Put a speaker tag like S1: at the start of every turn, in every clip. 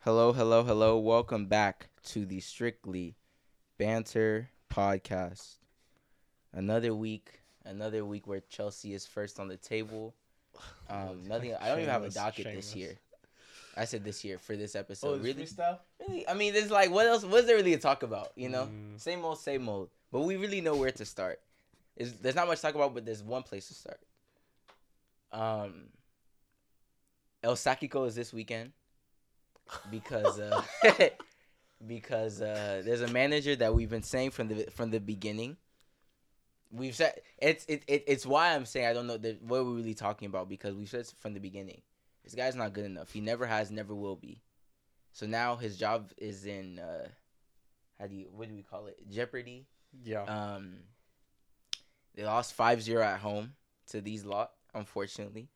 S1: Hello, hello, hello. Welcome back to the Strictly Banter podcast. Another week, another week where Chelsea is first on the table. Um, nothing. I don't even have a
S2: Oh, Shameless,
S1: docket this
S2: shameless. Oh,
S1: year. I said this year for this episode. really,
S3: freestyle?
S1: really. I mean, it's like, what else? What's there really to talk about? You know,
S2: Mm.
S1: same old, same old. But we really know where to start. Is there's not much to talk about, but there's one place to start. Um, El Sakiko is this weekend because uh, because uh, there's a manager that we've been saying from the from the beginning. We've said it's it, it it's why I'm saying I don't know that what we're really talking about because we said from the beginning this guy's not good enough. He never has, never will be. So now his job is in uh, how do you what do we call it jeopardy?
S2: Yeah.
S1: Um, they lost 5-0 at home to these lot. Unfortunately,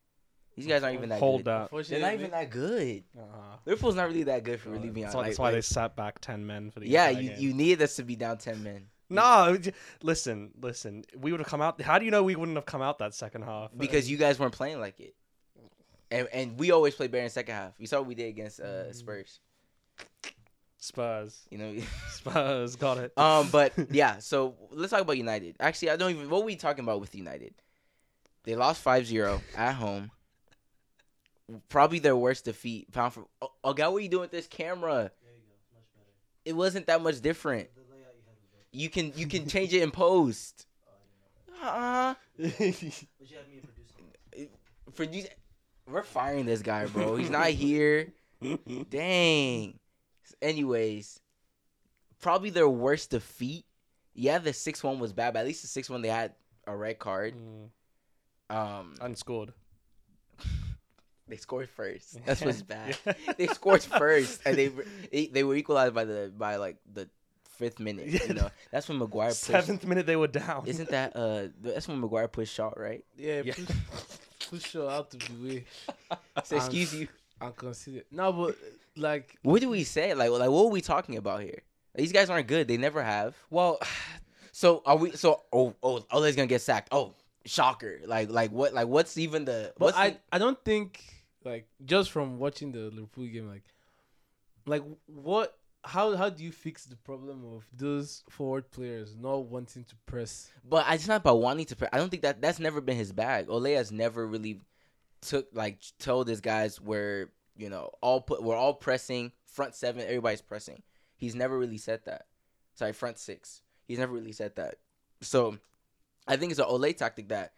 S1: these guys aren't even that
S2: Hold
S1: good.
S2: that.
S1: They're not even that good.
S2: Uh-huh.
S1: Liverpool's not really that good for Uh, really being
S2: Uh, that's,
S1: honest.
S2: why, that's
S1: Like-
S2: why they sat back ten men for the
S1: yeah,
S2: entire
S1: you,
S2: game.
S1: you needed us to be down ten men
S2: No, j- listen, listen. We would have come out. How do you know we wouldn't have come out that second half?
S1: because you guys weren't playing like it, and and we always play better in second half. You saw what we did against
S2: Mm-hmm.
S1: uh, Spurs,
S2: Spurs,
S1: you know.
S2: Spurs got it.
S1: um, but yeah, so let's talk about United. Actually, I don't even what were we talking about with United. They lost 5-0 at home. Probably their worst defeat. Pound for oh, oh God, what are you doing with this camera?
S3: There you go. Much better.
S1: It wasn't that much different.
S3: The layout you had was better.
S1: You can you can change it in post.
S3: Oh, I didn't know that.
S1: Uh,
S3: But you had me in producing.
S1: for these, we're firing this guy, bro. He's not here. Mm. Dang. Anyways, probably their worst defeat. Yeah, the six one was bad, but at least the six one they had a red card.
S2: Mm,
S1: Um,
S2: Unscored.
S1: they scored first. That's what's bad.
S2: Yeah.
S1: They scored first, and they, they they were equalized by the by like the fifth minute. You know, that's when Maguire pushed.
S2: Seventh minute they were down.
S1: Isn't that uh? That's when Maguire pushed shot, right?
S3: Yeah,
S2: Yeah.
S3: push her out of the way
S1: So
S3: Um,
S1: excuse you.
S3: and consider. No, but like
S1: What do we say? Like like what are we talking about here? These guys aren't good. They never have.
S2: well,
S1: So are we? So oh oh Ole's gonna get sacked. Oh shocker! Like like what like what's even the?
S4: But
S1: What's
S4: I,
S1: the-
S4: I don't think like just from watching the Liverpool game like like what how how do you fix the problem of those forward players not wanting to press?
S1: but it's not about wanting to. Play. I don't think that that's never been his bag. Ole has never really took like told his guys we're you know all put we're all pressing front seven. Everybody's pressing. He's never really said that. Sorry, front six. He's never really said that. So I think it's an Ole tactic that.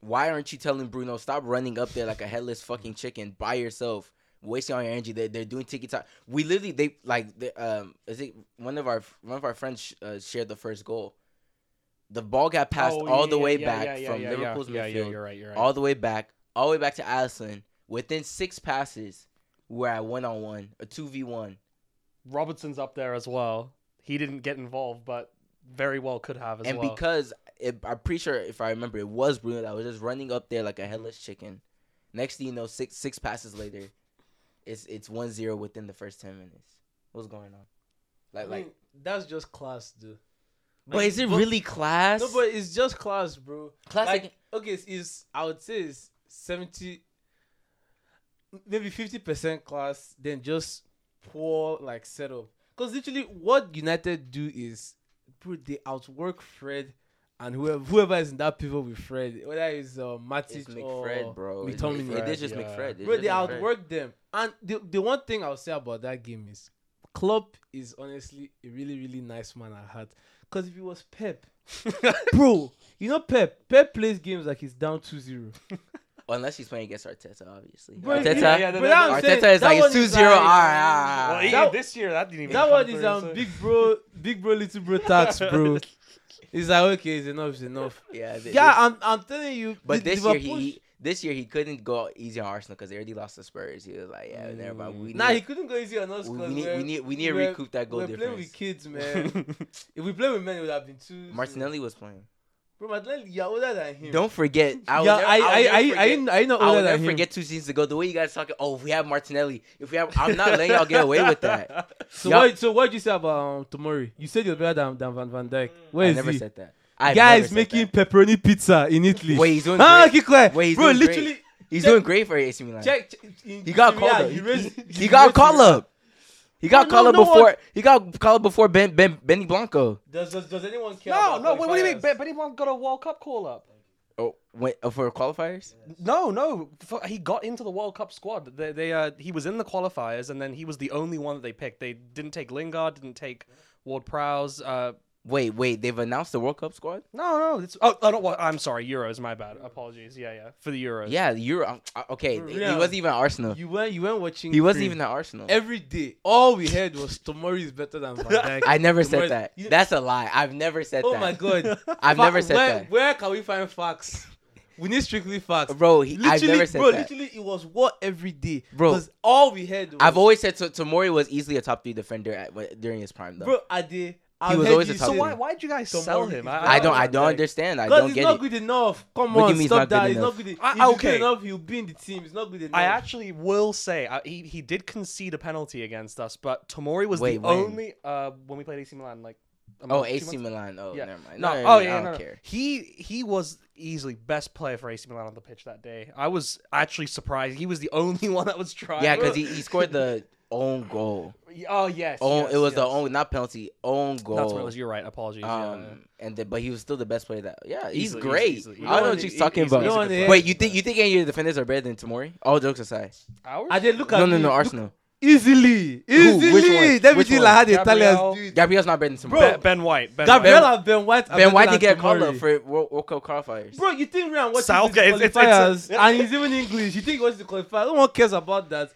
S1: Why aren't you telling Bruno stop running up there like a headless fucking chicken by yourself, wasting all your energy? They're, they're doing tiki talk. We literally they like they, um is it one of our one of our friends uh, shared the first goal. The ball got passed
S2: Oh,
S1: all
S2: yeah,
S1: the way
S2: yeah,
S1: back
S2: yeah, yeah,
S1: from
S2: yeah, yeah.
S1: Liverpool's
S2: yeah,
S1: midfield
S2: Yeah, you're right. You're right.
S1: all the way back, all the way back to Allison. Within six passes, we're at one on one, a two v one.
S2: Robertson's up there as well. He didn't get involved, but very well could have as
S1: And
S2: well.
S1: because it, I'm pretty sure, if I remember, it was Bruno that was just running up there like a headless chicken. Next thing you know, six six passes later, it's it's one zero within the first ten minutes. What's going on?
S4: I
S1: Like
S4: mean,
S1: like,
S4: that's just class, dude.
S1: but is it really class?
S4: No, but it's just class, bro.
S1: class
S4: like,
S1: like-
S4: okay, it's, it's I would say it's seventy, maybe fifty percent class, then just poor like setup. Because literally, what United do is, bro, they outwork Fred and whoever whoever is in that pivot with Fred, whether it's uh, Matic
S1: it's
S4: or
S1: McFred, bro. It's
S4: McTominay.
S1: McFred. It is just
S2: Yeah.
S1: McFred. It's
S4: bro,
S1: just
S4: they
S1: McFred.
S4: outwork them. And the the one thing I'll say about that game is, Klopp is honestly a really really nice man at heart. Cause if it was Pep, bro, you know Pep. Pep plays games like he's down 2-0.
S1: Unless he's playing against Arteta, obviously.
S4: Bro,
S1: Arteta,
S2: yeah, yeah,
S4: But that I'm saying,
S1: Arteta is
S4: that
S1: like
S4: one
S1: it's 2 0. All
S4: like-
S1: right, all
S2: well,
S1: right.
S2: even
S4: That-
S2: this year that didn't even.
S4: That
S2: come
S4: one is
S2: through,
S4: um
S2: so-
S4: big bro, big bro, little bro tax, bro. It's like okay, it's enough, it's enough.
S1: Yeah, th-
S4: Yeah,
S1: this-
S4: I'm, I'm telling you.
S1: but
S4: Li-
S1: this year he,
S4: Liverpool-
S1: he this year he couldn't go easy on Arsenal because they already lost the Spurs. He was like, yeah, never mind. We need,
S4: Mm. nah, he couldn't go easy on us.
S1: we,
S4: 'cause
S1: we need,
S4: we're-
S1: we need we need to
S4: we're-
S1: recoup that goal
S4: we're playing
S1: difference.
S4: with kids, man. if we play with men, it would have been two.
S1: Martinelli was playing.
S4: Bro, Martinelli, you're older than him.
S1: Don't forget, I will
S4: yeah,
S1: never,
S4: I,
S1: I, will never
S4: I, I, I,
S1: forget.
S4: ain't- I, ain't not
S1: I
S4: older
S1: will
S4: than
S1: never
S4: him.
S1: forget two seasons ago. The way you guys talking, oh, if we have Martinelli, if we have, I'm not letting y'all get away with that.
S4: So
S1: Yeah.
S4: what? So what did you say about um, Tomori? You said you're better than, than Van Van Dijk. Where
S1: Mm. I
S4: is
S1: never
S4: he?
S1: said that. I've
S4: Guy
S1: never
S4: is
S1: said
S4: making
S1: that.
S4: pepperoni pizza in Italy.
S1: Wait, he's doing
S4: ah,
S1: great.
S4: keep quiet.
S1: Wait, he's
S4: bro,
S1: doing great.
S4: literally,
S1: He's
S4: check-
S1: doing great for AC Milan.
S4: check. check in
S1: He got
S4: Serie A,
S1: called up.
S4: He, raised,
S1: He got
S4: raised-
S1: call up. He got
S4: No, no,
S1: called
S4: no
S1: before.
S4: one-
S1: He got called before Ben, ben Benny Blanco.
S4: Does, does, does anyone care?
S2: No,
S4: about
S2: no. What, what do you mean?
S4: qualifiers?
S2: Ben- Benny Blanco got a World Cup call up.
S1: Oh, went oh, for qualifiers.
S2: No, no. f- He got into the World Cup squad. They, they, uh, he was in the qualifiers, and then he was the only one that they picked. They didn't take Lingard, didn't take Ward Prowse. Uh,
S1: Wait, wait. They've announced the World Cup squad.
S2: no, no. It's, oh, oh, no, well, I'm sorry. Euros, my bad. Apologies. Yeah, yeah. For the Euros.
S1: Yeah, you're um, uh, okay.
S4: For
S1: He
S4: real.
S1: wasn't even at Arsenal.
S4: You weren't you weren't watching.
S1: He wasn't
S4: Creed.
S1: even at Arsenal.
S4: every day. All we heard was tomorrow is better than Van Dijk.
S1: I never
S4: Tomorrow-
S1: said that.
S4: You-
S1: That's a lie. I've never said
S4: oh
S1: that.
S4: my god!
S1: I've
S4: Fa-
S1: never said
S4: where,
S1: that.
S4: Where can we find facts? We need strictly facts.
S1: Bro, he, I've
S4: Literally-
S1: never said
S4: bro,
S1: that.
S4: Literally, it was what every day,
S1: Bro.
S4: Because all we heard. Was,
S1: I've always said T- Tomori was easily a top three defender at, w- during his prime, though.
S4: bro. I did. I
S1: was
S4: heard
S1: always
S4: you
S1: a top
S2: So
S4: say-
S1: dude.
S2: why, why'd you guys sell
S4: Tomori
S2: him?
S4: is-
S1: I don't. I
S2: understand.
S1: don't understand. I
S4: God,
S1: don't
S4: it's
S1: get
S4: not
S1: it.
S4: good enough.
S1: What
S4: Come
S1: do you
S4: on,
S1: mean it's
S4: stop
S1: not good
S4: that. It's
S1: enough?
S4: not good.
S2: I-
S4: If it's
S2: Ah, okay.
S4: good enough, he'll be in the team. It's not good enough.
S2: I actually will say I, he he did concede a penalty against us, but Tomori was
S1: Wait,
S2: the
S1: when?
S2: only uh when we played AC Milan like. a
S1: Oh,
S2: month, two
S1: AC
S2: months-
S1: Milan. Oh,
S2: Yeah.
S1: never mind.
S2: No,
S1: No, no, no,
S2: oh
S1: I
S2: yeah,
S1: don't
S2: no, no.
S1: care.
S2: He he was easily best player for AC Milan on the pitch that day. I was actually surprised. He was the only one that was trying.
S1: Yeah, because he, he scored the own goal.
S2: oh yes,
S1: Own.
S2: yes,
S1: it was the
S2: yes.
S1: own, not penalty. Own goal.
S2: That's what it was. You're right. Apologies. yeah.
S1: Um, and the, but he was still the best player. That yeah, he's
S2: Easily,
S1: great.
S2: easily, easily.
S1: I don't know
S4: No,
S1: what
S4: he-
S1: you're talking
S2: he's a
S1: about.
S4: no
S2: good
S4: one
S2: player.
S4: is-
S1: Wait, you think you think any of the defenders are better than Tomori? All jokes aside.
S2: Ours?
S4: I did look at
S1: No, no,
S4: me.
S1: no,
S4: Look-
S1: Arsenal.
S4: Easily,
S1: Who? Which one?
S4: easily. Let me
S1: Which
S4: see
S1: one?
S4: like how the
S2: Gabriel.
S4: Italians do it.
S1: Gabriel's not better than Tomori.
S2: Ben, ben White. Ben
S4: Gabriel
S2: White.
S4: and Ben White. are
S1: Ben, why
S4: better
S1: did he
S4: than
S1: get called up
S4: Tomori.
S1: for World, World Cup qualifiers?
S4: Bro, you think Ryan watches
S2: Southgate,
S4: the
S2: it's- it's-
S4: qualifiers, and he's even English. You think he watches the qualifiers? No one cares about that.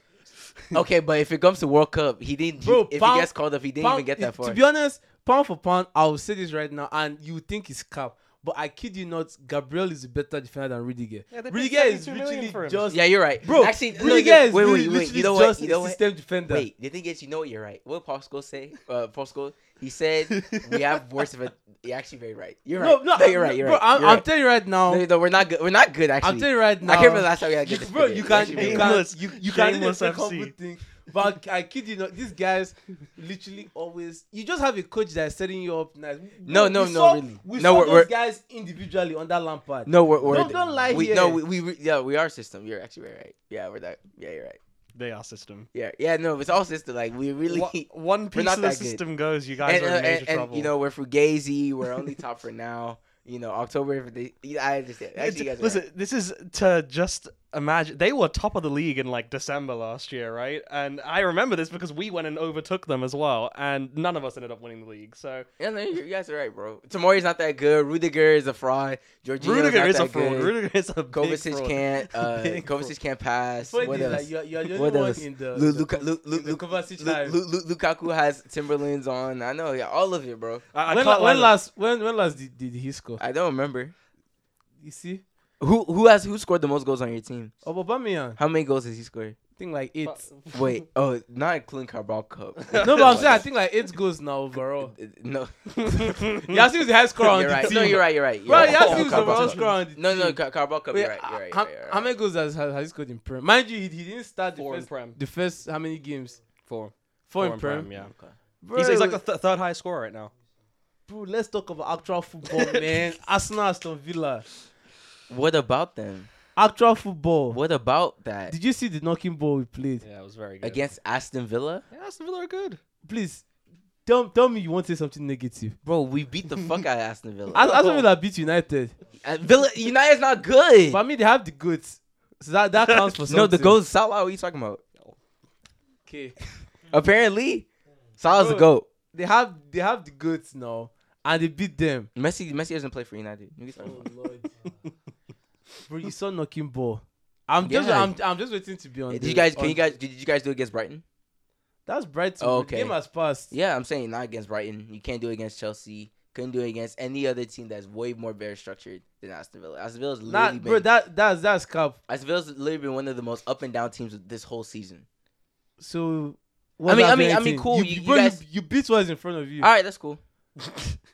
S1: okay, but if it comes to World Cup, he didn't.
S4: Bro,
S1: if
S4: pound-
S1: he gets called up, he didn't
S4: Pound-
S1: even get that
S4: if-
S1: far.
S4: To be honest, pound for pound, I'll say this right now, and you would think it's cap. But I kid you not, Gabriel is a better defender than Rudiger.
S2: Yeah, they paid
S4: Rudiger is
S2: 72 million
S4: literally
S2: for him.
S4: just
S1: yeah, you're right.
S4: bro.
S1: actually, no,
S4: Rudiger
S1: you-
S4: is
S1: wait,
S4: really-
S1: wait, wait.
S4: literally
S1: You know
S4: just
S1: what? You
S4: a
S1: know what?
S4: system defender.
S1: Wait, the thing is, you know what? You're right. What did Pascal say? Uh, Pascal, he said we have worse of a. You're actually very right. You're right.
S4: No, no,
S1: you're right. You're
S4: bro,
S1: right.
S4: I'm,
S1: you're
S4: I'm
S1: right.
S4: telling you right now.
S1: No, no, we're not good. We're not good. Actually,
S4: I'm telling you right now.
S1: I can't remember the last time we had a
S4: You-
S1: good.
S4: bro,
S1: defender.
S4: you
S1: We're
S4: can
S1: actually
S4: you
S1: very
S2: Shameless.
S1: bad.
S4: can you, you can do
S2: Shameless
S4: the
S2: FC.
S4: combo thing, but I kid you not, these guys literally always. You just have a coach that's setting you up nice.
S1: No, no,
S4: We- we
S1: no,
S4: saw-
S1: really.
S4: We
S1: No,
S4: saw
S1: we're-
S4: those
S1: we're-
S4: guys individually under Lampard.
S1: No, we're, we're
S4: Don't- don't lie
S1: we,
S4: here.
S1: No, we, we we- yeah we are system. You're actually very right. Yeah, we're that. Yeah, you're right.
S2: They are system.
S1: Yeah, yeah. No, it's all system. Like we really.
S2: One- One piece
S1: not
S2: of the
S1: that good.
S2: system goes, you guys
S1: and, uh,
S2: are in major
S1: and, and,
S2: trouble.
S1: you know we're fugazi. We're only top for now. You know October. If they, yeah, I understand. Actually, you guys are
S2: Listen,
S1: right.
S2: this is to just imagine. They were top of the league in like December last year, right? And I remember this because we went and overtook them as well, and none of us ended up winning the league. So
S1: Yeah, no, you you guys are right, bro. Tomori's not that good. Rudiger is a fraud. Jorginho's
S2: Rudiger
S1: not
S2: is
S1: that
S2: a fraud.
S1: good.
S2: Rudiger is a big
S1: Kovacic
S2: fraud.
S1: can't. Uh,
S2: Big fraud.
S1: Kovacic can't pass.
S4: Funny
S1: What
S4: thing is that
S1: else?
S4: you're, you're the only
S1: What
S4: one
S1: else?
S4: in the,
S1: Lu-
S4: the,
S1: Luka- Lu- Lu-
S4: in the
S1: Lu-
S4: Kovacic
S1: Lu-
S4: hive.
S1: Lu- Lu- Lukaku has Timberlands on. I know, yeah, all of it, bro.
S2: I, I
S4: when,
S2: can't
S4: la-
S2: lie
S4: when
S2: to-
S4: last when when last did, did he score?
S1: I don't remember
S4: You see,
S1: who who has who scored the most goals on your team.
S4: oh, Aubameyang,
S1: How many goals has he scored?
S4: I think like eight.
S1: Wait, oh, not including Carabao Cup.
S4: no, but I'm saying I think like eight goals now overall.
S1: no.
S4: Yeah, he was the highest scorer on
S1: Hmm. You're
S4: the
S1: right.
S4: team.
S1: No, you're right. You're right. You're
S4: Bro,
S1: right.
S4: he
S2: Yassi
S1: Oh,
S4: was the
S1: Carabao
S2: overall
S4: highest
S1: Cup.
S4: scorer on the
S1: No,
S4: team.
S1: no, Car- Carabao Cup. You're right. You're right.
S4: how,
S1: You're right.
S4: how many goals has, has, has he scored in Prem? Mind you, he, he didn't start the
S2: four in
S4: first,
S2: prem.
S4: the first how many games?
S2: Four.
S4: Four, in Prem.
S2: yeah.
S4: Bro,
S2: He's, he's like the th- third highest scorer right now.
S4: bro, let's talk about actual football, man. Arsenal, Aston Villa.
S1: What about them?
S4: Actual football.
S1: What about that
S4: Did you see the knocking ball we played?
S2: Yeah, it was very good.
S1: against Aston Villa,
S2: yeah, Aston Villa are good.
S4: Please, tell, tell me you won't say something negative.
S1: bro? We beat the fuck out of Aston Villa.
S4: As- Aston Villa beat United.
S1: Uh, Villa United's not good.
S4: But I mean, they have the goods. So that, that counts for something.
S1: No, the goat's Salah. What are you talking about?
S4: Okay.
S1: Apparently, Salah's the
S4: Mm. Bro.
S1: goat.
S4: They have, they have the goods now. And they beat them.
S1: Messi, Messi doesn't play for United. What are you talking
S2: Oh,
S1: about?
S4: Bro, you saw knocking ball. I'm just,
S1: Yeah.
S4: I'm, I'm just waiting to be on.
S1: Did
S4: the-
S1: you guys? Can
S4: on-
S1: you guys? Did you guys do it against Brighton?
S4: That's Brighton.
S1: Oh,
S4: The
S1: okay.
S4: game has passed.
S1: Yeah, I'm saying not against Brighton. You can't do it against Chelsea. Couldn't do it against any other team that's way more better structured than Aston Villa. Aston Villa's
S4: Nah,
S1: literally been,
S4: bro, that that's that's cap.
S1: Aston Villa's literally been one of the most up and down teams this whole season.
S4: So
S1: I mean- I mean- I mean,
S4: anything?
S1: cool,
S4: You,
S1: you-
S4: bro,
S1: you guys-
S4: you, you beat what's in front of you.
S1: All right, that's cool.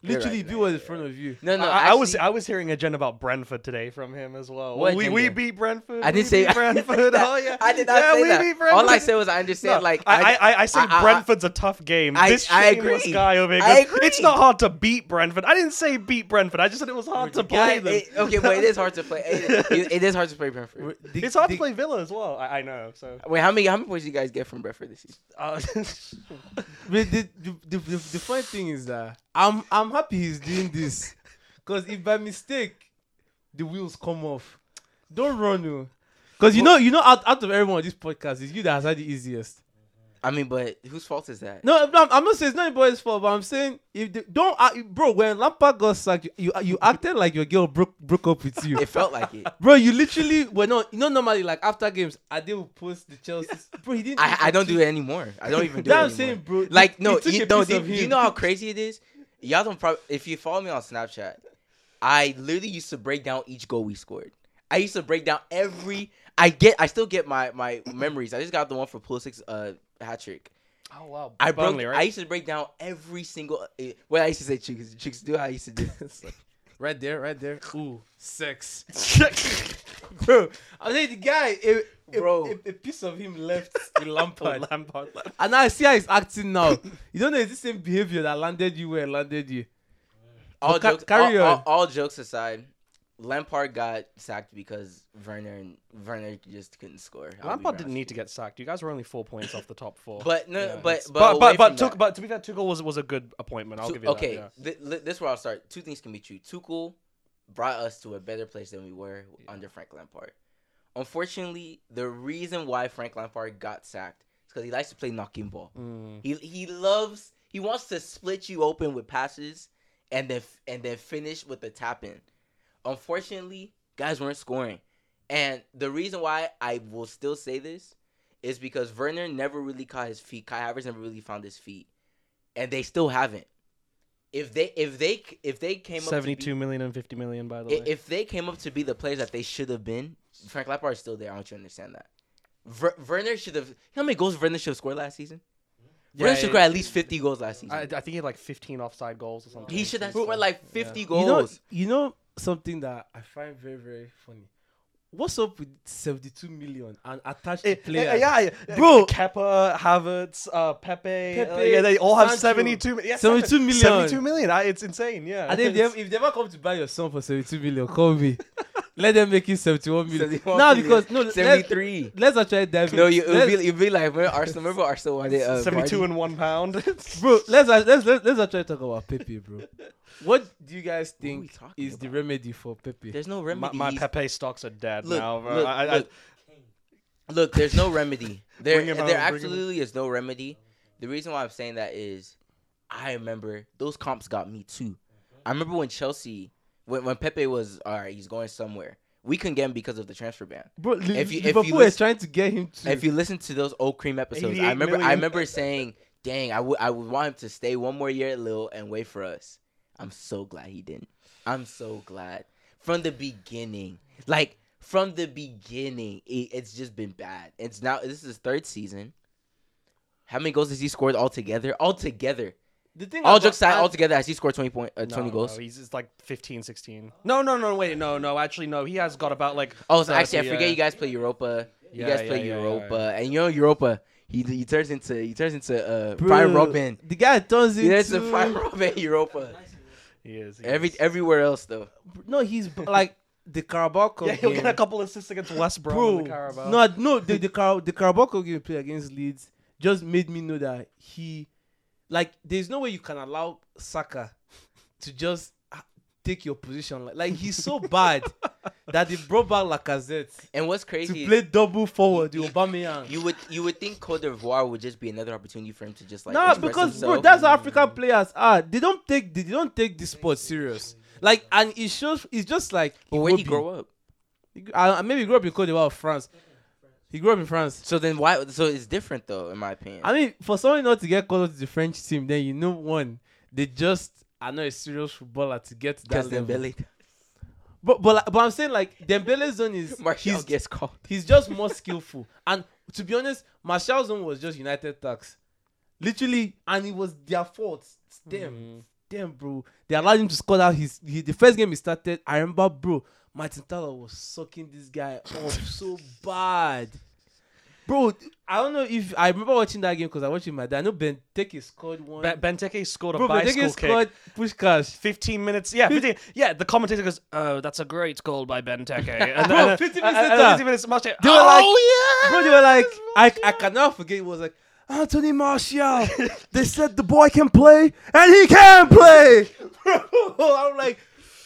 S4: Literally
S1: right,
S4: do
S1: right,
S4: what's in
S1: right,
S4: front of you.
S1: No, no.
S2: I, I was
S1: actually-
S2: I was hearing a gen about Brentford today from him as well.
S1: What
S2: we
S1: gen
S2: we
S1: gen?
S2: beat Brentford.
S1: I
S2: we
S1: didn't say
S2: beat Brentford. oh yeah,
S1: I did not
S2: yeah,
S1: say
S2: we
S1: that.
S2: Beat Brentford.
S1: All I said was I understand.
S2: No,
S1: like
S2: I, I, I, I say
S1: I- I-
S2: Brentford's a tough game.
S1: I-
S2: this
S1: I
S2: shameless
S1: agree.
S2: guy over here.
S1: I
S2: goes, It's
S1: agree.
S2: not hard to beat Brentford. I didn't say beat Brentford. I just said it was hard to play
S1: Yeah,
S2: them.
S1: it- okay, but it is hard to play. It- it- it is hard to play Brentford.
S4: The-
S2: it's hard
S4: the-
S2: to play Villa as well. I, I know. So
S1: Wait, how many how many points did you guys get from Brentford this season?
S2: uh,
S4: But the, the, the, the, the funny thing is that I'm I'm happy he's doing this, because if by mistake the wheels come off, don't run you. Because you know you know out, out of everyone on this podcast, it's you that has had the easiest.
S1: I mean, but whose fault is that?
S4: No, no, I'm not saying it's not anybody's fault, but I'm saying if they, don't act- bro when Lampard got sacked, you, you you acted like your girl broke broke up with you.
S1: It felt like it.
S4: Bro, you literally were not. You know, normally like after games, Ade will post the Chelsea. Bro, he didn't.
S1: I, I don't do it anymore. I don't even do
S4: That
S1: it
S4: I'm
S1: anymore.
S4: saying, bro.
S1: like
S4: it-
S1: no,
S4: it took
S1: you
S4: a
S1: no,
S4: piece
S1: do,
S4: of
S1: do you
S4: him.
S1: know how crazy it is? Y'all don't probably if you follow me on Snapchat, I literally used to break down each goal we scored. I used to break down every. I get. I still get my my memories. I just got the one for Pulisic's uh hat trick.
S2: oh wow,
S1: I broke.
S2: Burnley,
S1: I
S2: right?
S1: used to break down every single. Uh, well, I used to say chicks. Chicks do. I used to do.
S4: Right there, right there. Ooh, sex,
S2: I,
S4: bro. I'm saying the guy, a, a,
S1: Bro.
S4: a, a piece of him left with Lampard,
S2: Lampard.
S4: and now I see how he's acting now. You don't know it's the same behavior that landed you where it landed you.
S1: all,
S4: But ca-
S1: jokes,
S4: carry
S1: all, all-
S4: on.
S1: all jokes aside, Lampard got sacked because Werner and Werner just couldn't score. I'll be
S2: Lampard
S1: real.
S2: didn't need to get sacked. You guys were only four points off the top four.
S1: But no,
S4: Yeah,
S1: but
S4: it's-
S1: but
S2: but but,
S1: away
S2: but,
S1: from
S2: Tuch-
S1: that-
S2: but to be fair, Tuchel was was a good appointment. I'll
S1: Tu-
S2: give you that.
S1: okay,
S2: yeah.
S1: th- th- this is where I'll start. Two things can be true. Tuchel brought us to a better place than we were under Frank Lampard. Unfortunately, the reason why Frank Lampard got sacked is because he likes to play knocking ball.
S2: Mm.
S1: He he loves he wants to split you open with passes and then f- and then finish with a tap in. Unfortunately, guys weren't scoring. And the reason why I will still say this is because Werner never really caught his feet. Kai Havertz never really found his feet, and they still haven't. If they if they c- if they came up to
S2: Seventy-two million and fifty million, by the
S1: be,
S2: way.
S1: i- if they came up to be the players that they should have been, Frank Lampard is still there. I want you to understand that. Ver, Werner should have. How many goals Werner should have scored last season? Werner should have scored at least fifty goals last season.
S2: I, I think he had like 15 offside goals or something.
S1: he should have scored like fifty
S4: You know,
S1: goals.
S4: you know something that I find very very funny. What's up with 72 million and attached
S2: Eh, eh,
S4: players?
S2: yeah, yeah.
S4: Bro.
S2: Kepa, Havertz, uh, Pepe, uh,
S4: Pepe,
S2: yeah, they all have
S4: Sancho.
S2: 72 mi- yeah,
S4: 72
S2: seven-
S4: million.
S2: 72 million. I, it's insane, yeah.
S4: And if they,
S2: It's-
S4: if they ever come to buy your son for 72 million, call me. let them make it 71 million.
S1: 71
S4: now,
S1: million.
S4: because, no, let's,
S1: 73.
S4: let's actually dive
S1: No,
S4: in.
S1: you it'd
S4: let's,
S1: be, it'd be like remember Arsenal. Remember Arsenal won it. Uh,
S2: 72
S1: Vardy?
S2: and one pound.
S4: bro, let's, let's, let's, let's actually talk about Pepe, bro. What do you guys
S1: are we
S4: think
S1: talking
S4: is the
S1: about?
S4: remedy for Pepe?
S1: There's no
S2: my,
S1: remedy.
S2: my
S1: He's-
S2: Pepe stocks are dead
S1: Look,
S2: now, bro.
S1: look,
S2: I, I,
S1: look. Look, there's no remedy. There,
S2: Bring him
S1: there
S2: home, bring him home.
S1: absolutely is no remedy. The reason why I'm saying that is, I remember those comps got me too. I remember when Chelsea, when when Pepe was all right, he's going somewhere. We couldn't get him because of the transfer ban.
S4: Bro, Li-
S1: if you- if you
S4: Liverpool is
S1: listen-
S4: trying to get him to.
S1: If you listen to those old cream episodes,
S2: 88
S1: I remember
S2: million.
S1: I remember saying, "Dang, I would I would want him to stay one more year at Lille and wait for us." I'm so glad he didn't. I'm so glad from the beginning. Like from the beginning, it, it's just been bad. It's now this is his third season. How many goals has he scored altogether? Altogether,
S4: the thing
S1: all
S4: about-
S1: jokes aside,
S4: and-
S1: altogether has he scored twenty point uh,
S2: No,
S1: twenty goals?
S2: No, he's it's like 15, 16. No, no, no, wait, no, no. Actually, no. He has got about like.
S1: Oh, so actually, I
S2: 30,
S1: forget
S2: yeah.
S1: you guys play Europa. You
S2: uh, Yeah,
S1: guys
S2: yeah,
S1: play
S2: yeah, yeah,
S1: Europa, and you know Europa. He, he turns into he turns into uh,
S4: Bro,
S1: Brian Robin.
S4: The guy turns into.
S1: Yeah, it's a prime rub in Europa.
S2: He is. he
S1: Every
S2: is.
S1: everywhere else though.
S4: No, he's b- like the Carabao Cup
S2: Yeah, he'll
S4: game.
S2: get a couple assists against West Brom. in the
S4: bro.
S2: Carabao.
S4: No, no, the the, Car- the Carabao Cup game play against Leeds just made me know that he, like, there's no way you can allow Saka to just ah, take your position. Like, like he's so bad that they brought back Lacazette
S1: And what's
S4: to
S1: crazy
S4: play
S1: is
S4: double forward. The Aubameyang.
S1: you would you would think Cote d'Ivoire would just be another opportunity for him to just like
S4: nah,
S1: express
S4: because bro,
S1: himself.
S4: that's how African players are. They don't take they don't take this sport serious. Like, and it shows. It's just like.
S1: But where he
S4: Iwobi.
S1: grow up?
S4: He gr- I, I- maybe he grew up in Cote d'Ivoire, France. He grew up in France.
S1: So then why so it's different though in my opinion.
S4: I mean, for someone not to get called up to the French team, then you know one, they just are not a serious footballer to get to that
S1: Because
S4: level.
S1: Dembele
S4: But but like- but I'm saying like Dembele's zone is
S1: Martial
S4: he's,
S1: gets called.
S4: he's just more skillful. And to be honest,
S2: Mm.
S4: Martial's zone was just United tax, literally, and it was their fault. It's them. damn, bro, they allowed him to score out his, he- the first game he started. I remember, bro, Martin Tyler was sucking this guy up so bad. Bro, I don't know if I remember watching that game because I watched it with my dad. I know Ben Teke scored one.
S2: Ben- Benteke scored a
S4: bro, Ben
S2: bicycle
S4: Teke
S2: kick.
S4: scored push cash.
S2: 15 minutes. Yeah, 15, yeah. The commentator goes, "Oh, that's a great goal by Benteke." And
S4: Bro,
S2: then- and-
S4: 15 minutes
S2: and- and
S4: later.
S2: 15 minutes. Martial,
S4: They were
S2: oh
S4: Bro, they were like, I, I cannot forget. It was like, Anthony Martial. they said the boy can play, and he can play. Bro, I'm like,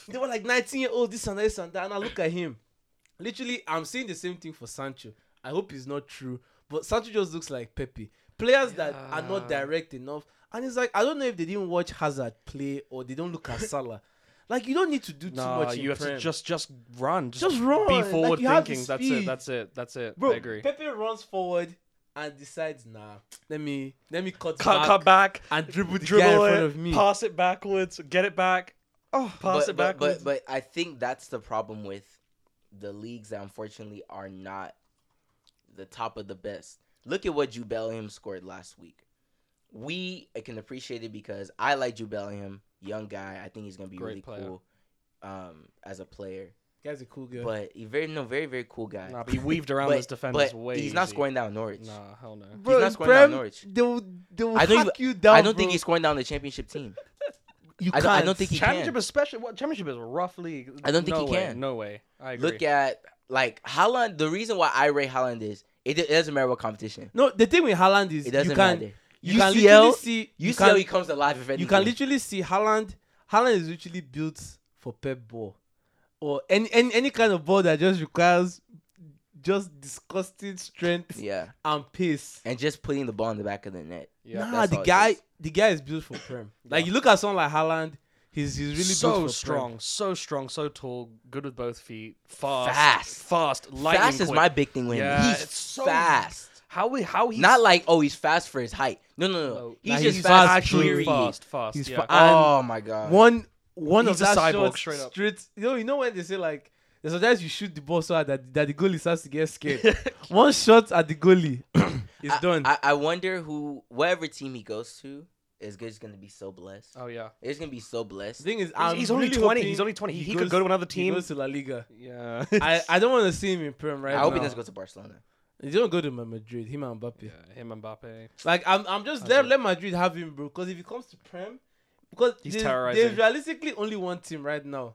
S4: they were like 19 year old, this and this and that. And I look at him. Literally, I'm saying the same thing for Sancho. I hope it's not true, but Sancho just looks like Pepe. Players that are not
S2: Yeah.
S4: direct enough, and it's like I don't know if they didn't watch Hazard play or they don't look at Salah. Like you don't need to do too
S2: yeah. No,
S4: much. in
S2: you have
S4: Prem.
S2: to just just run. Just,
S4: Just run,
S2: Be
S4: like,
S2: forward
S4: you have the
S2: thinking. That's it.
S4: speed.
S2: That's it. That's it.
S4: Bro,
S2: I agree.
S4: Pepe runs forward and decides, nah, let me let me cut,
S2: Cut,
S4: back
S2: cut back.
S4: and dribble the guy in
S2: Dribble
S4: front
S2: it.
S4: of me.
S2: Pass it backwards. Get it back. Oh, pass
S1: but, but,
S2: it backwards.
S1: but but I think that's the problem with the leagues that unfortunately are not the top of the best. Look at what Jude Bellingham scored last week. We can appreciate it because I like Jude Bellingham, young guy. I think he's gonna be
S2: Great
S1: really
S2: player.
S1: cool um, as a player.
S4: Guy's a cool guy.
S1: But he very no very very cool guy.
S2: Nah, but he weaved around
S1: but,
S2: his defenders
S1: but
S2: way.
S1: he's not
S2: easy.
S1: scoring down Norwich.
S2: Nah, hell no.
S4: Bro,
S1: not
S4: in
S1: scoring down
S4: Prem,
S1: Norwich.
S4: They will, they will
S1: I don't
S4: hack you down.
S1: I don't think
S4: bro.
S1: he's scoring down the championship team.
S4: You
S1: I don't- I don't
S4: can't.
S1: think he
S2: championship
S1: can.
S2: especially what championship is a rough league.
S1: I don't think
S2: no
S1: he
S2: way,
S1: can.
S2: No way. I agree.
S1: Look at like Holland. The reason why I rate Holland is it, it doesn't matter what competition.
S4: No, the thing with Haaland
S1: It
S4: is you
S1: doesn't
S4: can
S1: matter.
S4: you can
S1: UCL
S4: literally see
S1: You, see
S4: can,
S1: how he comes alive. If
S4: you can
S1: anything.
S4: literally see Haaland. Haaland is literally built for Pep ball or any any any kind of ball that just requires just disgusting strength
S1: yeah,
S4: and pace.
S1: and just putting the ball in the back of the net.
S2: yeah.
S4: nah,
S1: that's
S4: the
S1: how it
S4: guy,
S1: is.
S4: the guy is built for prem. Like
S2: Yeah.
S4: you look at someone like Haaland, he's he's really
S2: so
S4: built for
S2: strong,
S4: Prem.
S2: so strong, so tall, good with both feet, fast,
S1: Fast.
S2: fast, Oh, lightning
S1: fast is
S2: quick.
S1: my big thing with him.
S2: Yeah,
S1: He's
S2: it's so-
S1: fast.
S2: how we how he's
S1: Not like oh he's fast for his height. No no no.
S2: No,
S1: he's
S4: nah,
S1: just
S4: he's
S1: fast.
S4: fast,
S1: actually,
S2: actually
S1: period.
S2: fast, fast.
S4: He's
S2: yeah.
S4: fa-
S1: Oh my god.
S4: One one
S2: He's
S4: of
S2: a
S4: that
S2: cyborg,
S4: shots
S2: straight up.
S4: straight. You know, you know when they say like sometimes you shoot the ball so hard that that the goalie starts to get scared. one shot at the goalie is
S1: I,
S4: done.
S1: I, I wonder who whatever team he goes to is just gonna be so blessed.
S2: oh yeah.
S1: It's gonna be so blessed.
S4: the thing is,
S2: He's,
S4: I'm
S2: he's only
S4: really
S2: twenty.
S4: hoping
S2: He's only twenty. He, could
S4: goes-
S2: go to another
S4: He
S2: team.
S4: goes to La Liga.
S2: Yeah.
S4: I, I don't want to see him in prem right
S1: I hope he
S4: now.
S1: doesn't go to Barcelona.
S4: He don't go to Ma- Madrid. Him and Mbappe.
S2: yeah. Him and Mbappe.
S4: Like I'm, I'm just
S2: That's
S4: let,
S2: it.
S4: let Madrid have him, bro. Because if it comes to Prem, because
S2: He's
S4: there's,
S2: terrorizing.
S4: there's realistically only one team right now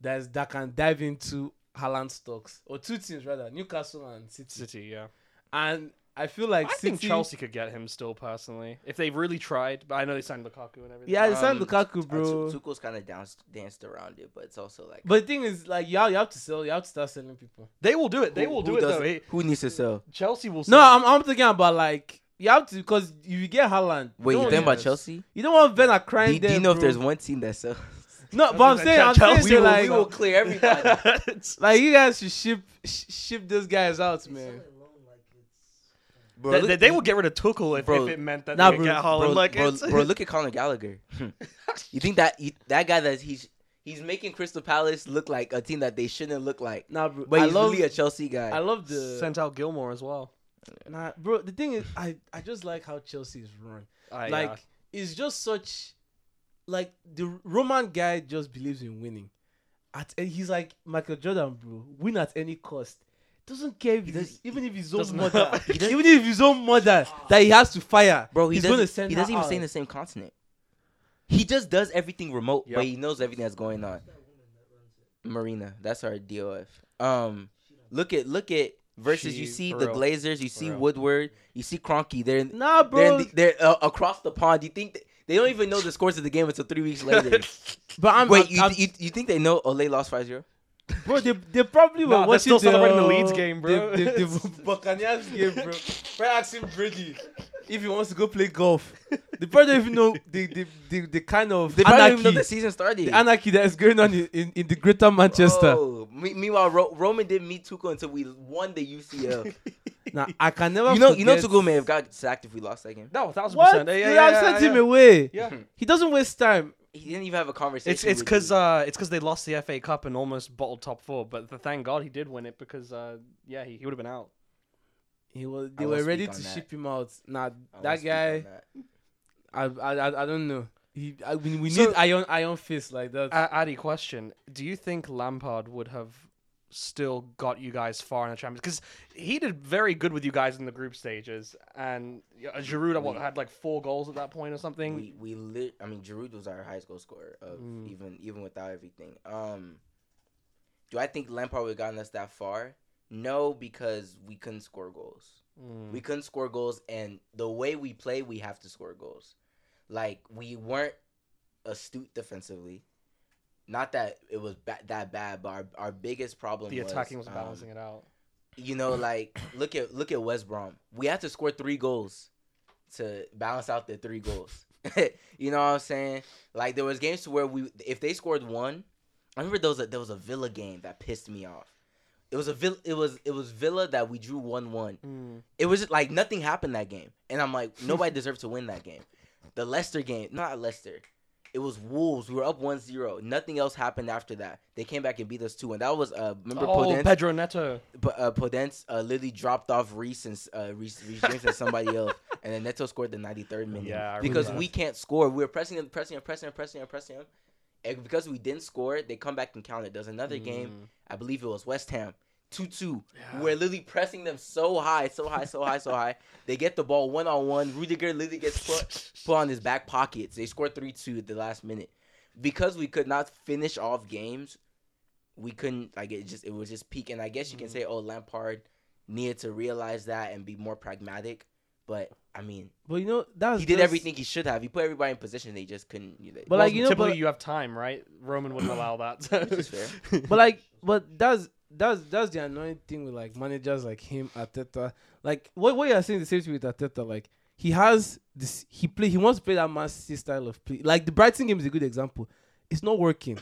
S4: that's that can dive into Haaland stocks or two teams rather, Newcastle and City.
S2: City. Yeah.
S4: And I feel like
S2: I
S4: City,
S2: think Chelsea could get him still personally if they really tried. But I know they signed Lukaku and everything.
S4: Yeah, they signed
S1: Um,
S4: Lukaku,
S1: Uh, Tu-
S4: bro.
S1: Tuchel's kind of danced around it, but it's also like
S4: but the thing is, like, y'all, you have to sell. You have to start selling people.
S2: They will do it. They
S1: who-
S2: will
S1: who
S2: do it
S1: does-
S2: though. He-
S1: Who needs to sell?
S2: Chelsea will.
S4: No,
S2: sell-
S4: I'm, I'm thinking about like you have to because if you get Haaland,
S1: Wait, you
S4: don't
S1: think
S4: want-
S1: about Chelsea?
S4: You don't want Werner
S1: Do,
S4: crying
S1: do
S4: there,
S1: you know if
S4: bro.
S1: there's one team that sells?
S4: No, but I'm saying, I'm saying,
S2: Chelsea
S4: say,
S2: will-
S4: like,
S1: we will clear everybody.
S4: like you guys should ship sh- ship those guys out, man.
S1: Bro,
S2: They,
S1: look-
S2: they- they will get rid of Tuchel if,
S1: Bro,
S2: if it meant that
S4: nah,
S2: they could
S4: bro,
S2: get Holland.
S1: bro,
S2: like,
S1: bro,
S2: it's-
S1: bro, look at Colin Gallagher. Hmm. you think that you, that guy that he's he's making Crystal Palace look like a team that they shouldn't look like,
S4: Nah, bro.
S1: but
S4: I
S1: he's
S4: love,
S1: really a Chelsea guy.
S4: I love the.
S2: sent out Gilmore as well.
S4: nah, bro. The thing is, I I just like how Chelsea is run.
S1: Ah,
S4: like
S2: like
S4: it's just such, like the Roman guy just believes in winning. At and he's like Michael Jordan, bro. Win at any cost. Doesn't care if
S1: does-
S4: he's, even if his
S2: doesn't-
S4: own mother,
S2: he does-
S4: even if his own mother that he has to fire,
S1: Bro, he
S4: he's
S1: doesn't,
S4: gonna send.
S1: he
S4: her
S1: doesn't even stay in
S4: out.
S1: the same continent. He just does everything remote,
S2: Yep.
S1: but he knows everything that's going on. Marina, that's our DOF. Um, look at look at versus. you
S2: She-
S1: see
S2: for
S1: the
S2: real.
S1: Glazers, you see
S2: real.
S1: Woodward, you see Cronky. They're in,
S4: Nah, bro.
S1: they're in the, they're uh, across the pond. You think th- they don't even know the scores of the game until three weeks later?
S4: but I'm
S1: Wait,
S4: I'm-
S1: you,
S4: I'm-
S1: you you think they know Ole lost 5-0?
S4: Bro, they, they probably were
S2: Nah, they're still
S4: watching
S2: celebrating the Leeds
S4: uh,
S2: game, bro.
S4: The, the, the Buccaneers game, bro. Try asking Brady if he wants to go play golf. They probably don't even know the, the, the, the kind of
S1: They probably don't
S4: anarchy,
S1: even know the season started.
S4: the anarchy that is going on in, in, in the greater Manchester.
S1: Oh, me- meanwhile, Ro- Roman didn't meet Tuchel until we won the UCL.
S4: Now, I can never
S1: you know, you know,
S4: forget-
S1: Tuchel may have got sacked if we lost that game.
S2: no, thousand
S4: What?
S2: percent.
S4: Yeah,
S2: Yeah,
S4: they
S2: yeah,
S4: have
S2: yeah,
S4: sent
S2: yeah.
S4: him away.
S2: Yeah.
S4: He doesn't waste time.
S1: He didn't even have a conversation.
S2: It's it's
S1: with
S2: because
S1: you.
S2: uh it's because they lost the FA Cup and almost bottled top four, but the, thank God he did win it because uh yeah he, he would have been out.
S4: He was,
S1: I
S4: they
S1: won't
S4: were ready
S1: speak
S4: to
S1: on that.
S4: ship him out. Nah,
S1: I won't
S4: that
S1: speak on
S4: guy,
S1: that.
S4: I, I, I, I don't know. He, I, we we
S2: So-
S4: need iron iron fist like that.
S2: Uh, Addy, question: Do you think Lampard would have still got you guys far in the Champions? Because he did very good with you guys in the group stages, and uh, Giroud what,
S1: We-
S2: had like four goals at that point or something.
S1: We we lit. I mean, Giroud was our highest goal scorer of
S2: Mm.
S1: even even without everything. Um, do I think Lampard would have gotten us that far? No, because we couldn't score goals.
S2: Mm.
S1: We couldn't score goals, and the way we play, we have to score goals. Like we weren't astute defensively. Not that it was ba- that bad, but our, our biggest problem
S2: the attacking was
S1: um,
S2: balancing it out.
S1: you know, like look at look at West Brom. We have to score three goals to balance out the three goals. you know what I'm saying? Like there was games to where we if they scored one, I remember there was a, there was a Villa game that pissed me off. It was a Villa, it was it was Villa that we drew one one. It was just like nothing happened that game, and I'm like nobody deserved to win that game. The Leicester game, not Leicester. It was Wolves. We were up 1-0. Nothing else happened after that. They came back and beat us 2-1. That was uh remember
S2: Oh,
S1: Podence?
S2: Pedro Neto.
S1: P- uh, Podence uh, literally dropped off Reese and s- uh, Reese, Reese James and somebody else, and then Neto scored the 93rd minute.
S2: Yeah, I remember
S1: because
S2: that.
S1: we can't score. We were pressing him, pressing him, pressing him, pressing him, pressing him. And because we didn't score, they come back and counter. There's another
S2: Mm. Hmm.
S1: game, I believe it was West Ham, 2 2. We're literally pressing them so high, so high, so high, so high. They get the ball one on one. Rudiger literally gets put, put on his back pockets. They score 3 2 at the last minute. Because we could not finish off games, we couldn't like it just it was just peak and i guess you
S2: Mm-hmm.
S1: can say oh lampard needed to realize that and be more pragmatic but i mean
S4: but you know that's
S1: he did
S4: just-
S1: everything he should have he put everybody in position they just couldn't you know,
S4: But, like, you know,
S2: typically
S4: but-
S2: you have time, right? Roman wouldn't allow that.
S1: is fair.
S4: But like, but that's that's that's the annoying thing with like managers like him, Arteta. Like what what you're saying is the same thing with Arteta. Like he has this, he play, he wants to play that Man City style of play. Like the Brighton game is a good example. It's not working,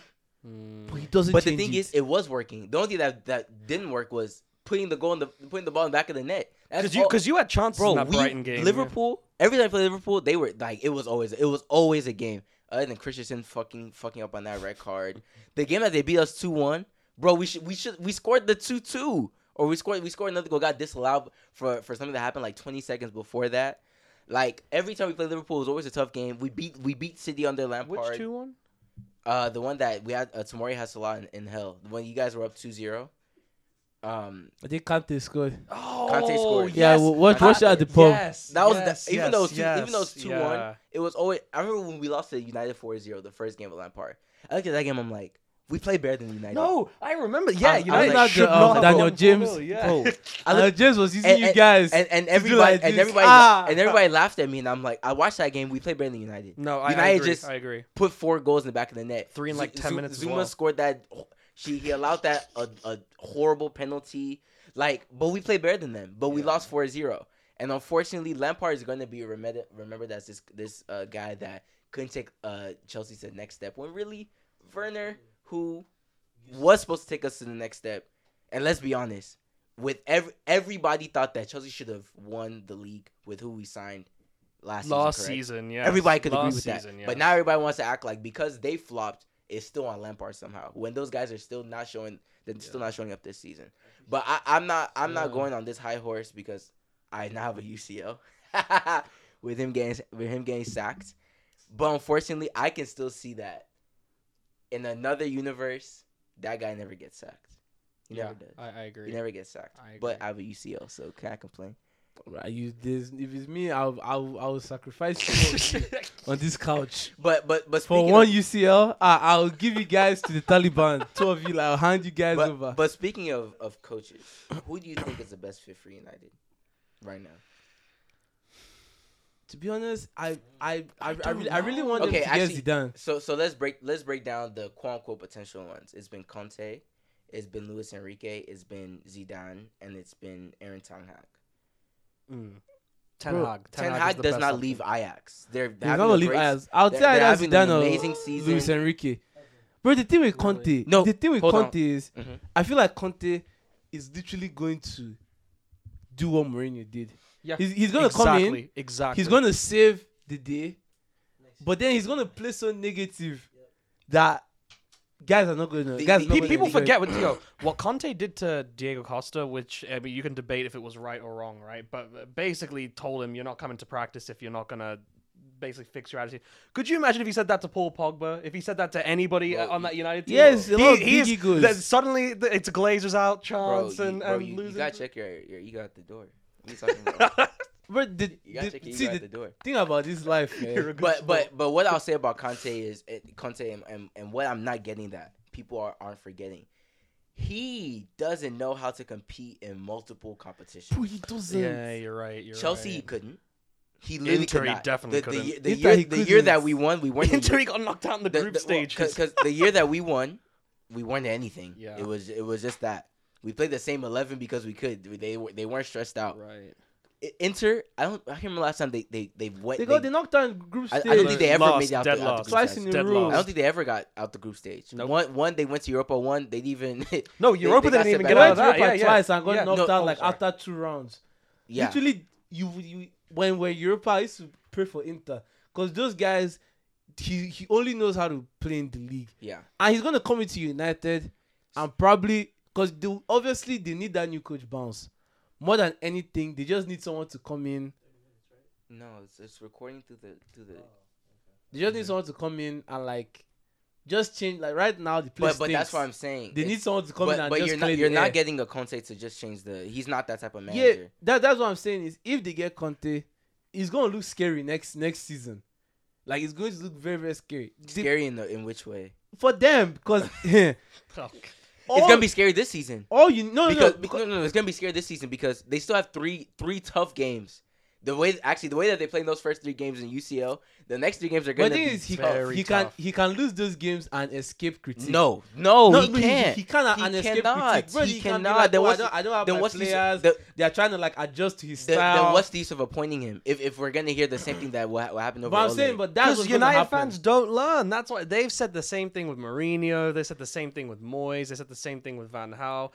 S2: Hmm.
S4: but he doesn't.
S1: but the
S4: change
S1: thing
S4: it.
S1: is it was working the only thing that that didn't work was putting the goal in the putting the ball in the back of the net That's
S2: Because you,
S1: all-
S2: because you had chances in
S1: bro
S2: that
S1: we,
S2: Brighton game.
S1: liverpool every time i played liverpool they were like it was always it was always a game other than christensen fucking fucking up on that red card the game that they beat us 2-1 bro we should we should we scored the 2-2 or we scored we scored another goal got disallowed for for something that happened like 20 seconds before that like every time we played liverpool it was always a tough game we beat we beat city under
S2: Yeah.
S1: lampard
S2: Which two one?
S1: uh, the one that we had, uh, Tamori has a lot in, in hell. When you guys were up 2-0, um,
S4: I think Kante scored.
S2: Oh,
S1: Kante scored.
S4: Yeah,
S2: yes.
S4: well, what
S1: Kante-
S4: what at the pub?
S2: Yes,
S1: That was the-
S2: yes,
S1: even
S2: yes,
S1: though it's two- even
S2: yes,
S1: though it's 2-1,
S2: yeah.
S1: it was always. I remember when we lost to United 4-0, the first game of Lampard. I looked at that game. I'm like, we played better than United.
S2: No, I remember. Yeah,
S1: I-
S2: you
S1: I
S2: know
S1: was
S2: that
S1: like,
S2: should
S4: uh,
S2: not have
S4: Daniel
S2: gone
S4: James,
S2: 4-0, yeah.
S4: bro.
S1: I
S4: I
S1: look-
S4: Uh, James was using
S1: and-
S4: you guys.
S1: and and
S4: to do
S1: everybody
S4: like
S1: and
S4: this.
S1: everybody
S4: Ah!
S1: and everybody laughed at me. And I'm like, I watched that game. We played better than United.
S2: No, I, I
S1: United
S2: agree.
S1: just-
S2: I agree.
S1: Put four goals in the back of the net.
S2: Three in, like, 10 minutes as
S1: Zuma
S2: well.
S1: scored that. She he allowed that a, a horrible penalty. Like, but we played better than them. But we
S2: Yeah.
S1: lost 4-0. And unfortunately, Lampard is going to be remembered remembered as this this uh, guy that couldn't take uh, Chelsea to the next step. When really, Werner, who was supposed to take us to the next step, and let's be honest, with every everybody thought that Chelsea should have won the league with who we signed last
S2: Last
S1: season. correct?
S2: season, yeah.
S1: Everybody could agree with that. But now everybody wants to act like because they flopped, it's still on Lampard somehow. When those guys are still not showing, they're still not showing up this season. But I, I'm not, I'm not
S4: Yeah.
S1: going on this high horse because I now have a UCL with him getting, with him getting sacked. But unfortunately, I can still see that in another universe, that guy never gets sacked. He never does.
S2: I, I
S1: He
S2: agree.
S1: never gets sacked.
S2: I
S1: but
S2: agree.
S1: I have a UCL, so can I complain?
S4: I use this. If it's me, I'll I'll I'll sacrifice you on this couch.
S1: But but but
S4: For
S1: speaking
S4: one
S1: of,
S4: UCL, I, I'll give you guys to the Taliban. Two of you, like, I'll hand you guys over.
S1: but, but speaking of, of coaches, who do you think is the best fit for United right now?
S4: to be honest, I I I, I,
S2: don't
S4: really, I really want
S1: Okay,
S4: them to
S1: actually-
S4: get Zidane.
S1: So so let's break let's break down the quote unquote potential ones. It's been Conte, it's been Luis Enrique, it's been Zidane, and it's been Aaron Ten Hag.
S2: Mm. Ten
S4: Bro,
S2: Hag.
S1: Ten,
S2: is
S1: Hag
S2: the
S1: does
S2: best
S1: not
S2: option.
S1: leave Ajax. They're, they're
S4: He's not
S1: having
S4: gonna
S1: a
S4: leave
S1: great-
S4: Ajaze. I'll
S1: they're,
S4: tell
S1: they're
S4: you
S1: having
S4: Zidane
S1: an
S4: or
S1: amazing season.
S4: Luis Enrique. Bro, the thing with Conte,
S1: No,
S4: the thing with
S1: hold on.
S4: Conte is,
S1: Mhm.
S4: I feel like Conte is literally going to do what Mourinho did.
S2: Yeah.
S4: He's, he's gonna
S2: exactly,
S4: come in.
S2: Exactly.
S4: He's gonna save the day, but then he's gonna play so negative that guys are not gonna.
S1: The-
S4: guys
S1: the-
S4: are not
S1: Pe-
S4: gonna
S2: People
S4: enjoy it.
S2: forget what you know, what Conte did to Diego Costa, which I mean, you can debate if it was right or wrong, right? But uh, basically told him you're not coming to practice if you're not gonna basically fix your attitude. Could you imagine if he said that to Paul Pogba? If he said that to anybody uh,
S1: Bro,
S2: on that United team?
S4: Yes, a lot of
S2: he's-
S4: big egos.
S2: Then suddenly th- it's Glazers out
S1: Bro,
S2: chance
S1: you,
S2: and,
S1: bro,
S2: and
S1: you, you
S2: losing.
S1: gotta check your, your ego at the door. What are you talking about?
S4: But the,
S1: You gotta
S4: the-
S1: check your
S4: see
S1: ego at the
S4: the
S1: door.
S4: thing about this life, man.
S2: You're a good
S1: But
S2: sport.
S1: but but what I'll say about Conte is it, Conte and, and and what I'm not getting that people are aren't forgetting. He doesn't know how to compete in multiple competitions.
S4: Bro, he doesn't.
S2: yeah, you're right. You're
S1: Chelsea he
S2: right.
S1: couldn't. He literally
S2: Inter,
S1: could
S2: he
S1: not.
S2: definitely
S1: the, the, year-
S2: couldn't.
S1: the
S4: Inter,
S1: year,
S4: he
S1: the year that
S4: couldn't.
S1: we won, we won. the
S2: Inter
S1: year-
S2: he got knocked out in the,
S1: the-
S2: group
S1: the- well,
S2: stage.
S1: cause, 'cause the year that we won, we won anything.
S2: Yeah.
S1: It was it was just that we played the same eleven because we could. They were they weren't stressed out.
S2: right.
S1: I- Inter, I don't. I can't remember last time they they they went.
S4: They got they knocked down group
S1: I- I
S4: stage.
S1: don't think they ever
S2: lost,
S1: made it out the-
S2: dead
S1: out the
S2: lost.
S1: group
S4: Twice
S1: stage.
S4: in a
S2: Dead
S4: row.
S1: I
S2: lost.
S1: don't think they ever got out the group stage.
S2: Nope.
S1: One, one they went to Europa. One, they even
S2: No,
S1: they
S2: Europa
S1: got
S2: didn't
S1: sent
S2: even
S1: back
S2: get
S1: out.
S2: out of
S4: went
S2: that.
S4: Europa
S2: Yeah, yeah.
S4: twice and got
S2: Yeah,
S4: knocked
S1: no,
S4: out
S1: oh,
S4: like
S1: sorry.
S4: after two rounds.
S1: yeah.
S4: Literally, you you when we're Europa, I used to pray for Inter because those guys, he he only knows how to play in the league,
S1: yeah,
S4: and he's gonna come into United, and probably because they obviously they need that new coach bounce more than anything. They just need someone to come in.
S1: No, it's, it's recording through the through the.
S4: They just
S1: Mm-hmm.
S4: need someone to come in and like just change. Like right now, the place
S1: But but that's
S4: stinks.
S1: what I'm saying.
S4: They
S1: It's-
S4: need someone to come
S1: But,
S4: in and
S1: but
S4: just
S1: you're
S4: clear
S1: not
S4: the
S1: you're
S4: air.
S1: not getting a Conte to just change the. He's not that type of
S4: Yeah,
S1: manager.
S4: that that's what I'm saying is if they get Conte, it's gonna look scary next next season. Like it's going to look very very scary. The-
S1: Scary in the in which way?
S4: for them because Oh,
S2: Fuck.
S4: all,
S1: it's gonna be scary this season.
S4: all you no no,
S1: because,
S4: no
S1: because no, no, no, it's gonna be scary this season because they still have three three tough games. The way actually the way that they play those first three games in UCL, the next three games are
S4: But
S1: gonna
S4: the thing
S1: be
S4: is, he,
S1: tough.
S2: very
S4: he can
S2: tough.
S4: he can lose those games and escape critique.
S1: No, no,
S4: no,
S1: he
S4: no,
S1: can't.
S4: He, cannot
S1: He
S4: and escape
S1: cannot.
S4: critique. Bro,
S1: He
S4: can't be
S1: cannot.
S4: Like,
S1: Then
S4: oh, I,
S1: what's-
S4: don't, I don't have
S1: then
S4: my
S1: what's the-
S4: players.
S1: the-
S4: they are trying to like adjust to his
S1: Then, then
S4: style.
S1: what's the use of appointing him if, if we're gonna hear the same thing that will, ha- will happen over?
S4: but I'm
S1: Ole?
S4: saying, but that's
S2: Because
S4: what's gonna
S2: United
S4: happen.
S2: fans don't learn. That's why they've said the same thing with Mourinho. They said the same thing with Moyes. They said the same thing with Van Gaal.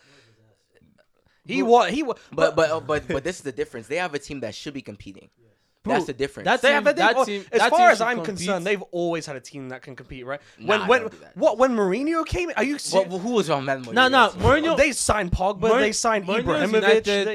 S2: He what he what
S1: but but oh, but but this is the difference. They have a team that should be competing. That's the difference.
S4: that's
S2: they
S4: team-
S2: have a thing.
S4: that
S2: oh,
S4: team-
S2: as
S4: that
S2: far
S4: team
S2: as
S4: should
S2: I'm
S4: compete.
S2: concerned, they've always had a team that can compete, right?
S1: Nah,
S2: when when
S1: don't do that.
S2: what when Mourinho came, are you?
S1: Well, who was on that?
S4: No, no, Mourinho.
S2: they signed Pogba.
S4: Mourinho-
S2: they signed
S4: Mourinho's
S2: Ibrahimovic.
S4: United
S2: They,
S4: should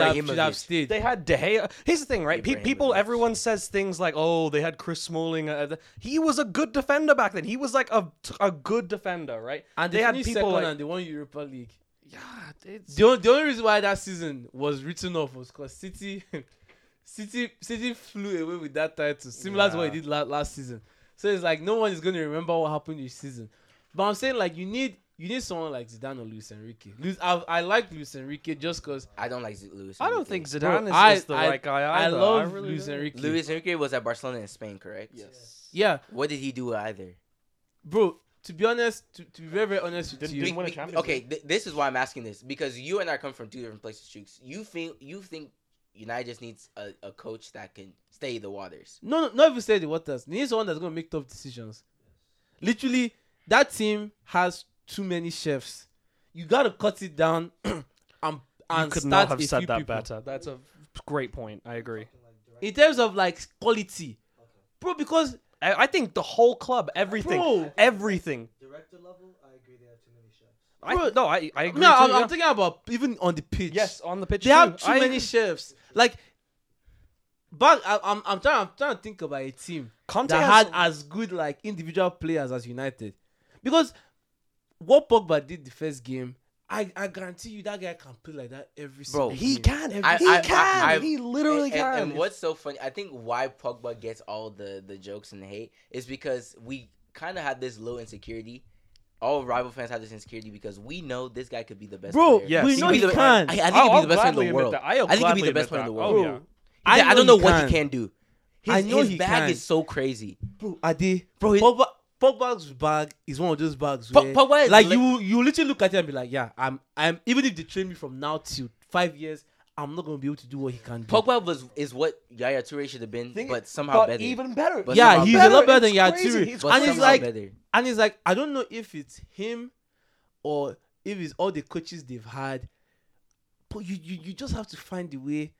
S4: have, should
S1: Ibrahimovic.
S4: have stayed.
S2: they had De Gea. Here's the thing, right? Pe- people,
S1: Ibrahimovic.
S2: everyone says things like, "Oh, they had Chris Smalling." Uh, th- he was a good defender back then. He was like a a good defender, right?
S4: and they,
S2: had
S4: finished
S2: people
S4: second
S2: like
S4: and they won Europa League.
S2: yeah, it's,
S4: The, on- the only reason why that season was written off was because City, City, City flew away with that title, similar to what
S2: Yeah.
S4: he did la- last season. So it's like no one is going to remember what happened this season. But I'm saying like you need you need someone like Zidane or Luis Enrique. Luis, I, I like Luis Enrique just because
S1: I don't like Z- Luis.
S2: I don't
S1: Enrique.
S2: think Zidane
S4: Bro,
S2: is,
S4: I-
S2: is the
S4: I-
S2: right guy
S4: I
S2: either.
S4: love
S2: really
S4: Luis
S2: don't.
S4: Enrique.
S1: Luis Enrique was at Barcelona in Spain, correct?
S2: Yes.
S4: Yeah,
S1: What did he do either?
S4: bro. To be honest, to, to be very very honest with
S2: Didn't-
S4: you,
S2: didn't win a
S1: Be-
S2: Champions
S1: okay, th- this is why I'm asking this because you and I come from two different places, Chooks. You think you think United just needs a, a coach that can stay the waters.
S4: No, no, not even say the waters. They need someone that's gonna make tough decisions. Literally, that team has too many chefs. You gotta cut it down and and
S2: you could
S4: start
S2: not have
S4: a
S2: said
S4: few
S2: that
S4: people.
S2: better. That's a great point. I agree.
S4: In terms of like quality, bro, because
S2: I, I think the whole club, everything,
S4: Bro.
S2: everything.
S5: Director level, I agree they have too many chefs.
S2: I, no, I, I agree.
S4: no,
S2: too,
S4: I'm,
S2: yeah.
S4: I'm thinking about even on the pitch.
S2: yes, on the pitch.
S4: they have
S2: too.
S4: too
S2: I
S4: many
S2: agree.
S4: chefs. Like, back, I, I'm I'm trying I'm trying to think about a team.
S2: Conte
S4: that
S2: has-
S4: had as good like individual players as United. Because what Pogba did the first game, I, I guarantee you that guy can play like that every single
S1: Bro,
S4: game.
S2: He can.
S4: Mm. I-
S2: he
S1: I-
S2: can.
S1: I-
S2: he literally
S1: and,
S2: can.
S1: and- and what's so funny, I think why Pogba gets all the, the jokes and the hate is because we kind of had this low insecurity. All rival fans have this insecurity because we know this guy could be the best.
S4: Bro,
S1: player.
S2: Yes.
S4: we
S1: He
S4: know
S1: could
S4: he
S1: be the-
S4: can.
S1: I,
S4: I,
S1: I think
S2: I'll-
S1: he'd
S2: I'll
S1: be the best player in
S2: gladly
S1: the
S2: admit
S1: world.
S2: that. I'll
S1: I think he'd be
S2: gladly
S1: the best player
S2: admit
S1: in the
S2: that.
S1: world.
S2: Oh, yeah.
S1: I,
S4: I
S1: don't know
S4: know he
S1: what he
S4: can.
S1: can do. His,
S4: I know
S1: his
S4: he
S1: bag
S4: can.
S1: is so crazy.
S4: bro, Ade,
S1: Bro, he-
S4: Pogba, Pogba's bag is one of those bags
S1: Po-
S4: where,
S1: Pogba is
S4: like
S1: li-
S4: you you literally look at him and be like, yeah, I'm I'm even if they train me from now till five years, I'm not gonna be able to do what he can do.
S1: Pogba was is what Yaya Toure should have been,
S2: Think-
S1: but somehow
S2: but
S1: better.
S2: even better.
S1: But
S4: yeah,
S1: somehow
S4: he's
S1: better.
S4: a lot better than
S2: It's crazy.
S4: Yaturi.
S2: He's
S1: but
S4: And it's
S1: somehow
S4: like
S1: better.
S4: And it's like I don't know if it's him or if it's all the coaches they've had, but you you, you just have to find a way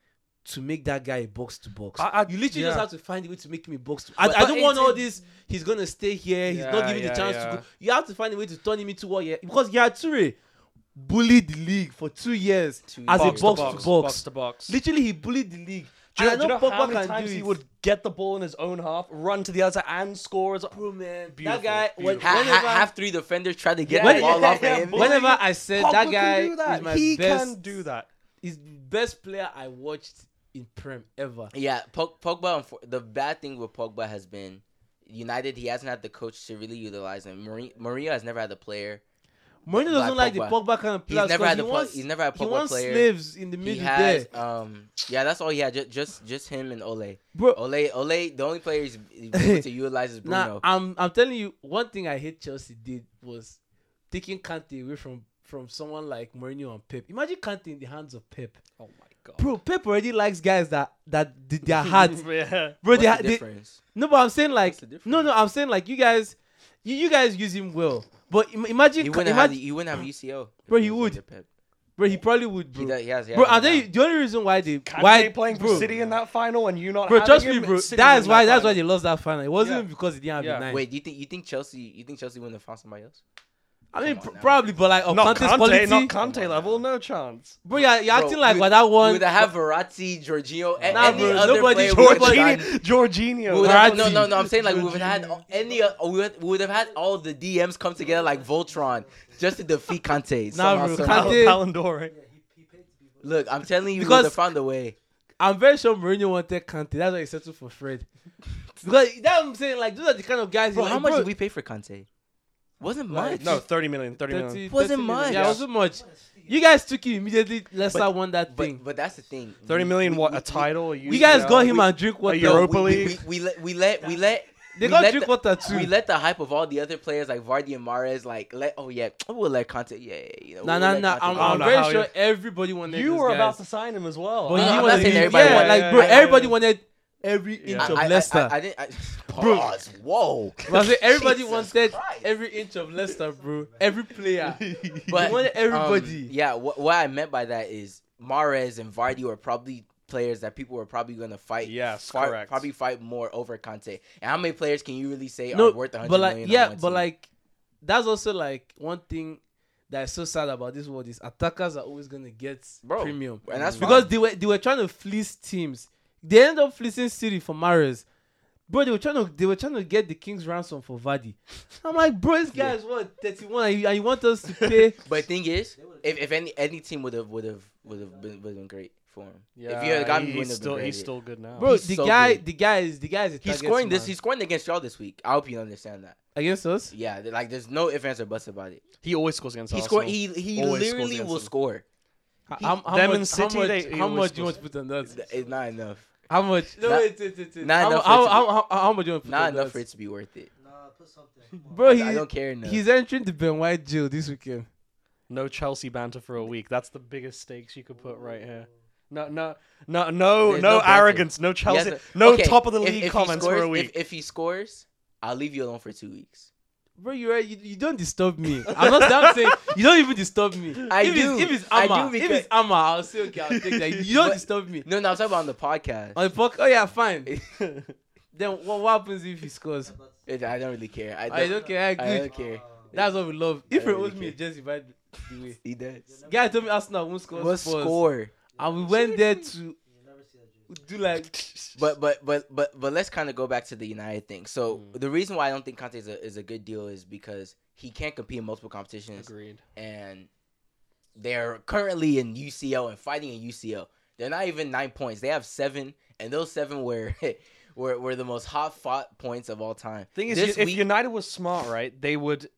S4: to make that guy a box to box.
S2: I- I-
S4: You literally
S2: yeah.
S4: just have to find a way to make him a box to. I,
S1: But-
S4: I
S1: but
S4: don't want
S1: it's-
S4: all this. He's gonna stay here. He's
S2: Yeah,
S4: not given
S2: yeah,
S4: the chance
S2: yeah.
S4: to go. You have to find a way to turn him into what? Yeah, because Yature bullied the league for two years
S1: Two
S4: as
S1: years. Box
S4: a box
S1: to
S4: to
S1: box,
S4: box.
S2: to box.
S4: Literally, he bullied the league.
S2: Do you, know,
S4: And I
S2: do you
S4: know
S2: know how
S4: Pogba
S2: many
S4: can
S2: times
S4: do
S2: he
S4: it.
S2: would get the ball in his own half, run to the other, and score? It's like,
S4: Bro, man,
S2: Beautiful,
S4: that guy. When,
S2: beautiful.
S1: Ha- ha-
S4: whenever,
S1: half three defenders try to get
S2: Yeah,
S1: the
S2: yeah,
S1: ball
S2: yeah,
S1: off of
S2: yeah,
S1: him.
S2: boy.
S4: whenever I said
S2: Pogba
S4: that
S2: can
S4: guy
S2: do that.
S4: is my
S2: he
S4: best.
S2: can do that.
S4: He's the best player I watched in Prem ever.
S1: Yeah, Pog- Pogba. unfor- The bad thing with Pogba has been United. He hasn't had the coach to really utilize him. Mari- Maria has never had the player. Like
S4: Mourinho doesn't like the
S1: Pogba.
S4: Pogba kind of
S1: He's
S4: players.
S1: never
S4: 'cause
S1: had
S4: he
S1: the pl-
S4: wants,
S1: he's never had
S4: he
S1: Pogba
S4: wants
S1: player.
S4: slaves in the middle
S1: He has
S4: there.
S1: um yeah, that's all he had. Just just, just him and Ole.
S4: Bro,
S1: Ole Ole. The only player he's he's able to utilize is Bruno.
S4: Now I'm I'm telling you one thing I hate Chelsea did was taking Kante away from from someone like Mourinho and Pep. Imagine Kante in the hands of Pep.
S2: Oh my god,
S4: Bro, Pep already likes guys that that did their heart.
S2: yeah.
S4: Bro,
S1: What's
S4: they,
S1: the
S4: they
S1: difference?
S4: no, but I'm saying like
S1: What's the difference?
S4: no, no, I'm saying like you guys, you, you guys use him well. But im- imagine,
S1: he
S4: Ka-
S1: wouldn't have
S4: imagine
S1: the- he wouldn't have UCL. if
S4: Bro, he
S1: was
S4: would.
S1: under Pep.
S4: bro, he probably would,
S1: He
S4: bro.
S1: does, he has, he
S4: Bro,
S1: has
S4: I
S1: it now.
S4: think the only reason why they
S2: Kante
S4: why
S2: playing for
S4: bro,
S2: City in that final and you not
S4: bro,
S2: having
S4: trust
S2: him,
S4: me, bro.
S2: City
S4: That
S2: win
S4: is why that's why
S2: final.
S4: they lost that final. It wasn't
S2: Yeah.
S4: even because they didn't have
S2: Yeah.
S4: the nine.
S1: Wait, do you think you think Chelsea? You think Chelsea wouldn't have found somebody else?
S4: I mean,
S1: Come
S4: pr-
S1: on now.
S4: probably, but like of
S2: Not
S4: Kante's quality,
S2: Conte, not
S1: Come
S2: Conte
S1: on
S2: level,
S1: now.
S2: no chance.
S4: bro, you're, you're acting
S1: Bro,
S4: like
S1: you-
S4: what that
S1: We
S4: one.
S1: would have Verratti, Jorginho, a-
S4: Nah,
S1: any
S4: bro,
S1: other
S4: nobody-
S1: player. we would've
S4: Jorginho-
S1: gotten.
S2: Jorginho,
S1: We would
S2: Jorginho.
S1: have, no,
S4: Verratti,
S1: no, no. I'm saying like we would have had
S2: Jorginho.
S1: any. uh, We would, we would have had all the DMs come together like Voltron just to defeat Conte.
S4: Nah,
S1: somehow,
S4: bro,
S1: somehow.
S4: Kante-
S2: Pal- Palindore.
S5: Yeah, he, he paid to be voted.
S1: Look, I'm telling you, we
S4: Because-
S1: would have found a way.
S4: I'm very sure Mourinho wanted Kante. That's why he settled for Fred. because that I'm saying, like those are the kind of guys.
S1: Bro,
S4: you
S1: how
S4: like,
S1: much
S4: bro,
S1: did we pay for Conte? Wasn't much.
S4: Like,
S2: No, 30 million, 30 million.
S4: 30,
S1: Wasn't
S4: 30 million.
S1: much.
S4: Yeah, it wasn't much. You guys took him immediately. Leicester won that thing.
S1: but but that's the thing.
S2: 30
S1: We-
S2: million,
S1: we-
S2: what,
S1: we-
S2: a title?
S4: you guys got him
S1: we-
S4: and drink water.
S1: we- no, we-
S2: Europa
S1: we-
S2: League.
S1: We, we let we let we let
S4: they
S1: we
S4: got
S1: let
S4: drink
S1: the-
S4: water too.
S1: we let the hype of all the other players like Vardy and Mares like let oh yeah we'll let Conte yeah, yeah, yeah you know
S4: nah,
S1: we'll
S4: nah,
S1: let
S4: nah.
S1: Conte
S4: I'm,
S1: go.
S2: I
S4: I'm
S2: don't know
S4: very
S2: how
S4: sure
S2: you-
S4: everybody wanted.
S2: You
S4: these
S2: were
S4: guys.
S2: about to sign him as well.
S4: But
S1: No, Oh,
S4: you
S1: I'm not
S4: wanted
S1: saying
S4: him.
S1: everybody
S4: yeah,
S1: wanted-
S4: like bro,
S1: Yeah, yeah,
S4: everybody
S1: yeah.
S4: wanted every inch
S2: Yeah.
S4: of
S1: I, I-
S4: Leicester.
S1: I, I, didn't. I, pause. Whoa.
S4: But I said everybody
S1: Jesus
S4: wanted
S1: Christ.
S4: every inch of Leicester, bro. Every player.
S1: But,
S4: you wanted everybody.
S1: Um, yeah. What, what I meant by that is Mares and Vardy were probably players that people were probably going to fight.
S2: Yes,
S1: fi-
S2: correct.
S1: Probably fight more over Conte. And how many players can you really say
S4: No,
S1: are worth 100
S4: but like
S1: million on
S4: yeah
S1: one
S4: but
S1: team?
S4: like that's also like one thing that is so sad about this world is attackers are always gonna get
S1: Bro,
S4: premium
S1: and that's
S4: because
S1: fine.
S4: they were they were trying to fleece teams they end up fleecing city for mares bro they were trying to they were trying to get the king's ransom for vardy i'm like bro this guy
S1: Yeah.
S4: is what 31 and you, and you want us to pay
S1: But thing is,
S5: They would've-
S1: if, if any any team would have would have would have been would have been great for him.
S2: Yeah,
S1: if you had gotten,
S2: he-
S1: he wouldn't
S2: he's
S1: have been
S2: still,
S1: great.
S2: he's still good now.
S4: bro
S1: He's
S4: the
S1: so
S4: guy
S1: good.
S4: the guy is the guy is a
S1: He's
S4: target
S1: scoring this.
S4: man.
S1: He's scoring against y'all this week. I hope you understand that.
S4: against us
S1: Yeah, they're like there's no ifs ands or buts about it.
S2: he always scores against
S1: He
S2: Arsenal.
S1: scored. He he
S2: Always scores
S1: literally
S2: against
S1: will
S2: them.
S1: score.
S4: How- how, how
S2: Them
S4: much,
S2: and
S4: how
S2: City,
S4: much,
S2: they- he
S4: how
S2: always
S4: much do you want
S2: scores.
S4: to put on that
S1: It's not enough.
S4: how much no
S1: Not-
S4: wait, wait, wait, wait.
S1: not
S4: how,
S1: enough for
S4: how,
S1: it to
S4: how, how, how much do you want to put
S1: Not
S4: on
S1: enough
S4: that?
S1: for it to be worth it.
S5: Nah, put something.
S4: Bro,
S1: I-
S4: he-
S1: I don't care enough.
S4: He's entering the Ben White jail this weekend.
S2: No Chelsea banter for a week. That's the biggest stakes you could put right here. No, no, no, no,
S1: There's
S2: no
S1: no banter.
S2: arrogance. No
S1: He has
S2: Chelsea.
S1: to-
S2: No
S1: okay,
S2: top of the
S1: if-
S2: league
S1: if he
S2: comments for
S1: scores-
S2: a week.
S1: If, if he scores, I'll leave you alone for two weeks.
S4: Bro, you, are- you you don't disturb me. I'm not I'm saying you don't even disturb me.
S1: I
S4: if
S1: do.
S4: It's, if it's
S1: I
S4: Amma,
S1: do
S4: if
S1: because-
S4: it's Amma, I'll say okay. I'll take that. You don't
S1: But-
S4: disturb me.
S1: No, no, I'm talking about on the podcast.
S4: On the fuck. Oh yeah, fine. then what, what happens if he scores?
S5: But,
S1: I don't really care. I don't,
S4: I don't care. I
S1: I
S4: good.
S1: don't care.
S5: uh,
S4: That's what we love. If
S1: I
S4: it
S1: don't
S4: was
S1: really
S4: me,
S1: care.
S4: just invite the way.
S1: He does.
S5: you'll
S4: Guy
S5: never-
S4: told me Arsenal won't score.
S1: Must
S4: Spurs.
S1: score.
S4: And we went there to
S5: you'll never see that jersey.
S4: do like.
S1: But but but but but let's kind of go back to the United thing. So the reason why I don't think Conte is a, is a good deal is because he can't compete in multiple competitions,
S2: Agreed.
S1: and they're currently in UCL and fighting in UCL. They're not even nine points; they have seven, and those seven were were, were the most hot fought points of all time.
S2: Thing is,
S1: This
S2: if
S1: week-
S2: United was smart, right, they would.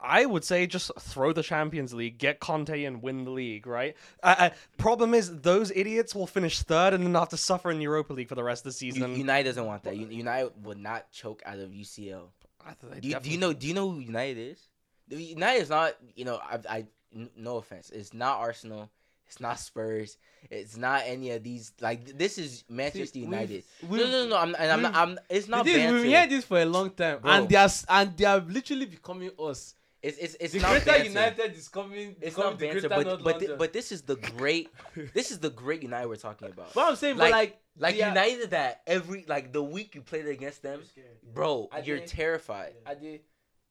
S2: I would say just throw the Champions League, get Conte, and win the league. Right. Uh, uh, problem is, those idiots will finish third and then have to suffer in the Europa League for the rest of the
S1: U-
S2: season.
S1: United doesn't want that. U- United would not choke out of UCL.
S2: I think they
S1: Do you, do
S2: definitely-
S1: you know? Do you know who United is? The United is not. You know, I, I- n- no offense. It's not Arsenal. It's not Spurs. It's not any of these. Like this is Manchester
S4: we've-
S1: United. No,
S4: we've-
S1: no, no. no, I'm, and I'm not. I'm. It's
S4: The
S1: not
S4: thing is,
S1: banter.
S4: we've been hearing this for a long time,
S1: Bro.
S4: and they are s- and they are literally becoming us.
S1: It's it's it's
S4: the
S1: not
S4: Greater
S1: banter.
S4: United is coming.
S1: It's
S4: become
S1: not
S4: the
S1: banter.
S4: Greater
S1: But
S4: North
S1: but thi-
S4: London.
S1: but this is the great. this is the great United we're talking about.
S4: But I'm saying,
S1: Like-
S4: but like,
S1: Like
S4: they are-
S1: United that every like the week you played against them,
S5: You're scared, yeah.
S1: bro,
S4: I
S1: you're
S4: think-
S1: terrified.
S4: I did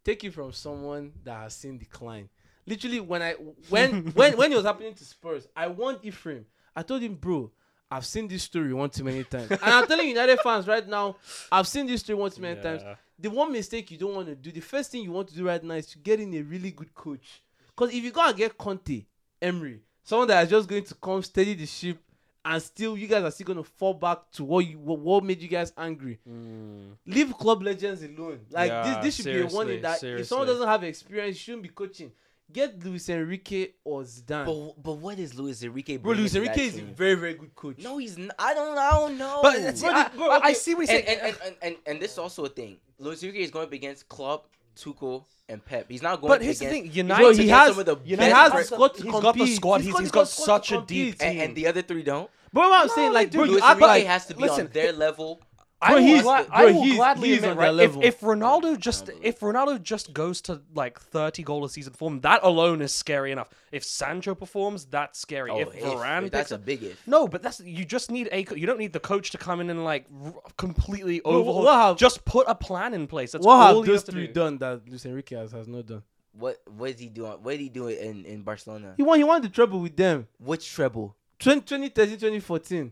S4: take it from someone that has seen decline. Literally, when I when when when it was happening to Spurs, I warned Ephraim. I told him, bro, I've seen this story one too many times. and I'm telling United fans right now, I've seen this story one too many times.
S2: Yeah.
S4: The one mistake you don't want to do, the first thing you want to do right now is to get in a really good coach. Because if you go and get Conte, Emery, someone that is just going to come steady the ship, and still you guys are still going to fall back to what you what, what made you guys angry
S2: Mm.
S4: leave club legends alone. Like
S2: Yeah,
S4: this, this should be a
S2: seriously,
S4: warning that if
S2: seriously.
S4: someone doesn't have experience, you shouldn't be coaching. Get Luis Enrique or Zidane. But,
S1: But but what is Luis Enrique?
S4: bro,
S1: bringing
S4: Luis
S1: to that
S4: Enrique is a
S1: team?
S4: very very good coach.
S1: No, he's. Not, I don't. I don't know.
S2: But see,
S4: Bro,
S2: I,
S4: the- bro,
S2: I- I
S4: okay.
S2: see
S1: and,
S2: what you're saying.
S1: and, and, and, and, and this is also a thing. Luis Enrique is going up against Klopp, Tuchel, and Pep. He's not going.
S2: but here's the
S1: against-
S2: thing:
S1: he's
S2: United,
S1: going
S4: Bro, he
S1: against
S4: has-
S1: some of the
S4: he
S1: best
S4: has
S1: players.
S4: a squad to
S2: he's
S4: compete.
S2: got the squad.
S4: He's
S2: He's,
S4: got
S2: he's
S4: the
S2: got
S4: squad
S2: such
S4: to
S2: a deep
S4: compete.
S2: team.
S1: and, and the other three don't.
S4: Bro, what I'm
S2: No,
S4: saying, like,
S2: they
S4: bro,
S2: do.
S4: you
S1: Luis
S4: act
S1: Enrique
S4: like,
S1: has to be
S4: listen,
S1: on their level.
S2: I
S4: Bro,
S2: will,
S4: he's-
S2: gla-
S4: bro,
S2: I will
S4: he's-
S2: gladly
S4: he's
S2: admit,
S4: on
S2: right,
S4: that
S2: if,
S4: level.
S2: if Ronaldo just if Ronaldo just goes to like thirty goal a season form, that alone is scary enough. If Sancho performs, that's scary. if
S1: Oh, if-
S2: Varane,
S1: if that's
S2: picks
S1: a
S2: up-
S1: big if.
S2: no, but that's you just need a co- you don't need the coach to come in and like r- completely
S4: Bro,
S2: overhaul.
S4: what have-
S2: just put a plan in place. That's
S4: what
S2: all
S4: have
S2: you
S4: those
S2: have to
S4: three
S2: do.
S4: done that Luis Enrique has, has not done?
S1: What what is he doing? What did he do in, in Barcelona?
S4: He won. He won the trouble with them.
S1: Which treble?
S4: 20, 2013, 2014,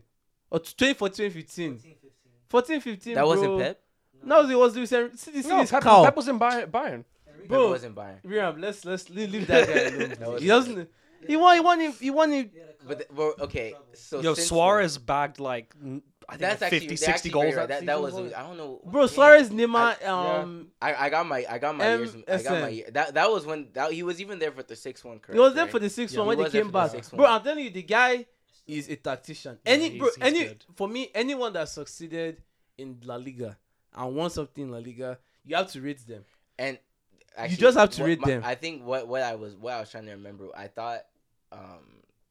S4: or 2014, 15,
S5: 14, 15.
S4: 14, 15.
S1: That
S4: bro.
S1: wasn't Pep.
S4: No, it was Luis Enrique. See, this- see
S2: No,
S4: this
S2: Pep,
S4: cow.
S2: Pep was in Bayern. Bayern.
S5: Enrique-
S1: Pep
S4: Bro.
S1: wasn't Bayern.
S4: Miriam, let's let's leave, leave that guy alone.
S1: That
S4: he
S1: was-
S4: doesn't. He won. He won. Him, he won. Him.
S5: He had a cup.
S1: But the, well, okay, so
S2: Yo,
S1: since
S2: Suarez bagged like n- I
S1: then-
S2: think like 50, 60
S1: actually
S2: goals.
S1: very right.
S2: that,
S1: That, that was
S2: season.
S1: I don't know.
S4: Bro,
S1: Dang.
S4: Suarez, Neymar,
S2: yeah.
S4: um,
S1: I, I got my I got my years. I got my
S4: MSN.
S1: year. That that was when that he was even there for the six one.
S4: he was there for the sixth
S1: Yeah,
S4: one
S1: he
S4: when they
S1: was there
S4: came
S1: for the
S4: back.
S1: sixth
S4: Bro,
S1: one.
S4: I'm telling you, the guy is a tactician. Any
S2: he's-
S4: bro,
S2: he's
S4: any
S2: good.
S4: for me, anyone that succeeded in La Liga and won something in La Liga, you have to rate them.
S1: and
S4: just have to
S1: what
S4: rate
S1: my-
S4: them.
S1: I think what what I was what I was trying to remember. I thought um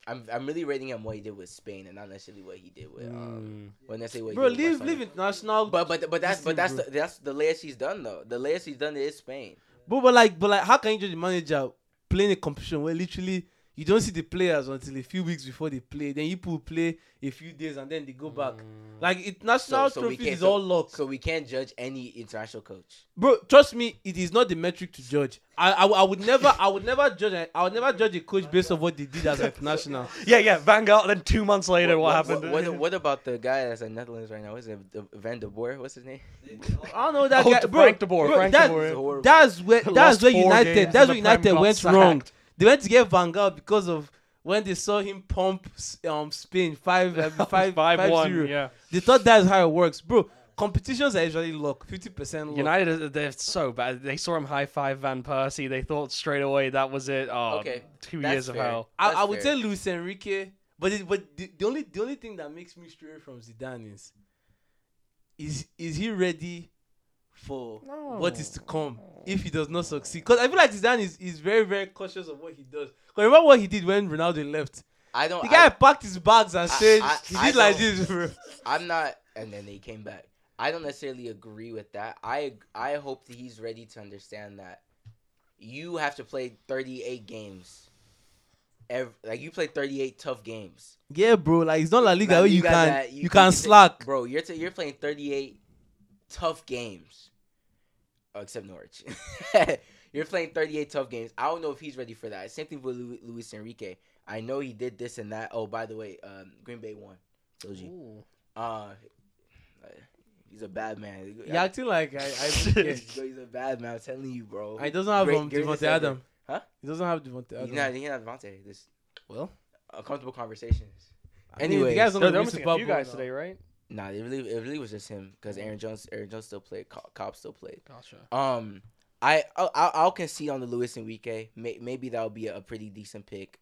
S1: I'm I'm really rating him what he did with Spain and not necessarily what he did with um
S2: Mm.
S1: well, necessarily what
S4: Mm. Bro,
S1: he did with
S4: leave leave
S1: Barcelona.
S4: international. But
S1: But but but that's but
S4: Listen,
S1: that's
S4: bro.
S1: the, that's the latest he's done though. The latest he's done is Spain.
S4: but, but like but like, how can you judge the manager playing a competition where literally you don't see the players until a few weeks before they play? Then you people play a few days and then they go back. Like international
S1: Mm. so we
S4: trophies
S1: can't-
S4: is all luck.
S1: So we can't judge any international coach.
S4: bro trust me it is not the metric to judge i i, I would never i would never judge a- i would never judge a coach based on what they did as an international
S2: Yeah, yeah, Van Gaal. Then two months later, what, happened?
S1: What, what, what about the guy that's in Netherlands right now? Is it De- Van de Boer? What's his name?
S5: They- they all-
S4: i don't know that
S2: Oh,
S4: guy
S2: De-
S4: bro,
S2: Frank de Boer,
S4: bro,
S2: Frank de
S4: that,
S2: Boer.
S1: Horrible.
S4: that's where that's
S2: Lost
S4: where
S2: four
S4: united
S2: games
S4: that's
S2: and
S4: where
S2: the Prem
S4: united
S2: got
S4: went wrong
S2: sacked.
S4: they went to get van gaal because of when they saw him pump s- um spain five um, five, five
S2: one,
S4: zero.
S2: Yeah,
S4: they thought that's how it works bro competitions are usually luck 50 percent luck
S2: United. uh, They're so bad. They saw him high five Van Persie. They thought straight away that was it. Oh,
S1: Okay,
S2: two
S1: that's
S2: years of
S1: fair.
S2: hell.
S4: I,
S1: That's
S4: I would
S1: fair.
S4: say Luis Enrique, but it, but the, the only the only thing that makes me stray away from Zidane is is is he ready for
S2: Oh.
S4: what is to come if he does not succeed? Because I feel like Zidane is, is very very cautious of what he does. 'Cause remember what he did when Ronaldo left?
S1: I don't.
S4: The guy
S1: I,
S4: packed his bags and said
S1: I-
S4: he
S1: I
S4: did like
S1: don't-
S4: this, bro.
S1: I'm not. And then they came back. I don't necessarily agree with that. I I hope that he's ready to understand that you have to play 38 games. Every, like you play 38 tough games.
S4: Yeah, bro. Like it's not La Liga
S1: Nah,
S4: where you,
S1: got
S4: can
S1: that.
S4: you, can slack.
S1: bro. You're t- you're playing 38 tough games, oh, except Norwich. you're playing 38 tough games. I don't know if he's ready for that. Same thing with Lu- Luis Enrique. I know he did this and that. Oh, by the way, um, Green Bay won. Told you. Uh, he's a bad man.
S4: You're acting like I, I
S1: He's-
S4: yeah.
S1: he's a bad man. I'm telling you, bro.
S4: And he doesn't have
S1: Great-
S4: um,
S1: great
S4: Devontae
S1: defender.
S4: Adam.
S1: Huh?
S4: He doesn't have Devontae Adam.
S1: he's not. He's not Devontae. This
S4: Well.
S1: uncomfortable conversations.
S4: I mean, the
S1: Anyways.
S4: guy's not
S2: They're,
S4: gonna
S2: they're
S4: miss
S2: missing
S4: the
S2: a few
S4: Ballon
S2: guys
S4: d'Or.
S2: today, right?
S1: Nah, it really, it really was just him because Aaron Jones, Aaron Jones still played. Co- Cobb still played.
S2: Gotcha.
S1: Um, I I'll, I'll I'll concede on the Lewis and Enrique. May, maybe that'll be a, pretty decent pick.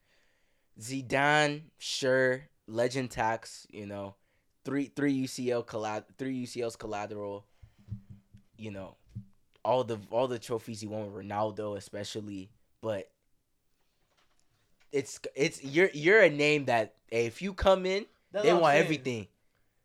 S1: Zidane, sure, legend tax. You know, three three UCL collab three UCLs collateral. You know, all the all the trophies he won with Ronaldo, especially, but. It's it's you're you're a name that hey, if you come in
S4: That's
S1: they
S4: what I'm
S1: want
S4: saying.
S1: everything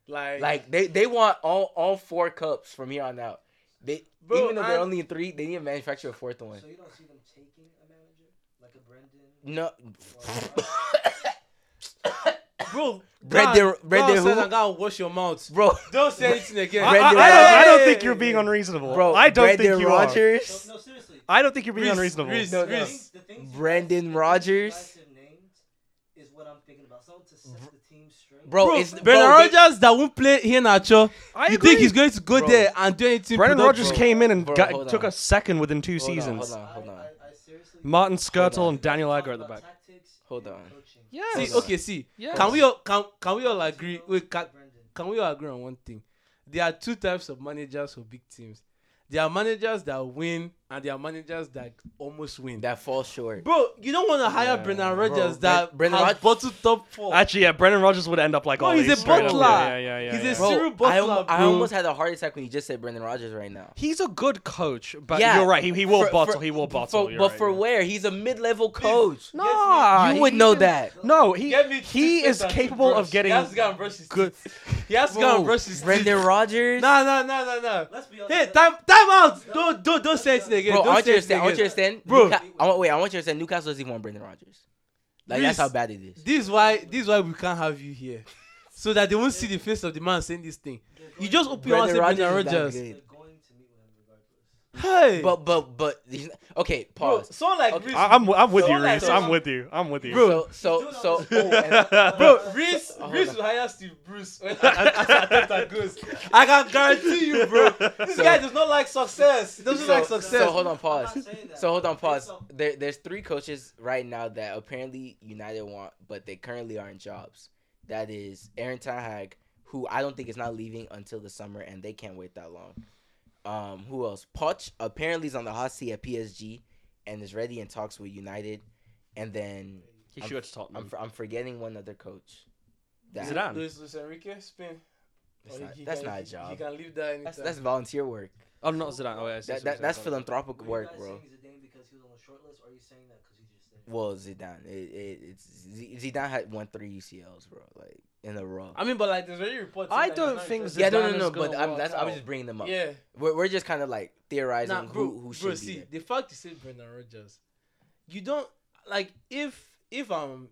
S4: Like,
S1: like they they want all all four cups from here on out. They
S4: Bro,
S1: even though they're
S4: I-
S1: only in three, they need to manufacture a fourth one.
S5: So you don't see them taking a manager like a Brendan?
S1: No,
S4: bro,
S1: Bred
S4: go
S1: their-
S4: and-
S1: bred
S4: go
S1: their
S4: outside
S1: who?
S4: and go and wash your mouth.
S1: bro,
S4: Don't say anything again.
S2: I, I-
S1: Brendan-
S2: I don't, I don't think you're being unreasonable.
S1: bro.
S2: I don't
S1: Brendan
S2: think you are.
S1: Rodgers,
S5: No, no, seriously.
S2: I don't think you're being
S4: Reese,
S2: unreasonable.
S4: Reese,
S1: No,
S5: The
S1: no.
S5: things-
S4: Reese.
S5: the things you guys-
S1: Brandon
S5: the things you
S1: Rodgers.
S5: guys have named Is what I'm thinking about. Someone to set the team straight.
S1: bro, it's bro,
S4: Brendan
S1: they-
S4: Rodgers that won't play here in Acho.
S2: I
S4: You
S2: agree.
S4: think he's going to go
S1: Bro.
S4: there and do anything?
S2: Brendan
S4: productive?
S2: Rodgers came in and
S1: Bro,
S2: got,
S1: hold
S2: took
S1: on.
S2: us second within two
S1: Hold on,
S2: seasons.
S1: hold on, hold on,
S5: I, I seriously.
S2: Martin Skirtle
S1: on.
S2: and Daniel
S5: Talk
S2: Agger at the
S5: about
S2: back.
S5: tactics
S1: Hold
S5: and
S1: on.
S5: coaching.
S2: Yeah.
S4: See, okay, see.
S2: Yeah.
S4: Can we all can can we all agree?
S5: Pochettino,
S4: Wait, can,
S5: Brendan.
S4: can we all agree on one thing? There are two types of managers for big teams. There are managers that win and there are managers that almost win.
S1: that falls short.
S4: Bro, you don't want to hire
S1: Yeah,
S4: Brendan
S1: bro.
S4: Rodgers
S1: Bren-
S4: that
S1: Brendan
S4: has
S1: Rod-
S4: bottled top four.
S2: Actually, yeah, Brendan Rodgers would end up like
S4: No,
S2: all
S4: he's
S2: these
S4: a
S2: straight up.
S4: butler.
S2: Yeah, yeah, yeah,
S4: He's a
S2: yeah.
S1: Bro,
S4: Cyril
S1: I,
S4: Butler,
S1: almo- I
S4: bro.
S1: almost had a heart attack when you just said Brendan Rodgers right now.
S2: He's a good coach, but
S1: Yeah.
S2: you're right. He, he will
S1: For-
S2: bottle.
S1: for-
S2: he will
S1: for-
S2: bottle.
S1: but
S2: you're right,
S1: for
S2: yeah.
S1: where? He's a mid-level coach.
S2: Nah,
S1: you
S2: he-
S1: would know that.
S2: No, he
S4: Get me
S2: he
S4: toothpaste
S2: is
S4: and
S2: capable
S4: toothbrush.
S2: of getting
S4: He has to go and brush his
S2: good.
S4: teeth. He has to go
S1: Bro,
S4: and brush his
S1: Brendan
S4: teeth.
S1: Rodgers.
S4: No, no, no, no, no.
S5: Let's be honest.
S4: Hey, time, time out. Don't, don't, don't say anything again.
S1: Bro, I
S4: don't
S1: want
S4: say
S1: you to understand.
S4: anything
S1: I want you to
S4: again.
S1: understand.
S4: Bro.
S1: Newca- I want, wait, I want you to understand. Newcastle doesn't even want Brendan Rodgers. Like that's
S4: Reese.
S1: how bad it is.
S4: This is why, this is why we can't have you here, so that they won't see the face of the man saying this thing. You just open your mouth and say Brendan
S1: Rodgers is that
S4: Rodgers.
S1: good.
S5: They're going to meet with him regardless.
S4: Hey,
S1: But but but he's not- okay.
S4: bro,
S1: Pause.
S4: someone like
S1: Okay.
S4: Reese,
S2: I, am I'm with
S4: So,
S2: you,
S4: like,
S2: Reese.
S4: so-
S2: I'm with you. I'm with you.
S1: Bro, so so.
S5: Dude,
S1: oh, and-
S4: bro, Reese,
S1: Hold
S4: Reese
S1: on.
S4: will hire Steve Bruce when Atlanta goes. I can guarantee you, bro. This
S1: So-
S4: guy does not like success. He doesn't
S1: so-
S4: like success.
S1: So hold on, pause.
S5: I'm not saying that.
S1: So hold on, pause.
S5: Based off-
S1: There, there's three coaches right now that apparently United want, but they currently are in jobs. That is Aaron Tahag, who I don't think is not leaving until the summer, and they can't wait that long. Um, who else? Poch apparently is on the hot seat at PSG, and is ready and talks with United. And then
S2: he
S1: I'm-
S2: should go to
S1: I'm
S2: Tottenham.
S1: f- I'm forgetting one other coach.
S2: Mm. Is
S1: That,
S2: it on?
S4: Luis, Luis Enrique, spin.
S1: that's
S4: Or
S1: not,
S4: he
S1: that's
S4: can-
S1: not a
S4: he- He
S1: job.
S4: can leave that anytime.
S1: That's that's volunteer work.
S2: I'm not Zidane. Oh, yeah, I see
S1: That, that
S2: what you're
S1: that's
S2: saying.
S1: philanthropic
S5: Are you
S1: work,
S5: guys
S1: bro.
S5: saying Zidane because he was on the short list, or are you saying that because he just didn't?
S1: Well, Zidane, it, it, it's Z- Zidane had won three UCLs, bro, like in a row.
S4: I mean, but like, there's already reports.
S2: I
S4: saying that
S2: don't
S4: he's not
S2: think
S4: interested.
S1: yeah, no,
S2: Zidane
S1: no,
S2: is
S1: no.
S2: gonna
S1: But I'm,
S2: walk
S1: that's I
S2: out.
S1: was just bringing them up.
S4: Yeah.
S1: We're, we're just kind of like theorizing
S4: Nah, bro,
S1: who who should
S4: bro,
S1: be
S4: see,
S1: there.
S4: the fact you say Brendan Rodgers, you don't like if if I'm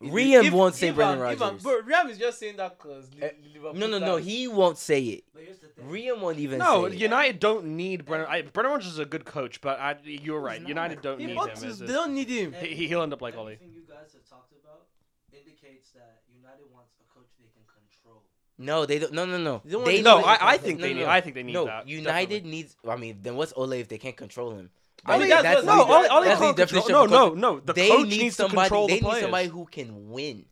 S1: Rian
S4: if-
S1: won't say
S4: if
S1: Brendan
S4: I'm- if I'm-
S1: Rodgers.
S4: Bro, Rian is just saying that because
S1: Eh, No, no, no. He won't say it.
S5: But here's the thing.
S1: Rian won't even.
S2: No,
S1: say it.
S2: United don't need Brendan. I, Brendan Rodgers is a good coach, but I, you're right.
S1: not.
S2: United don't
S4: He
S2: need him.
S4: boxes,
S2: As
S4: they
S2: a,
S4: don't need him.
S2: he, he- he'll end up like Ollie.
S5: Everything you guys have talked about indicates that United wants a coach they can control.
S1: No, they don't. No, no, no.
S4: They don't
S1: They
S4: want-
S2: No,
S1: need-
S2: I, I think
S1: no,
S2: they
S1: no,
S2: need.
S1: no.
S2: I think they need
S1: no,
S2: that.
S1: United
S2: definitely.
S1: needs. I mean, then what's Ole if they can't control him?
S4: I
S1: think
S4: mean, that's what-
S2: no,
S4: the-
S2: Ollie, Ollie
S1: that's the
S2: can't control.
S1: definition
S2: No,
S1: of
S2: no, no. The
S1: they
S2: coach
S1: need
S2: needs to
S1: somebody.
S2: control
S1: they
S2: the players.
S1: need somebody who can win.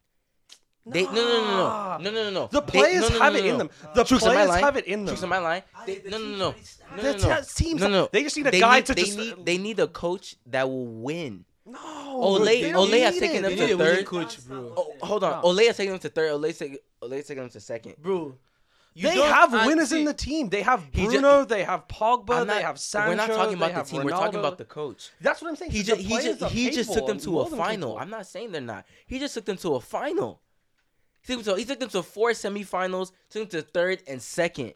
S1: They no no no no no no no. no.
S2: The
S1: They-
S2: players
S1: no, no, no,
S2: have
S1: no,
S2: it in
S1: no.
S2: them.
S5: Uh,
S2: The
S1: Troops on my
S2: players
S1: line.
S2: have it in them.
S1: Choose on my line.
S5: I
S1: They,
S5: think the
S1: no no
S5: team's
S1: no
S5: already stacked.
S1: no.
S2: Their
S1: No no no.
S2: te- teams-
S1: No, no.
S2: They just need a
S1: They
S2: guy
S1: need,
S2: to
S1: they
S2: just.
S1: need they need a coach that will win.
S2: no.
S1: Ole-
S2: they don't
S1: Ole has
S2: need
S1: taken
S2: it.
S1: them
S4: They
S1: to
S4: need a
S1: third-
S4: winning coach, bro.
S1: Oh, hold on.
S2: No.
S1: Ole is taking them to third. Ole taking Ole is taking them to second.
S4: Bro, you
S2: They
S4: don't-
S2: have
S4: and
S2: winners
S4: see,
S2: in the team. They have
S1: He ju-
S2: Bruno. they have
S1: I'm
S2: Pogba.
S1: not-
S2: they have Sancho.
S1: We're not talking
S2: they
S1: about the
S2: have
S1: team. We're talking
S2: Ronaldo.
S1: about the coach.
S2: That's what I'm saying.
S1: He
S2: The
S1: just he
S2: players
S1: just
S2: are
S1: he just took
S2: capable
S1: them
S2: of
S1: to
S2: more
S1: a
S2: than
S1: final.
S2: capable.
S1: I'm not saying they're not. He just took them to a final. He took them to, he took them to four semifinals. Took them to third and second.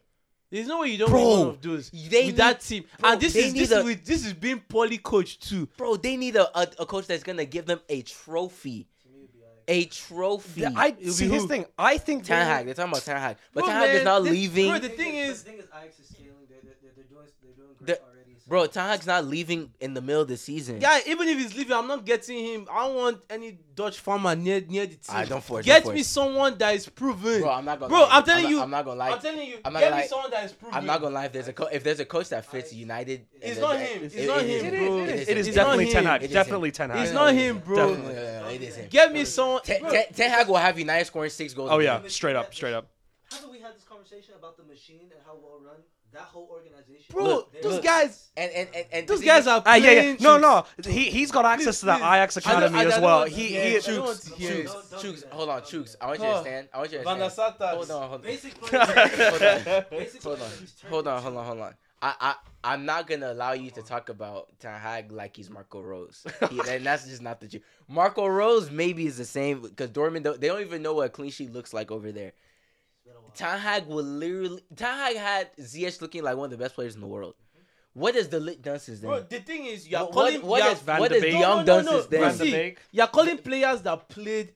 S4: There's no way you don't
S1: Bro,
S4: win one of those
S1: They
S4: with
S1: need,
S4: that team.
S1: bro,
S4: and this
S1: they
S4: is
S1: need
S4: this,
S1: a-
S4: is with, this is being poorly coached too.
S1: bro. They need a, a a coach that's gonna give them a trophy.
S5: To me, it'd be like.
S1: A trophy.
S2: The- I
S4: It'll
S2: see
S4: be
S2: his
S4: who?
S2: thing. I think they-
S1: Ten Hag. They're talking about Ten Hag, but
S4: Bro,
S1: Ten Hag is
S4: man,
S1: not
S4: this-
S1: leaving.
S4: bro,
S1: Bro,
S4: the thing is-
S5: the thing is, Ajax is scaling. They're, they're, they're doing, they're doing great
S1: The-
S5: already. So
S1: Ten Hag's not leaving in the middle of the season.
S4: Yeah, even if he's leaving, I'm not getting him. I don't want any Dutch farmer near near the team.
S1: I don't force.
S4: Get
S1: don't
S4: me
S1: force.
S4: someone that is proven.
S1: bro. I'm not gonna.
S4: Bro,
S1: lie.
S4: I'm telling
S1: not-
S4: you-
S1: I'm not gonna lie.
S4: I'm telling you,
S1: I'm not
S4: get
S1: gonna
S4: me
S1: lie.
S4: someone that is proven.
S1: I'm not gonna lie. If there's a co- if there's a coach that fits United, and
S4: It's
S1: then
S4: not
S1: that-
S4: him. It's
S1: it-
S4: not
S1: it is
S4: him,
S1: him.
S4: bro.
S1: It is
S2: It
S1: him.
S2: is
S4: It's
S2: definitely
S4: not
S2: Ten
S4: him.
S1: It
S2: Hag.
S1: is
S2: Definitely Ten
S4: It's
S2: Hag.
S4: not him, bro.
S1: Definitely, no, no, it is him.
S4: Get me someone.
S1: Ten,
S4: bro,
S1: Ten- Ten Hag will have United scoring six goals.
S2: Oh
S1: a
S2: yeah,
S1: game.
S2: straight up, straight up.
S5: haven't we had this conversation about the machine and how well run that whole organization?
S4: Bro,
S1: Look,
S5: They're-
S4: those
S1: look.
S4: guys,
S1: And and and, and
S4: those guys are
S2: Ah,
S4: playing.
S2: yeah, yeah. No,
S4: tricks.
S2: no. He he's got access to that
S4: Please, please.
S2: Ajax
S4: I don't-
S2: Academy
S4: I don't-
S2: as
S4: I
S2: well.
S4: don't-
S2: He
S4: yeah,
S2: he.
S4: I don't want to hear
S1: Chooks,
S4: it.
S5: Don't- don't do
S1: Chooks,
S5: that.
S1: hold on,
S5: Don't do
S1: Chooks.
S5: that.
S1: I want you to
S4: Oh.
S1: understand. I want you to
S4: Van der
S1: understand.
S4: Sar
S1: Hold on, hold on.
S5: Basic players. Basic
S1: Hold on,
S5: players is turned
S1: hold on,
S5: into-
S1: hold on, hold on. I, I, I'm not gonna allow you to talk about Ten Hag like he's Marco Rose. He- and that's just not the truth. Marco Rose maybe is the same because Dortmund don't- they don't even know what a clean sheet looks like over there.
S5: It's been a while.
S1: Ten Hag will literally Ten Hag had Ziyech looking like one of the best players in the world. What is the lit done since then?
S4: Bro, the thing is, you are
S1: What-
S4: calling.
S1: what,
S4: you are-
S1: what is
S2: Van
S1: what
S2: de
S1: is
S2: Beek-
S1: the
S2: No,
S1: young
S4: no,
S1: done
S4: no,
S1: since
S4: no.
S1: then?
S4: Van de Beek. you are calling players that played.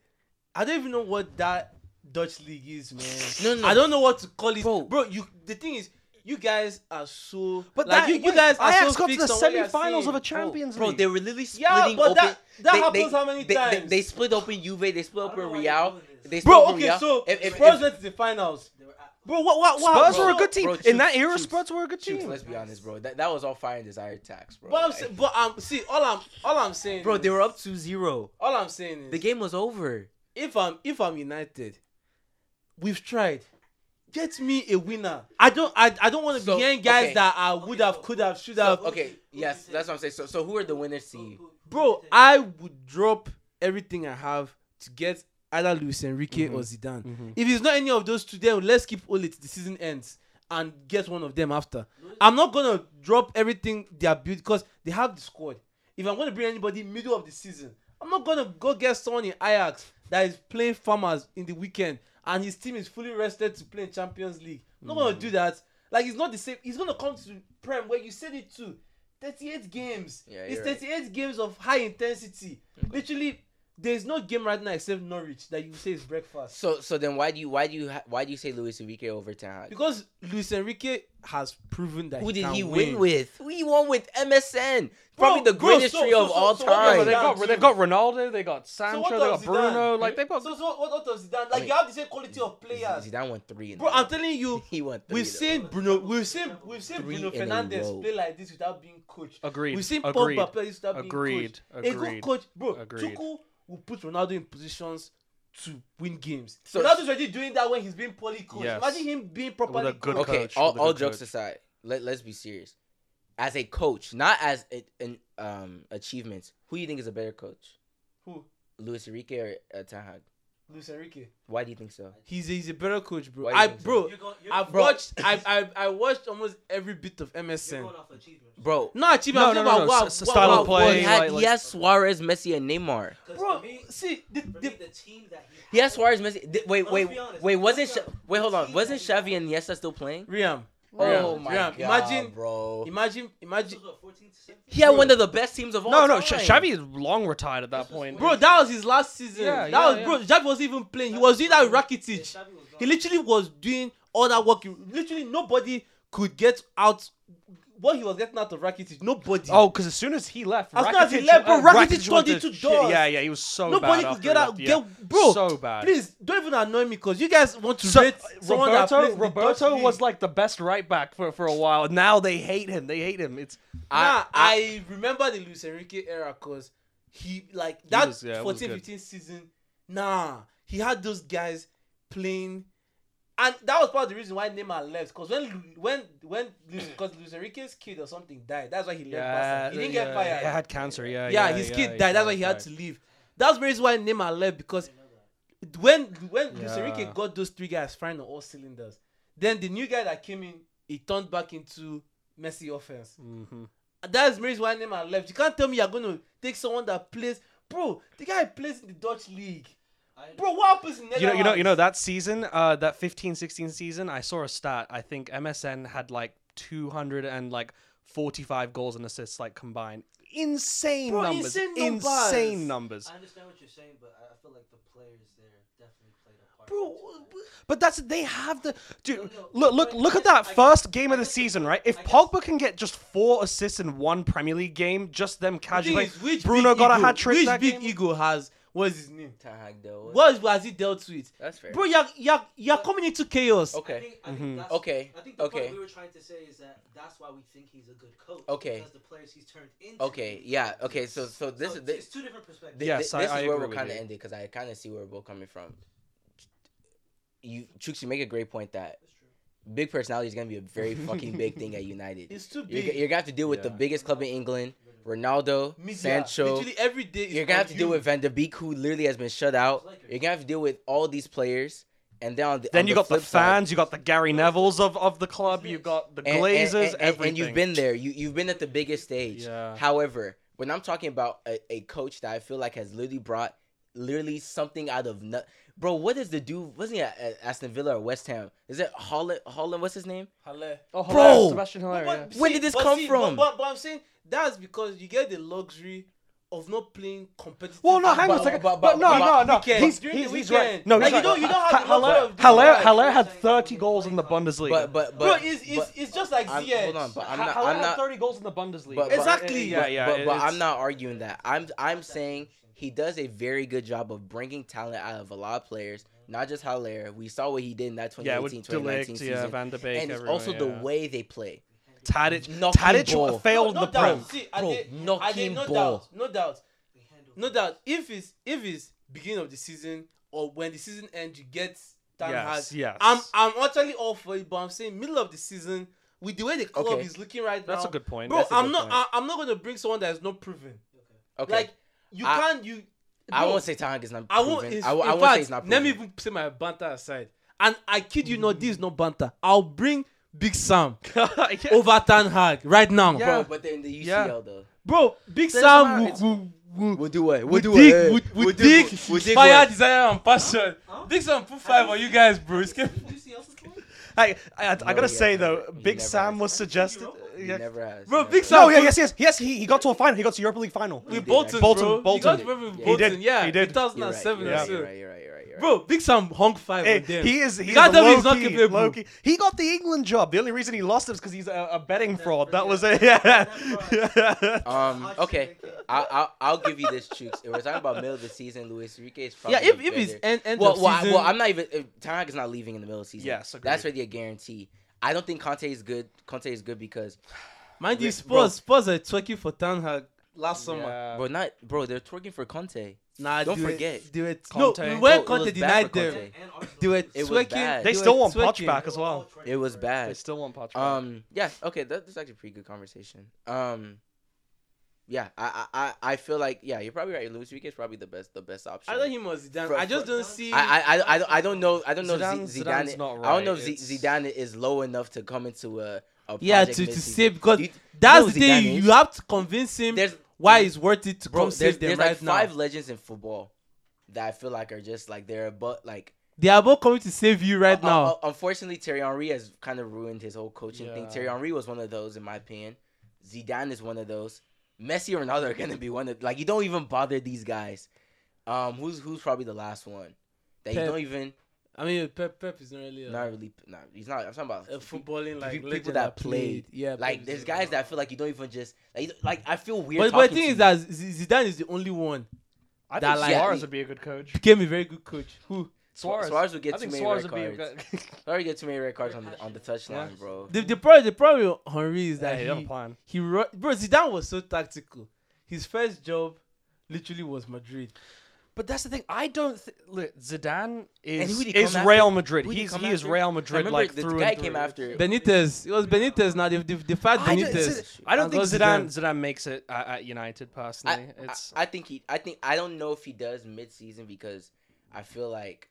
S4: I don't even know what that Dutch league is, man.
S1: No, no,
S4: I don't know what to call it,
S1: Bro.
S4: bro. You, the thing is, you guys are so.
S2: But
S4: like,
S2: that
S4: you, you guys are
S2: Ajax
S4: so
S2: got to the
S4: fixed on what you are
S2: semi-finals
S4: saying.
S2: of a Champions
S1: Bro,
S2: League.
S1: they were literally
S4: Yeah,
S1: splitting
S4: but
S1: open.
S4: that that
S1: they-
S4: happens
S1: they-
S4: how many
S1: they,
S4: times?
S1: They, they split open Juve, they split
S5: I don't know
S1: open Real,
S5: why they're doing
S1: They still
S4: Bro,
S1: drew
S4: okay,
S1: Yao-
S4: so
S1: if, if,
S4: Spurs
S1: if-
S4: went to the finals.
S5: They were at
S2: Bro, what, what, what?
S1: Spurs
S2: Spurs
S1: bro.
S2: were a good team.
S1: Bro,
S2: In
S1: Chiefs-
S2: that era,
S1: Chiefs-
S2: Spurs were a good
S1: Chiefs,
S2: team.
S1: let's be honest, bro. That, that was all fire and desire tax, bro.
S4: But I'm, sa-
S1: Like-
S4: but I'm see all I'm all I'm saying.
S1: bro,
S4: is,
S1: they were up 2-0.
S4: All I'm saying is
S1: The game was over.
S4: if I'm if I'm United, we've tried. Get me a winner. I don't I, I don't want to
S1: So,
S4: behind guys
S1: okay.
S4: that I would have, could have, should have.
S1: Okay, yes, that's what I'm saying. So, so who are the winners to you?
S4: Bro, I would drop everything I have to get either Luis Enrique or Zidane. If it's not any of those two, then let's keep all it. The season ends and get one of them after. I'm not gonna drop everything they are built because they have the squad. If I'm gonna bring anybody middle of the season, I'm not gonna go get someone in Ajax that is playing farmers in the weekend and his team is fully rested to play in Champions League. I'm not gonna do that. Like it's not the same. He's gonna come to Prem where you said it too. 38 games.
S1: Yeah,
S4: it's
S1: you're right. Mm-hmm.
S4: 38 games of high intensity. Literally, there's no game right now except Norwich that you say is breakfast.
S1: So, so then why do you why do you ha- why do you say Luis Enrique over Ten Hag?
S4: Because Luis Enrique has proven that
S1: Who
S4: he
S1: did
S4: can
S1: he win, with? We won with MSN, probably the
S4: bro,
S1: greatest
S4: so-
S1: trio
S4: so-
S1: of
S4: so-
S1: all
S4: so what
S2: Yeah,
S1: time.
S2: but they
S4: Right.
S2: got they got Ronaldo, they got Sancho,
S4: what
S2: they got
S4: does
S2: Bruno.
S4: Zidane?
S2: Like they got.
S4: So, so what, what does Zidane? Like
S1: mean-
S4: you have the same quality of players,
S1: Zidane won three. In
S4: bro.
S1: the
S4: I'm telling you,
S1: he won. Three
S4: we've
S1: though.
S4: seen Bruno, we've seen we've seen
S1: Three
S4: Bruno
S1: in a
S4: Fernandez
S1: row.
S4: play like this without being coached.
S2: Agreed.
S4: We've seen
S2: agreed.
S4: Pogba play this without being
S2: Agreed.
S4: coached. A good
S2: Agreed.
S4: coach, bro.
S2: Agreed.
S4: Tuchel will put Ronaldo in positions to win games.
S1: So-
S4: Ronaldo's already doing that when he's being poorly coached.
S2: Yes.
S4: Imagine him being properly
S2: a good
S4: coached.
S1: Okay,
S2: coach,
S1: all,
S2: with a
S1: all
S2: good
S1: jokes
S2: coach.
S1: aside, let let's be serious. As a coach, not as a, an um achievements, who you think is a better coach?
S4: Who?
S1: Luis Enrique or uh, Ten Hag?
S4: Luis Enrique,
S1: Why do you think so?
S4: he's he's a better coach, bro.
S1: Why
S4: I
S1: you think so?
S4: bro,
S5: You're going, you're,
S4: I've
S1: Bro.
S4: watched I I I watched almost every bit of
S5: you're
S4: MSN.
S5: going off achievement.
S1: Bro,
S4: No, achievement.
S2: No,
S4: I'm
S2: no,
S4: talking
S2: no,
S4: about
S2: no,
S4: wow,
S2: s- s-
S4: wow,
S2: style of
S4: wow,
S2: play.
S1: well, he had
S2: like-
S1: he
S2: like-
S1: has Suarez, Messi, and Neymar.
S4: Bro,
S5: Bro, me,
S4: see, the,
S5: for
S4: the,
S5: me, the team that he
S1: He has Suarez, Messi. Di- wait,
S5: Let's
S1: wait,
S5: be honest.
S1: wait. Wasn't
S5: Let's be
S1: Sha-
S5: honest.
S1: wait? Hold on.
S5: See
S1: Wasn't
S5: that
S1: Xavi and Niesta still playing?
S4: Riam,
S1: Oh
S4: Yeah,
S1: my
S4: yeah.
S1: god!
S4: Imagine-
S1: bro.
S4: imagine,
S5: This
S4: imagine,
S5: was what, 14 to 17?
S1: He had one of the best teams of all
S2: No,
S1: time.
S2: no, Sh- Xavi is long retired at that point.
S4: bro. That was his last season.
S2: Yeah,
S4: that
S2: yeah,
S4: was
S2: yeah.
S4: bro. Jack wasn't even playing. He was doing that with
S5: Yeah,
S4: Rakitic.
S5: Xavi was gone.
S4: He literally was doing all that work. He- Literally, nobody could get out what he was getting out of Rakitic. Nobody.
S2: Oh, because as soon as he left,
S4: As soon
S2: Rakitic,
S4: as he left, bro,
S2: uh,
S4: Rakitic
S2: went
S4: turned
S2: to
S4: into
S2: shit.
S4: dust.
S2: Yeah, yeah, he was so
S4: nobody
S2: bad.
S4: could
S2: after
S4: get
S2: he
S4: out.
S2: left, yeah.
S4: Get bro.
S2: so bad.
S4: Please don't even annoy me because you guys want to
S2: So,
S4: rate someone that plays
S2: Roberto,
S4: in the Dutch
S2: Roberto
S4: league.
S2: was like the best right back for, for a while. Now they hate him. They hate him. It's
S4: nah, I, remember the Luis Enrique era because he like that
S2: was- yeah, it was
S4: 14
S2: good.
S4: 15 season. Nah, he had those guys playing, and that was part of the reason why Neymar left. Because when Lu- when when because Luis Enrique's kid or something died, that's why he left. Barca. He didn't
S2: yeah,
S4: get fired.
S2: He had cancer. Yeah,
S4: yeah, his kid died. That's why he had to leave. That's the reason why Neymar left because when when Luis Enrique
S2: Yeah.
S4: got those three guys firing on all cylinders, then the new guy that came in, he turned back into Messi offense.
S2: hmm
S4: That's the reason why Neymar left. You can't tell me you're going to take someone that plays, bro. The guy plays in the Dutch league,
S5: I-
S4: bro. What happens in
S2: You know,
S4: Netherlands?
S2: you know, you know that season, uh, that 15, 16 season. I saw a stat. I think MSN had like two hundred and like forty five goals and assists like combined. Insane
S4: Bro,
S2: numbers.
S4: insane numbers.
S2: Insane numbers.
S5: I understand what you're saying, but I I feel like the players there definitely played a part.
S4: bro.
S5: into that.
S2: But that's they have the dude.
S5: No, no,
S2: Look, look,
S5: but
S2: look
S5: I
S2: at
S5: guess-
S2: that
S5: I guess-
S2: first game
S5: I
S2: of the
S5: guess-
S2: season, right? If
S5: I guess-
S2: Pogba can get just four assists in one Premier League game, just them
S4: The thing
S2: casually.
S4: is, which
S2: Bruno
S4: big
S2: got a
S4: ego-
S2: hat trick
S4: Which
S2: that
S4: big
S2: game?
S4: ego has? What's his name?
S1: Ten Hag though.
S4: What has he dealt with?
S1: That's fair.
S4: Bro, you're you're, you're coming into chaos.
S5: I
S1: Okay.
S5: think, I think
S2: Mhm.
S5: that's,
S1: Okay,
S5: I think the
S1: okay.
S5: point we were trying to say is that that's why we think he's a good coach.
S1: Okay.
S5: Because the players he's turned into.
S1: Okay. Yeah. Okay. So, so this
S5: so
S1: is
S5: it's
S1: this.
S5: two different perspectives.
S1: thi-
S2: Yes,
S1: this
S2: I-
S1: is
S2: I
S1: where
S2: agree
S1: we'll
S2: with
S1: kind of
S2: you.
S1: end it because I kind of see where we're coming from. You, Chooks, you make a great point that
S5: That's true.
S1: big personality is gonna be a very fucking big thing at United.
S4: It's too
S1: You're,
S4: big.
S1: g- you're gonna have to deal with the
S2: Yeah.
S1: biggest club in England, Ronaldo,
S4: Media.
S1: Sancho.
S4: Literally every day. is
S1: You're gonna have
S4: on
S1: to deal
S4: you.
S1: with Van de Beek, who literally has been shut out. You're gonna have to deal with all these players, and then on the,
S2: Then
S1: on
S2: you got the
S1: flip side-
S2: fans, you got the Gary Nevilles of, of the club, you got the
S1: and-
S2: Glazers,
S1: and, and, and,
S2: everything.
S1: and you've been there. You you've been at the biggest stage.
S2: Yeah.
S1: However, when I'm talking about a, a coach that I feel like has literally brought literally something out of nut, bro. What is the dude? Wasn't he at, at Aston Villa or West Ham? Is it Holland? Holland? What's his name?
S4: Halle.
S2: Oh,
S1: Bro! Hilaire,
S2: Sebastian Hilaire.
S4: But-
S1: When did this
S4: but
S1: come
S4: see,
S1: from?
S4: But, but, but I'm saying that's because you get the luxury of not playing competitive.
S2: Well, no, hang on a
S4: football
S2: second.
S1: but- but-
S2: But, no,
S1: but-
S2: no, no.
S1: weekend,
S2: He's,
S4: during the
S2: he's, he's
S4: weekend.
S2: right. No,
S4: Like,
S2: he's
S4: you don't-
S2: right.
S4: you don't have enough
S2: Haller,
S4: of these
S2: Haller,
S4: guys.
S2: Haller had 30 goals in the Bundesliga.
S1: But but
S4: Bro,
S1: but
S4: it's, it's,
S1: but-
S4: it's just like
S1: I'm-
S4: ZH.
S1: hold on, but I'm
S2: Ha-
S1: not
S2: Haller
S1: I'm
S2: had
S1: not
S2: 30 goals in the Bundesliga.
S1: But- but-
S4: Exactly.
S2: Yeah, yeah.
S1: but, but I'm
S2: it's-
S1: not arguing that. I'm I'm saying he does a very good job of bringing talent out of a lot of players, not just Haller. We saw what he did in that
S2: Yeah, with
S1: 2018
S2: Delict,
S1: 2019
S2: yeah,
S1: season.
S2: Van de Beek,
S1: and it's
S2: everyone,
S1: also
S2: yeah.
S1: the way they play.
S2: Tadic,
S1: Knocking
S2: Tadic
S1: ball.
S2: failed
S4: no,
S2: the
S4: no
S2: prem.
S4: doubt. See, I
S1: Bro,
S4: did, I did,
S1: knocking
S4: no
S1: ball.
S4: doubt, no doubt, no doubt. If it's if it's beginning of the season or when the season ends, you get Dan
S2: Yes,
S4: Hag.
S2: yes.
S4: I'm I'm utterly all for it, but I'm saying middle of the season with the way the club
S1: Okay.
S4: is looking right now.
S2: That's a good point.
S4: Bro,
S2: That's a
S4: I'm
S2: good
S4: not.
S2: point.
S4: I, I'm not going to bring someone that is not proven.
S1: Okay,
S4: Like you
S1: I-
S4: can't. You.
S1: I
S4: bro,
S1: won't say Tahan is not.
S4: I won't.
S1: proven.
S4: it's-
S1: I, won't- I
S4: in
S1: won't
S4: fact,
S1: say it's not.
S4: let
S1: Proven.
S4: me even put my banter aside, and I kid you not, this is not banter. I'll bring Big Sam
S2: Yeah.
S4: over Tan Hag right now,
S2: Yeah.
S1: Bro, but then the UCL
S2: Yeah.
S1: though.
S4: bro. Big
S1: There's
S4: Sam
S1: some-
S4: will-
S1: it's-
S4: will- will
S1: We'll do what?
S4: We dig, we, we dig,
S1: We dig.
S4: fire,
S1: what?
S4: desire, and passion.
S5: Huh?
S4: Dig some put five on you guys, bro. It's good.
S5: Did you see else's point?
S2: Hey, I, I, I
S1: No,
S2: gotta
S1: he
S2: say
S1: hasn't.
S2: though,
S1: He
S2: Big
S1: never
S2: Sam
S1: has.
S2: was suggested.
S1: He
S2: yeah.
S1: never has.
S4: Bro,
S1: never
S4: Big
S1: has.
S4: Sam-
S2: No, yeah, yes, yes, yes. He, he got to a final. He got to Europa League final.
S1: He
S4: With
S1: did,
S4: Bolton,
S1: actually.
S2: Bolton,
S4: bro.
S2: Bolton.
S4: You guys remember with
S1: He
S4: Bolton,
S2: did,
S4: yeah.
S2: he did.
S1: You're right,
S4: 2007
S1: you're
S4: or
S1: right,
S4: so.
S1: you're right, you're right, you're right, you're right.
S4: Bro, Big Sam hung five
S2: Hey,
S4: on them.
S2: he is he's
S4: can't
S2: a
S4: tell me
S2: low
S4: he's not
S2: key,
S4: capable.
S2: low key. He got the England job. The only reason he lost it was because he's a, a betting fraud. That was it. Yeah.
S1: Um. Okay. I'll, I'll I'll give you this, Chooks. If we're talking about middle of the season, Luis Enrique is probably
S4: yeah, if,
S1: the
S4: if it's
S1: better-
S4: end, end
S1: well,
S4: of
S1: well, I-
S4: season,
S1: well, I'm not even. If, Tanak is not leaving in the middle of the season.
S2: Yes,
S1: that's
S2: agreed.
S1: already a guarantee. I don't think Conte is good. Conte is good because,
S4: mind you,
S1: Bro.
S4: Spurs, Spurs are twerking for Tan Hag last summer.
S1: bro, not bro. They're twerking for Conte.
S4: Nah,
S1: Don't
S4: they were-
S1: forget.
S4: they were-
S2: Conte.
S4: No, when
S1: Bro, it was
S4: Conte
S1: bad
S4: denied
S1: for
S4: them,
S1: Conte.
S4: they were
S1: It was
S4: twerking.
S1: bad.
S2: They
S4: were
S2: still want
S4: twerking.
S2: Poch back as well.
S1: It was
S2: They
S1: bad.
S2: still want Poch back.
S1: Um. Yeah. Okay. That, that's actually a pretty good conversation. Um. Yeah. I I I- I feel like yeah. You're probably right. Luis Enrique is probably the best the best option.
S4: I thought he was done.
S1: For-
S4: I just
S1: for-
S4: don't see.
S1: I I- I, I, don't- I don't know I don't know
S2: Zidane-
S1: Z- Zidane.
S2: Zidane's not
S1: I don't know if
S2: right.
S1: Z-
S2: It's-
S1: Zidane is low enough to come into a, a
S4: yeah,
S1: project
S4: to, to
S1: mid-season.
S4: save because
S1: You-
S4: that's
S1: know
S4: the thing.
S1: Zidane is.
S4: You have to convince him
S1: there's
S4: why it's worth it to
S1: bro,
S4: come
S1: there's,
S4: save them
S1: there's
S4: right
S1: like
S4: now.
S1: five legends in football that I feel like are just like they're but like
S4: They are both coming to save you right
S1: uh,
S4: now.
S1: uh, unfortunately Terry Henry has kind of ruined his whole coaching thing.
S2: Yeah.
S1: Terry Henry was one of those in my opinion. Zidane is one of those. Messi or Ronaldo are gonna be one of like you don't even bother these guys. Um, who's who's probably the last one that you
S4: Pep.
S1: don't even
S4: I mean, Pep, Pep is not really a,
S1: not really nah, he's not I'm talking about
S4: a footballing like
S1: people
S4: legend
S1: that
S4: played. Yeah, Pep
S1: Like
S4: is
S1: there's
S4: not.
S1: guys that I feel like you don't even just like, you- like I feel weird.
S4: But, but the
S1: talking
S4: thing
S1: to
S4: is
S1: you.
S4: that Z- Zidane is the only one
S2: I
S4: that
S2: think
S4: like-
S2: Suarez would be a good coach.
S4: became a very good coach. Who
S2: Suarez,
S1: Suarez would get
S2: I think
S1: too many
S2: Suarez
S1: red
S2: would be a
S1: cards.
S2: good.
S1: I already get too many red cards on the on the touchline,
S2: Yeah.
S1: bro.
S4: the the problem the problem with Henry
S2: yeah,
S4: is that
S2: he
S4: he
S2: had a plan.
S4: he ru- bro Zidane was so tactical. His first job literally was Madrid.
S2: But that's the thing. I don't. Th- look, Zidane is
S1: who did he
S2: is
S1: come
S2: Real
S1: after?
S2: Madrid.
S1: Who did he
S2: He's
S1: come
S2: he is
S1: after?
S2: Real
S1: I
S2: Madrid.
S1: remember
S2: Like
S1: the
S2: through
S1: guy
S2: and
S1: came
S2: through.
S1: after.
S4: Benitez, it was Benitez. Now they've they've, they've fired
S2: I don't,
S4: Benitez.
S2: I don't
S4: And
S2: think Zidane
S4: Zidane.
S2: Zidane makes it
S1: uh,
S2: at, at United personally.
S1: I,
S2: it's
S1: I think he. I think I don't know if he does mid season because I feel like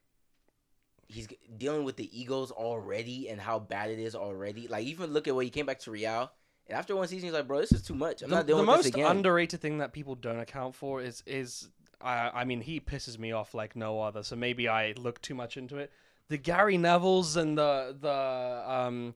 S1: he's g- dealing with the egos already and how bad it is already. Like even look at when he came back to Real and after one season he's like, bro, this is too much. I'm
S2: the,
S1: not dealing
S2: the
S1: with
S2: most
S1: this again.
S2: underrated thing that people don't account for is is I I mean he pisses me off like no other. So maybe I look too much into it. The Gary Nevilles and the the um,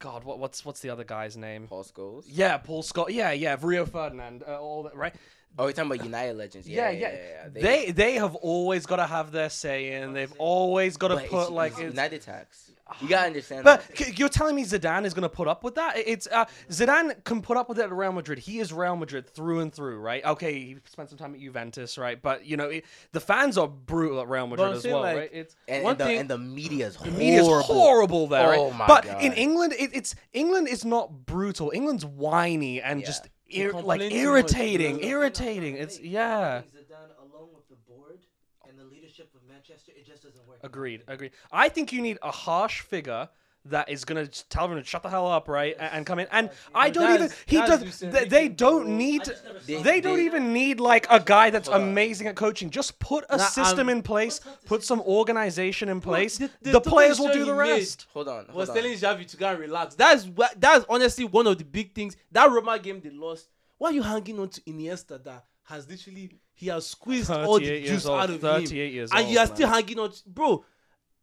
S2: God, what what's what's the other guy's name?
S1: Paul Scholes.
S2: Yeah, Paul Scott. Yeah, yeah, Rio Ferdinand. Uh, all that, right?
S1: Oh, you're talking about United legends.
S2: Yeah,
S1: Yeah,
S2: yeah.
S1: yeah. yeah,
S2: They, they have always got to have their say in. They've always got to
S1: but it's,
S2: put like.
S1: it's
S2: it's-
S1: United tax. You gotta understand.
S2: But
S1: that.
S2: c- you're telling me Zidane is going to put up with that? It- It's uh, Zidane can put up with it at Real Madrid. He is Real Madrid through and through, right? Okay, he spent some time at Juventus, right? But you know, it, the fans are brutal at Real Madrid
S4: I'm
S2: as
S4: saying,
S2: well,
S4: like,
S2: right? It's
S1: and,
S4: One
S1: and, the,
S4: thing-
S1: and the media's
S2: the
S1: horrible.
S2: media's horrible there. Right?
S1: Oh my
S2: but
S1: God.
S2: in England, it, it's England is not brutal. England's whiny and
S1: Yeah.
S2: just
S4: They
S2: ir- like
S4: complain too much,
S2: irritating,
S4: bro.
S2: irritating. It's yeah.
S5: Zidane, along with the board and the leadership of Manchester, it just doesn't work.
S2: Agreed. Agreed. I think you need a harsh figure that is gonna just tell everyone to shut the hell up, right, and, and come in. And I don't even.
S4: That's-
S2: He
S4: that's
S2: does.
S4: Luis
S2: They,
S4: Enrique,
S2: they don't
S4: bro.
S2: need.
S5: I just never saw
S1: They-
S5: it.
S2: They don't even need like a guy that's
S1: Hold on.
S2: amazing at coaching. Just put a
S4: Nah,
S2: system
S4: I'm-
S2: in place. Put some organization in place.
S4: the-
S2: The,
S4: the
S2: players will
S4: documentary
S2: do the
S4: he made
S2: rest.
S1: Hold on. Hold
S4: was
S1: on.
S4: telling Xavi to go and relax. That's wha- that's honestly one of the big things. That Roma game they lost. Why are you hanging on to Iniesta that has literally he has squeezed all the
S2: 38
S4: juice
S2: old,
S4: out of him,
S2: 38 years
S4: and
S2: old,
S4: you are
S2: man.
S4: still hanging on, to, bro.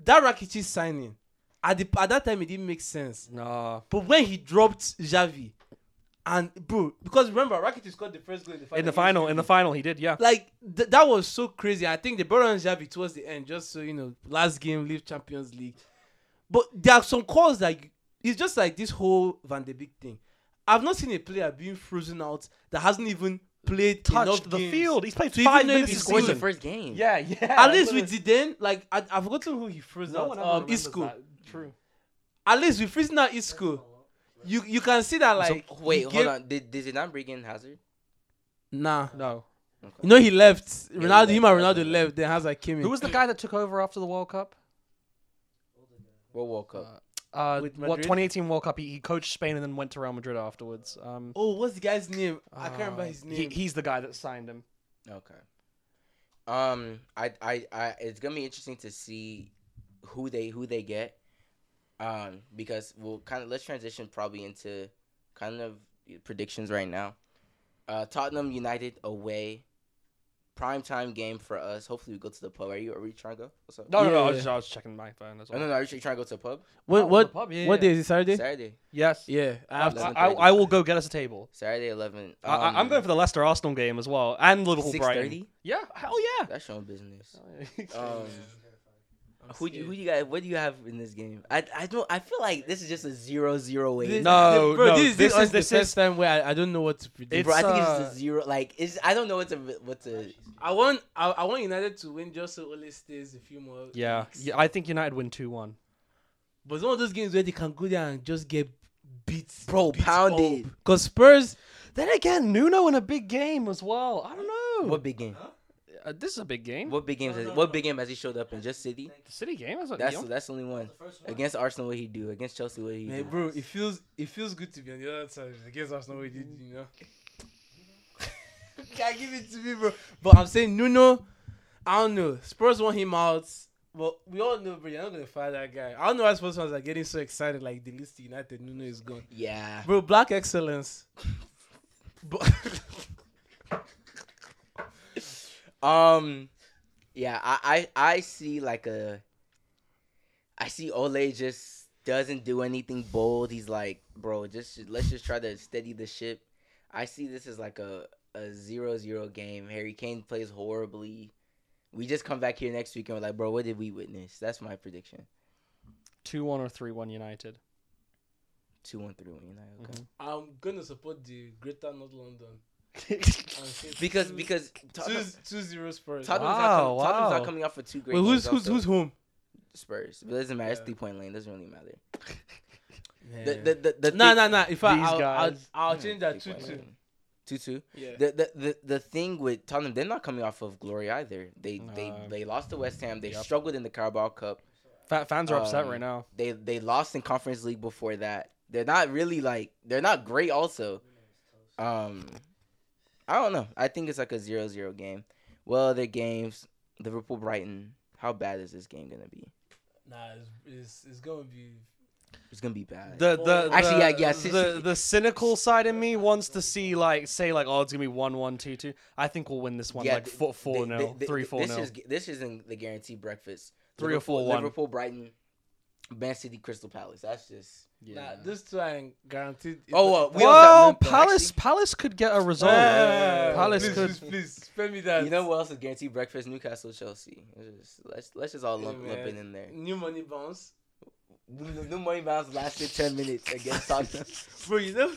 S4: That Rakitic signing at the at that time it didn't make sense,
S2: Nah.
S4: but when he dropped Xavi, And bro, because remember Rakitic scored the first goal in the final.
S2: in the
S4: against
S2: final,
S4: Chelsea.
S2: in the final, he did. Yeah.
S4: Like th- that was so crazy. I think they brought on Xavi towards the end, just so you know, last game, leave Champions League. But there are some calls that you- it's just like this whole Van de Beek thing. I've not seen a player being frozen out that hasn't even played enough
S2: Touched the
S4: games.
S2: field. He's played
S4: So even
S2: five
S4: though
S2: minutes
S4: he
S1: He
S2: of
S1: scored the
S2: season.
S1: first game.
S2: Yeah, yeah.
S4: At least with Zidane, like I, I've forgotten who he froze
S2: no
S4: out.
S2: one ever
S4: Um,
S2: remembers
S4: Isco.
S2: that. True.
S4: At least with freezing out Isco, you you can see that
S1: So-
S4: like he
S1: wait, hold
S4: gave-
S1: on. Did, did it not bring in Hazard?
S4: Nah,
S2: No.
S1: Okay.
S4: you know he left.
S1: he
S4: Ronaldo, him and
S1: left,
S4: Ronaldo
S1: Ronaldo.
S4: left. Then Hazard came in.
S2: Who was the guy that took over after the World Cup?
S1: What World Cup?
S2: Uh,
S4: With
S2: what
S4: Madrid?
S2: 2018 World Cup? He, he coached Spain and then went to Real Madrid afterwards. Um,
S4: Oh, what's the guy's name? I can't remember
S2: uh,
S4: his
S2: he-
S4: name.
S2: he's the guy that signed him.
S1: Okay. Um, I, I, I, it's gonna be interesting to see who they who they get. Um, because we'll kind of let's transition probably into kind of predictions right now. Uh, Tottenham United away, prime time game for us. Hopefully, we go to the pub. Are you? Are we trying to go? What's up?
S2: No, no, no. I
S4: Yeah.
S2: was, just, I was checking my phone. That's
S1: Oh,
S2: all.
S1: no, no. Are you trying to go to the pub?
S2: Oh,
S4: what
S2: the
S4: what
S2: pub, yeah,
S4: what
S2: yeah.
S4: day is it? Saturday?
S1: Saturday.
S2: Yes.
S4: Yeah, I have
S2: I,
S4: to.
S1: Eleven
S2: I,
S1: thirty.
S2: I will go get us a table.
S1: Saturday eleven. um,
S2: I- I, I'm going for the Leicester Arsenal game as well, and Liverpool
S1: six
S2: Brighton.
S1: thirty.
S2: Yeah, hell yeah.
S1: That's showing business. Um,
S2: um,
S4: uh,
S1: who do you, who do you guys? What do you have in this game? I I don't. I feel like this is just a zero zero way.
S4: This-
S2: No,
S4: this- bro,
S2: no,
S4: this
S2: this
S4: is this,
S2: is-
S4: is the
S2: this
S4: first
S2: is-
S4: time where I, I don't know what to predict.
S2: It's,
S1: Bro, I think it's just a
S2: uh,
S1: zero. Like, it's I don't know what to what to.
S4: I want I, I want United to win just so Ole stays a few more.
S2: yeah,
S4: weeks.
S2: yeah. I think United win two one.
S4: But it's one of those games where they can go there and just get beat.
S1: Bro, pounded.
S4: Because Spurs,
S2: Then again, Nuno in a big game as well. I don't know.
S1: What big game?
S2: Uh, this is a big game.
S1: What big games? Has, what big game has he showed up in? Just City.
S2: The City game? That's,
S1: That's
S2: that's
S1: that's the only one.
S5: first one.
S1: Against Arsenal, what he do? Against Chelsea, what he
S4: man,
S1: do?
S4: bro, it feels it feels good to be on the other side against Arsenal. We did, you know. Can give it to me, bro. But I'm saying Nuno. I don't know. Spurs want him out. But we all know, bro. You're not gonna fire that guy. I don't know why Spurs fans are getting so excited. Like the list United, Nuno is gone.
S1: Yeah.
S4: Bro, black excellence. But
S1: Um, yeah. I I, I see like a. I see Ole just doesn't do anything bold. He's like, bro, just let's just try to steady the ship. I see this as like a a zero zero game. Harry Kane plays horribly. We just come back here next week and we're like, bro, what did we witness? That's my prediction.
S2: two one or three one United.
S1: Two one three one United. Okay.
S4: Mm-hmm. I'm gonna support the Greater North London. and say
S1: Because
S4: two-
S1: because Tottenham,
S4: two, two zero Spurs.
S1: Tottenham's, not
S2: Wow,
S1: com- Tottenham's
S2: wow.
S1: not coming off for two great.
S4: Wait, who's
S1: games
S4: who's
S1: also.
S4: who's home?
S1: Spurs? But it doesn't matter. It's
S4: Yeah.
S1: three point lane. doesn't really matter. The the the, the
S4: No,
S1: thing-
S4: no, no. If I,
S2: These
S4: I'll, I'll,
S2: guys.
S1: Hmm,
S4: I'll change that two
S1: three-point
S4: two.
S1: lane. Two two.
S4: Yeah.
S1: The, the the the thing with Tottenham, they're not coming off of glory either. They they
S2: No.
S1: they lost to West Ham. They
S2: Yep.
S1: struggled in the Carabao Cup.
S2: Fa- fans are upset
S1: Um,
S2: right now.
S1: They they lost in Conference League before that. They're not really like they're not great. Also, um, I don't know. I think it's like a zero zero game. Well, other games, Liverpool Brighton. How bad is this game gonna be?
S4: Nah, it's, it's it's gonna be.
S1: It's gonna be bad.
S2: The the
S1: Actually,
S2: the,
S1: yeah, yeah, si-
S2: The, the cynical side in me wants to see like say like oh it's gonna be one one two two. I think we'll win this one like
S1: th-
S2: four four
S1: th-
S2: nil
S1: th- th-
S2: three four
S1: this
S2: nil.
S1: Is, this isn't the guaranteed breakfast.
S2: Three or
S1: Liverpool-
S2: 4-1.
S1: Liverpool, Brighton, Man City, Crystal Palace. That's just.
S4: Nah, these two are in- guaranteed.
S1: Oh, uh, we
S2: well,
S1: also have Liverpool,
S2: Palace Palace could get a result.
S4: Yeah.
S2: Palace
S4: please,
S2: could.
S4: please, please spare me that.
S1: You know what else is guaranteed breakfast? Newcastle, Chelsea. It's just- let's let's just all
S4: Yeah,
S1: lump, lump
S4: man.
S1: it in there.
S4: New money bounce,
S1: New, new money bounce lasted ten minutes against Tottenham.
S4: bro. You know,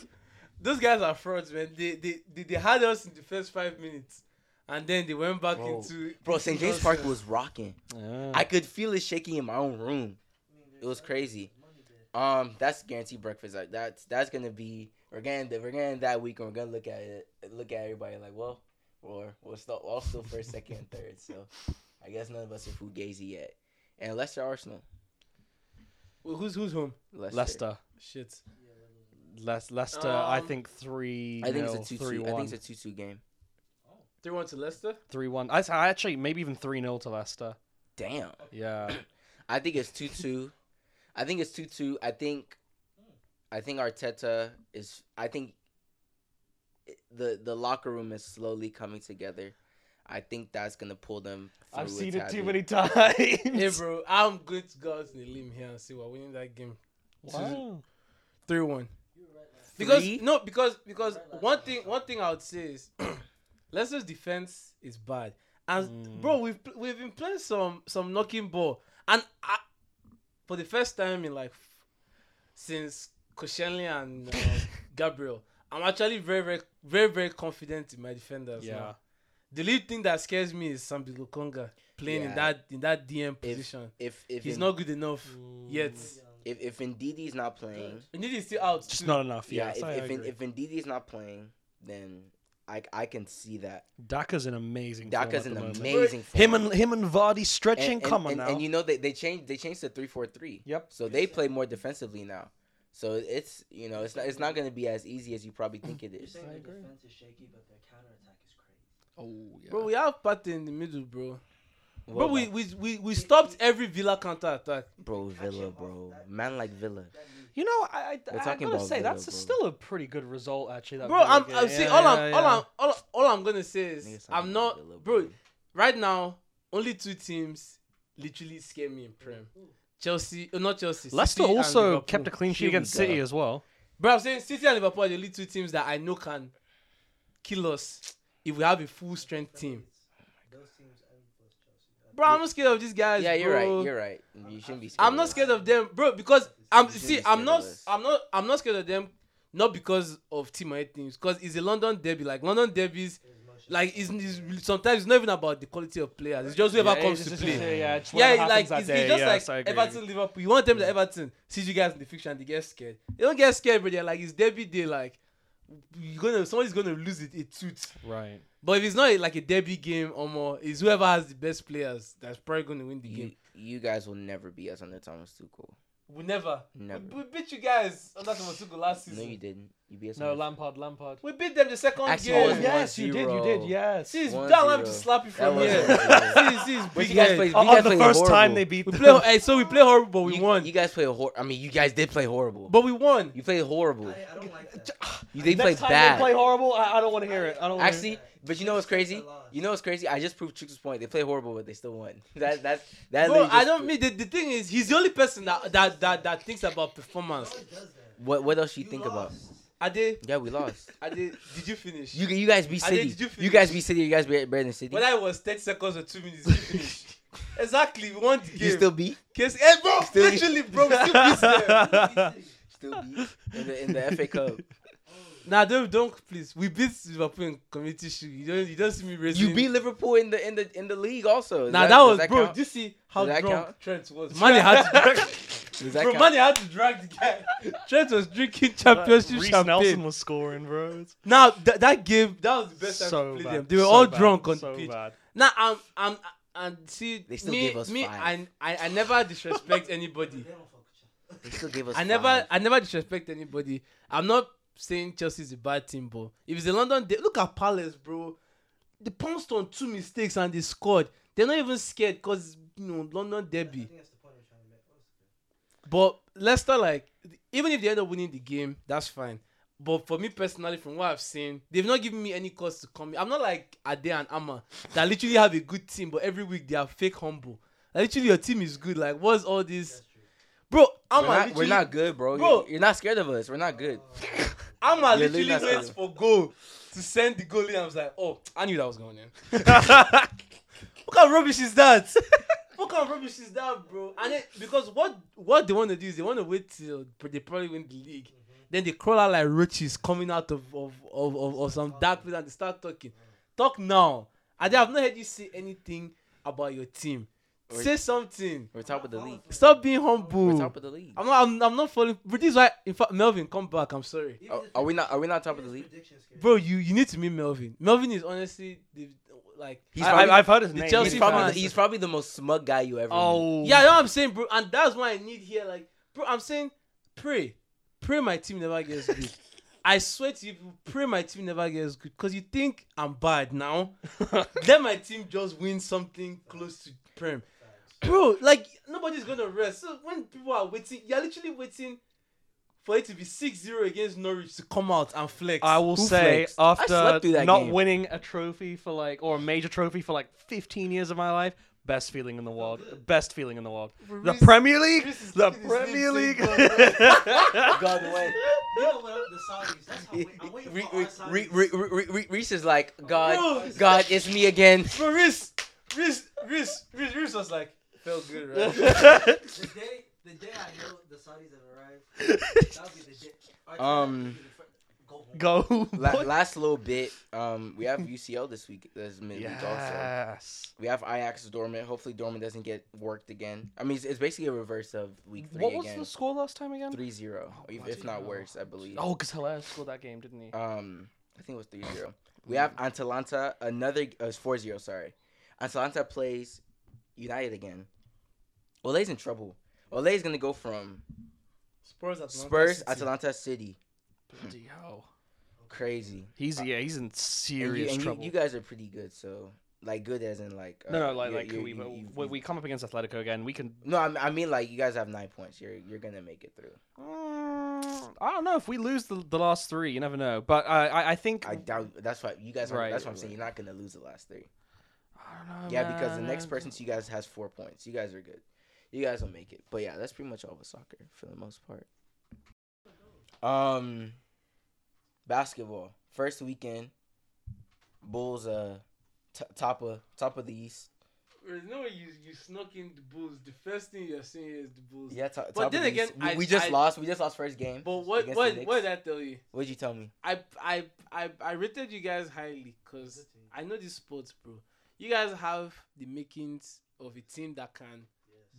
S4: those guys are frauds, man. They they they, they had us in the first five minutes, and then they went back
S1: Bro.
S4: into.
S1: Bro, St James Park was rocking.
S2: Yeah.
S1: I could feel it shaking in my own room. It was crazy. Um, that's guaranteed breakfast. Like that's that's gonna be we're getting the, we're getting that week, and we're gonna look at it, look at everybody like, well, or we're still all still first, second, and third. So I guess none of us are fugazi yet. And Leicester Arsenal,
S4: Wait, who's who's home?
S1: Leicester.
S2: Leicester.
S4: Shit.
S2: Leic- Leicester. I
S4: Um,
S2: think three.
S1: I think it's a
S2: nil,
S1: two
S2: three
S1: two. I
S2: one.
S1: think it's a two two game.
S4: Three one to Leicester.
S2: three one. I, I actually maybe even three 0 to Leicester.
S1: Damn.
S2: Yeah.
S1: I think it's two two. I think it's two two. I think, I think Arteta is. I think it- the the locker room is slowly coming together. I think that's gonna pull them.
S2: I've
S1: through
S2: seen
S1: a
S2: it too
S1: tabby.
S2: many times.
S4: Hey, bro, I'm going to go out on a limb here and say we're winning that game.
S2: Wow.
S4: Three one. because
S1: Three?
S4: no because because
S5: Right, like,
S4: one
S5: uh,
S4: thing one thing I would say is Leicester's defense is bad and bro we've pl- we've been playing some some knocking ball and I, for the first time in like f- since Koscielny and uh, Gabriel I'm actually very very very very confident in my defenders
S2: yeah.
S4: now. The only thing that scares me is Sambi Lokonga playing
S1: Yeah.
S4: in that in that DM position
S1: If if
S4: he's
S1: in,
S4: not good enough
S2: Mm.
S4: yet.
S1: if if Ndidi's not playing,
S4: Indeed, he's still out.
S2: Just
S4: too.
S2: not enough.
S1: yeah.
S2: Yeah,
S1: if
S2: I
S1: if, in,
S2: agree.
S1: if Ndidi's not playing, then I I can see that
S2: Daka's in amazing. form at
S1: Daka's
S2: the
S1: an
S2: moment.
S1: amazing form.
S2: Him and him and Vardy stretching.
S1: and, and,
S2: Come on
S1: and,
S2: now.
S1: and you know they they changed they changed to three four three.
S2: Yep.
S1: So they play more defensively now. So it's you know it's not it's not gonna be as easy as you probably think it
S5: You're
S1: is.
S5: saying
S2: I
S5: their
S2: agree.
S5: defense is shaky, but their counterattack is crazy.
S2: oh yeah.
S4: Bro, we have Partey in the middle, bro.
S1: What
S4: Bro, we,
S1: about-
S4: we we we stopped every Villa counter attack.
S1: bro Villa,
S5: Actually,
S1: bro,
S5: that-
S1: man like Villa.
S5: That means
S2: You know, I I,
S1: We're
S2: I
S1: talking
S2: gotta
S1: about
S2: say
S1: Villa,
S2: that's
S1: bro.
S2: still a pretty good result actually. That
S4: Bro,
S2: Villa
S4: I'm
S2: game.
S4: I'm see
S2: Yeah,
S4: all
S2: yeah,
S4: I'm all
S2: yeah.
S4: I'm all, all I'm gonna say
S1: Niggas
S4: is
S1: talking
S4: I'm
S1: about
S4: not
S1: Villa,
S4: bro. Right now, only two teams literally scare me in Prem. Chelsea, uh, not Chelsea.
S2: Leicester
S4: City and
S2: also
S4: Liverpool.
S2: kept a clean sheet
S1: Here we
S2: against City
S1: go.
S2: as well.
S4: Bro, I'm saying City and Liverpool are the only two teams that I know can kill us if we have a full strength team.
S5: those teams and plus Chelsea. I
S4: Bro, I'm not scared of these guys.
S1: Yeah, you're
S4: bro.
S1: right. You're right. You shouldn't be. Scared
S4: I'm
S1: of
S4: not
S1: us.
S4: scared of them, bro, because I'm
S5: You
S1: shouldn't
S4: see,
S1: be scared
S4: I'm not,
S1: of us.
S4: I'm not, I'm not scared of them, not because of team or things, because it's a London derby. Like London derbies,
S5: think there's motion
S4: like it's, it's sometimes it's not even about the quality of players. It's just whoever
S2: Yeah,
S4: comes
S2: it's
S4: to
S2: just-
S4: play.
S2: Yeah, yeah, it's
S4: yeah,
S2: whatever
S4: it's
S2: happens
S4: like
S2: that
S4: it's, it's
S2: day.
S4: just
S2: Yes, I
S4: like
S2: agree.
S4: Everton, Liverpool. You want them to Everton, see you guys in the fixture and they get scared. They don't get scared, but they're like it's derby day. Like you're gonna, somebody's gonna lose it. It suits.
S2: Right.
S4: But if it's not like a derby game or more, it's whoever has the best players that's probably gonna win the
S1: You,
S4: game.
S1: you guys will never be us under Thomas Tuchel.
S4: We never.
S1: Never.
S4: We, we beat you guys Oh, under Thomas Tuchel last
S1: No,
S4: season.
S1: you didn't. You beat us.
S2: No,
S1: under-
S2: Lampard, Lampard.
S4: We beat them the second
S1: Actually,
S4: game.
S1: it was
S2: Oh, yes, you did, you did,
S1: 1-0.
S2: yes.
S4: See, it's
S1: one
S4: that one to
S1: zero.
S4: slap you
S1: That
S4: from
S1: was
S4: here.
S1: one
S4: see, see, it's
S1: But
S4: big
S1: you guys
S4: head.
S1: played.
S2: Oh, On
S1: you guys
S2: the
S1: played
S2: first
S1: horrible.
S2: time they beat
S4: We
S2: them.
S4: play, hey, so we play horrible, but we
S1: you,
S4: won.
S1: You guys play hor- I mean, you guys did play horrible.
S4: but we won.
S1: You played horrible.
S5: I, I don't like that.
S1: You they
S2: Next
S1: played
S2: time
S1: bad.
S2: they play horrible, I, I don't want to hear it. I don't wanna hear
S1: Actually, but you know what's crazy? You know what's crazy? I just proved Chooks' point. They play horrible, but they still won. That that's that.
S4: Bro,
S1: literally
S4: I
S1: just
S4: don't
S1: proved-
S4: mean the, the thing is he's the only person that that that, that thinks about performance.
S1: What what else you, think about?
S4: Are they?
S1: Yeah, we lost.
S4: Are they? Did you finish?
S1: You you guys be
S4: I think
S1: city.
S4: you
S1: You guys be city. You guys be better than city.
S4: Whether it was thirty seconds or two minutes, you finished. exactly. We won the game.
S1: You still beat.
S4: Case, hey, bro,
S1: still-
S4: literally, bro, we still beat them.
S2: it.
S1: Still beat in the, in the FA Cup.
S4: Nah, don't don't please. We beat Liverpool in community shield. You don't you don't see me raising.
S1: You beat Liverpool in the in the in the league also. Does
S4: Nah, that, was
S1: does
S4: bro.
S1: count?
S4: Do you see how
S1: Does that
S4: drunk
S1: count?
S4: Trent was? Money had to
S1: Does that
S4: bro,
S1: count?
S4: Mane had to drag the guy. Trent was drinking championship
S2: Reece
S4: champagne.
S2: Nelson was scoring, bro. It's
S4: Now th- that game, that was the best time
S2: so
S4: to play
S2: bad.
S4: them. They were
S2: so
S4: all
S2: bad.
S4: drunk on
S2: so
S4: the pitch.
S2: Bad.
S4: Now I'm I'm and see
S1: They still
S4: me
S1: gave us
S4: me
S1: five.
S4: I, I I never disrespect anybody.
S1: They still gave us.
S4: I never
S1: five.
S4: I never disrespect anybody. I'm not saying Chelsea's a bad team, but if it's a London, they, look at Palace, bro. They pounced on two mistakes and they scored. They're not even scared because you know London derby. But Leicester, like, even if they end up winning the game, that's fine. But for me personally, from what I've seen, they've not given me any cause to come. I'm not like Ade and Ama that literally have a good team, but every week they are fake humble. Like, literally, your team is good. Like, what's all this, bro?
S1: We're
S4: Ama,
S1: not, we're
S4: literally,
S1: not good, bro.
S4: Bro.
S1: You're, you're not scared of us. We're not good.
S5: Uh,
S4: Ama
S1: You're leaving
S4: literally
S1: us
S4: waits
S1: out.
S4: for goal to send the goalie. I was like, oh, I knew that was going in. what kind of rubbish is that? what kind of rubbish is that, bro? And then, because what what they want to do is they want to wait till they probably win the league. Then they crawl out like roaches coming out of of, of, of, of some dark place and they start talking. Talk now. And I've not heard you say anything about your team.
S1: Or-
S4: say something.
S1: We're top of the league.
S4: Stop being
S1: We're
S4: humble.
S1: top of the league.
S4: I'm not. I'm, I'm not falling. But this is why. In fact, Melvin, come back. I'm sorry.
S1: Are, Oh, are we not? Are we not top of the league?
S4: Bro, you, you need to meet Melvin. Melvin is honestly the, like
S1: He's
S2: I,
S1: probably-
S2: I, I've heard his
S4: the
S2: name.
S4: Chelsea
S1: He's
S4: Chelsea
S1: probably,
S4: fans.
S1: the, he's probably the most smug guy you ever. meet.
S2: oh
S4: yeah, I know what I'm saying, bro, and that's why I need here. Like, bro, I'm saying pray, pray my team never gets good. I swear to you, pray my team never gets good because you think I'm bad now. Let my team just win something close to prem, bro. Like nobody's gonna rest. So when people are waiting, you're literally waiting. For it to be 6-0 against Norwich to come out and flex.
S2: I will
S1: Who
S2: say uh,
S1: flexed? I
S2: after
S1: slept through that
S2: not
S1: game.
S2: winning a trophy for like or a major trophy for like 15 years of my life, Best feeling in the world. Best feeling in the world. The
S4: Reese-
S2: Premier League.
S4: Reese is
S2: The
S4: looking at his
S2: Premier
S4: name
S2: League.
S4: saying, "God, God."
S1: God, what?
S5: You know what? The Saudis. That's how wait, I'm waiting
S1: Re-
S5: for
S1: re-
S5: our Saudis.
S1: re- re- re- re- re- Reese is like, God,
S5: Bro.
S1: God, it's me again.
S4: Bro, Reese, Reese, Reese, Reese, Reese was like, felt good, right?
S2: That's
S5: The day, the day I know the Saudis have arrived, that'll be the day. Arteta
S1: Um,
S5: will be the fir- Go
S2: Go.
S5: home.
S1: La-
S2: boy.
S1: last little bit. Um, we have UCL this week. This midweek also.
S2: Yes.
S1: We have Ajax Dortmund. Hopefully Dortmund doesn't get worked again. I mean, it's, it's basically a reverse of week three
S2: What was
S1: again.
S2: the score last time again?
S1: 3-0, if not worse, I believe.
S2: Oh, because Hilaire scored that game, didn't he?
S1: Um, I think it was 3 0. We have Atalanta, another, uh, it's 4 0, sorry. Atalanta plays United again. Ole's in trouble. Ole's going to go from
S4: Spurs, Atalanta,
S1: Spurs,
S4: City.
S1: Atalanta City.
S2: Bloody hell.
S1: Crazy.
S2: He's
S1: Uh,
S2: yeah, he's in
S1: And, you,
S2: serious
S1: and you,
S2: trouble.
S1: you guys are pretty good, so. Like, good as in, like.
S2: no,
S1: uh,
S2: no, like
S1: you're-
S2: like
S1: you're-
S2: we,
S1: you-
S2: we,
S1: you-
S2: we,
S1: you-
S2: come up against Atletico again. We can.
S1: No, I mean, I mean, like, you guys have nine points. You're you're going to make it through.
S2: Mm, I don't know if we lose the, the last three. You never know. But uh, I I think
S1: I doubt. That's why you guys are.
S2: Right,
S1: that's what I'm
S2: right.
S1: saying. You're not going to lose the last three.
S2: I don't know,
S1: Yeah, because the
S2: man.
S1: next person to you guys has four points. You guys are good. You guys will make it. But yeah, that's pretty much all with soccer for the most part. Um, basketball first weekend. Bulls uh, t- top of top of the East.
S4: There's no way you, you snuck in the Bulls. The first thing you're seeing is the Bulls.
S1: Yeah, to- top
S4: But
S1: of
S4: then
S1: the
S4: again,
S1: East. we,
S4: I-
S1: we just
S4: I-
S1: lost. We just lost first game.
S4: But what
S1: Against the
S4: what
S1: Knicks.
S4: what did I tell you?
S1: What'd you tell me?
S4: I I I, I rated you guys highly because I know these sports, bro. You guys have the makings of a team that can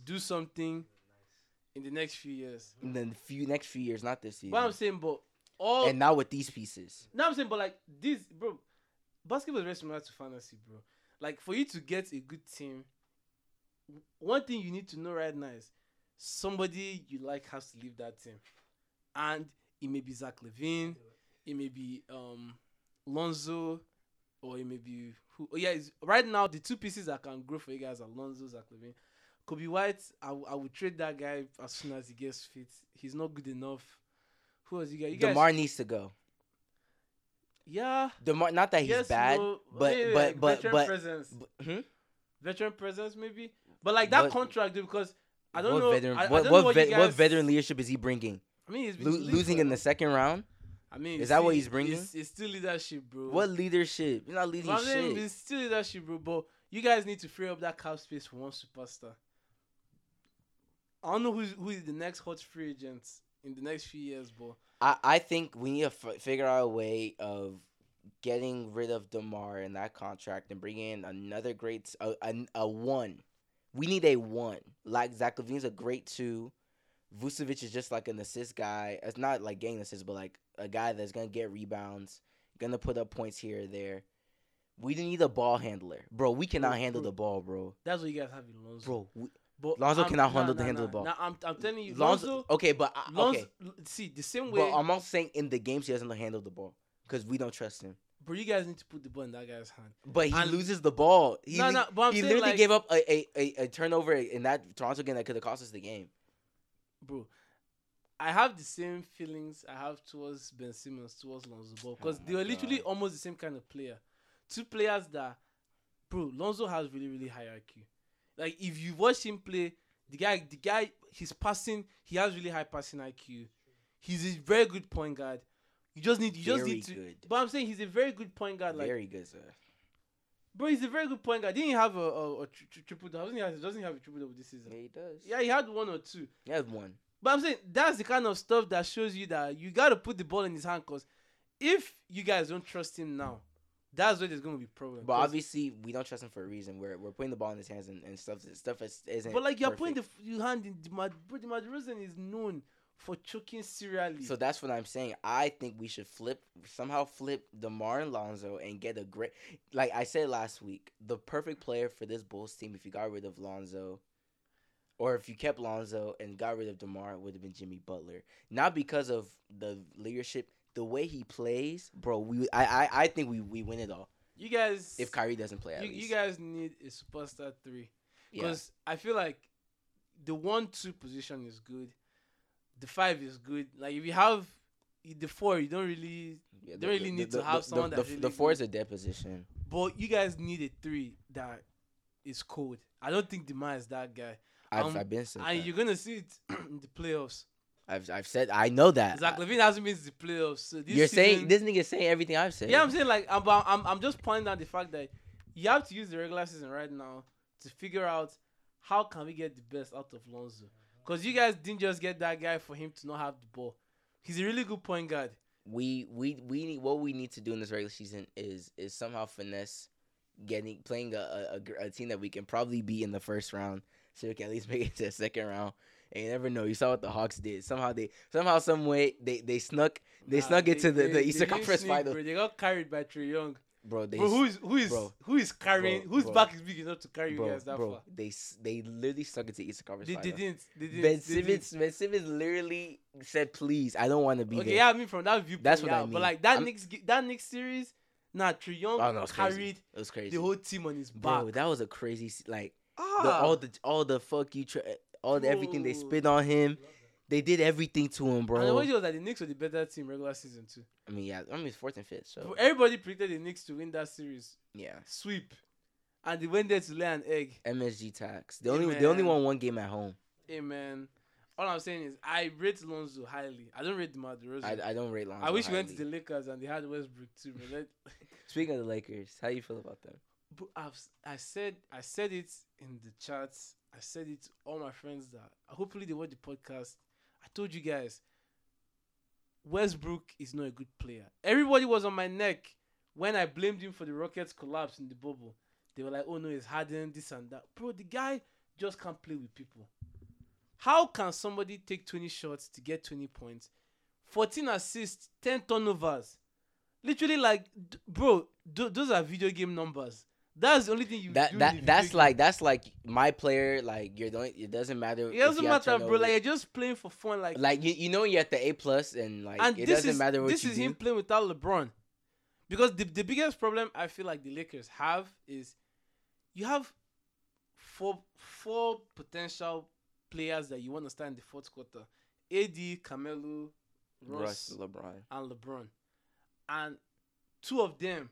S4: do something in the next few years.
S1: In the few next few years, not this season.
S4: But I'm saying, but all
S1: and now with these pieces,
S4: No, I'm saying, but like this, bro, basketball is very similar to fantasy, bro. Like for you to get a good team, w- one thing you need to know right now is somebody you like has to leave that team, and it may be Zach Levine, it may be um Lonzo, or it may be who? Oh yeah, it's, right now the two pieces that can grow for you guys are Lonzo, Zach Levine, Kobe White. I w- I would trade that guy as soon as he gets fit. He's not good enough. Who else you guys? You guys,
S1: Demar needs to go.
S4: yeah.
S1: Demar, not that he's
S4: Yes,
S1: bad,
S4: no,
S1: but-
S4: yeah, yeah,
S1: but-
S4: like
S1: but-
S4: veteran
S1: but-
S4: presence,
S1: but- hmm?
S4: veteran presence maybe. But like that
S1: What-
S4: contract, dude, because I don't
S1: what
S4: know.
S1: Veteran,
S4: I, I
S1: what
S4: don't
S1: what,
S4: know what,
S1: vet-
S4: you
S1: what
S4: guys-
S1: veteran leadership is he bringing?
S4: I mean, he's been
S1: Lo-
S4: in the league
S1: losing
S4: for-
S1: in the second round?
S4: I mean,
S1: is
S4: it's
S1: that what
S4: still-
S1: he's bringing?
S4: It's, it's still leadership, bro.
S1: What leadership? You're not
S4: But
S1: leading
S4: I'm saying
S1: shit.
S4: It's still leadership, bro. But you guys need to free up that cap space for one superstar. I don't know who's who is the next hot free agent in the next few years, but
S1: I, I think we need to f- figure out a way of getting rid of Demar and that contract and bring in another great s- a, a, a one. We need a one. Like Zach Levine's a great two. Vucevic is just like an assist guy. It's not like getting assists, but like a guy that's gonna get rebounds, gonna put up points here or there. We need a ball handler, bro. We cannot
S4: Bro,
S1: handle
S4: bro.
S1: the ball, bro.
S4: that's what you guys have in Lonzo.
S1: Bro, we,
S4: but
S1: Lonzo cannot handle the-
S4: nah,
S1: handle the
S4: nah.
S1: ball.
S4: Nah, I'm, I'm telling you,
S1: Lonzo,
S4: Lonzo.
S1: Okay, but I,
S4: Lonzo,
S1: okay,
S4: see the same way.
S1: but I'm also saying in the games he doesn't handle the ball because we don't trust him.
S4: Bro, you guys need to put the ball in that guy's hand.
S1: But he
S4: And-
S1: loses the ball. He,
S4: No,
S1: li-
S4: no, but I'm
S1: he
S4: saying,
S1: literally
S4: like-
S1: gave up a, a, a, a turnover in that Toronto game that could have cost us the game.
S4: Bro, I have the same feelings I have towards Ben Simmons, towards Lonzo Ball, because
S1: Oh
S4: they
S1: my
S4: were literally
S1: God.
S4: almost the same kind of player. Two players that, bro, Lonzo has really, really high IQ. Like, if you watch him play, the guy, the guy, his passing, he has really high passing IQ. He's a very good point guard. You just need, you just
S1: Very
S4: need to.
S1: good.
S4: But I'm saying he's a very good point guard. Like,
S1: Very good, sir.
S4: bro, he's a very good point guard. Didn't he have a, a, a tri- tri- triple double? Doesn't he have- doesn't he have a triple double this season?
S1: Yeah, he does. Yeah,
S4: Yeah, he had one or two.
S1: he has one.
S4: But I'm saying that's the kind of stuff that shows you that you got to put the ball in his hand because if you guys don't trust him now, that's where there's going to be problem.
S1: But
S4: 'Cause-
S1: obviously, we don't trust him for a reason. We're we're putting the ball in his hands and, and stuff. Stuff is, isn't.
S4: but like you're
S1: perfect.
S4: putting the f- your hand in the Mad, bro, the Mad Rosen is known for choking serially.
S1: So that's what I'm saying. I think we should flip somehow flip Demar and Lonzo and get a great. Like I said last week, the perfect player for this Bulls team, if you got rid of Lonzo, or if you kept Lonzo and got rid of Demar, would have been Jimmy Butler. Not because of the leadership, the way he plays, bro. We I I, I think we we win it all
S4: you guys,
S1: if Kyrie doesn't play at
S4: you,
S1: least.
S4: you guys need a superstar three
S1: yeah.
S4: because I feel like the one two position is good, the five is good. Like if you have the four, you don't really
S1: Yeah,
S4: they really need to have someone
S1: the,
S4: that's
S1: the,
S4: really
S1: the four
S4: good.
S1: is a dead position.
S4: But you guys need a three that is cold. I don't think Demar is that guy.
S1: I've,
S4: Um,
S1: I've been said
S4: and
S1: that.
S4: you're gonna see it in the playoffs.
S1: I've I've said I know that.
S4: Zach
S1: I-
S4: Levine hasn't missed the playoffs. So this
S1: you're saying
S4: season-
S1: this nigga saying everything I've said.
S4: Yeah, I'm saying like I'm, I'm I'm- I'm just pointing out the fact that you have to use the regular season right now to figure out how can we get the best out of Lonzo. Cause you guys didn't just get that guy for him to not have the ball. He's a really good point guard.
S1: we we we need what we need to do in this regular season is is somehow finesse getting playing a a- a, gr- a team that we can probably beat in the first round so we can at least make it to the second round. And you never know. You saw what the Hawks did. Somehow they somehow some way they they snuck they
S4: Nah,
S1: snuck it to the,
S4: they-
S1: the
S4: they
S1: Eastern
S4: didn't
S1: Conference
S4: sneak,
S1: Finals,
S4: Bro. They got carried by Trey Young.
S1: bro. They
S4: Bro,
S1: s-
S4: who is who is
S1: bro.
S4: who is carrying
S1: Bro,
S4: whose
S1: bro.
S4: back is big enough to carry
S1: bro,
S4: you guys that
S1: bro,
S4: far?
S1: they s- they literally snuck it to Eastern Conference
S4: They, they
S1: Finals.
S4: didn't. They didn't.
S1: Ben
S4: they didn't.
S1: Simmons, Ben Simmons literally said, "Please, I don't want to be
S4: Okay,
S1: there."
S4: yeah, I mean from that viewpoint.
S1: That's what
S4: yeah,
S1: I mean.
S4: But like that
S1: I'm-
S4: Knicks ge- that Knicks series, nah, Trey Young
S1: Oh no, it's
S4: carried
S1: crazy. It was crazy.
S4: the whole team on his back.
S1: Bro, that was a crazy se- like
S4: ah,
S1: the, all the all the fuck you tra- all the everything they spit on him. They did everything to him,
S4: And the
S1: bro.
S4: worst was that the Knicks were the better team regular season too.
S1: I mean, yeah, I mean it's fourth and fifth, so
S4: Everybody predicted the Knicks to win that series,
S1: yeah.
S4: sweep, and they went there to lay an egg.
S1: MSG tax. They
S4: Hey,
S1: only they only
S4: man.
S1: won one game at home.
S4: Hey man, all I'm saying is I rate Lonzo highly. I don't rate DeMar DeRozan.
S1: I,
S4: I,
S1: I don't rate Lonzo.
S4: wish he went to the
S1: highly.
S4: Lakers and they had Westbrook too. But let,
S1: Speaking of the Lakers, how you feel about them?
S4: But I've s- I said I said it in the chats. I said it to all my friends that hopefully they watch the podcast. I told you guys Westbrook is not a good player. Everybody was on my neck when I blamed him for the Rockets collapse in the bubble. They were like, "Oh no, it's Harden, this and that." Bro, the guy just can't play with people. How can somebody take 20 shots to get 20 points, 14 assists, 10 turnovers? Literally, like, d- bro, tho- those are video game numbers. That's the only thing you do
S1: That
S4: in a
S1: that
S4: video
S1: that's
S4: game.
S1: like that's like my player. Like you're the only, it doesn't matter. if
S4: it
S1: you
S4: doesn't
S1: have
S4: matter, bro.
S1: turnovers.
S4: Like, you're just playing for fun. Like,
S1: like you, you know you're at the A plus and like
S4: and
S1: it
S4: this
S1: doesn't
S4: is
S1: matter what
S4: this
S1: you
S4: is
S1: do.
S4: him playing without LeBron, because the the biggest problem I feel like the Lakers have is you have four four potential players that you want to start in the fourth quarter: AD, Camelo, Russ,
S1: Russ LeBron.
S4: and LeBron, and two of them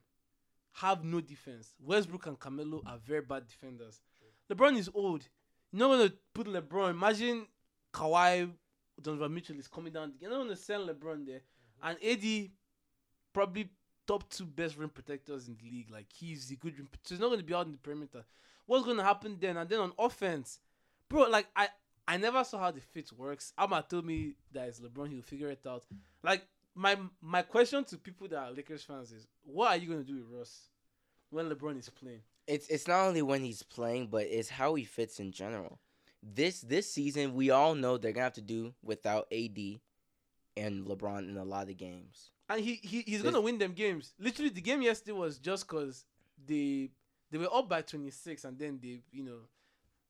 S4: have no defense. Westbrook and Camelo are very bad defenders. LeBron is old. You're not gonna put LeBron. Imagine Kawhi, Donovan Mitchell is coming down. You're not gonna send LeBron there. And AD, probably top two best rim protectors in the league. Like he's a good rim. So he's not gonna be out in the perimeter. What's gonna happen then? And then on offense, bro. Like I, I never saw how the fit works. Amma told me that it's LeBron. He'll figure it out. Like my my question to people that are Lakers fans is, what are you gonna do with Russ when LeBron is playing?
S1: It's it's not only when he's playing, but it's how he fits in general. This this season, we all know they're gonna have to do without AD and LeBron in a lot of games.
S4: And he, he he's
S1: This-
S4: gonna win them games. Literally, the game yesterday was just cause they they were up by twenty six, and then they you know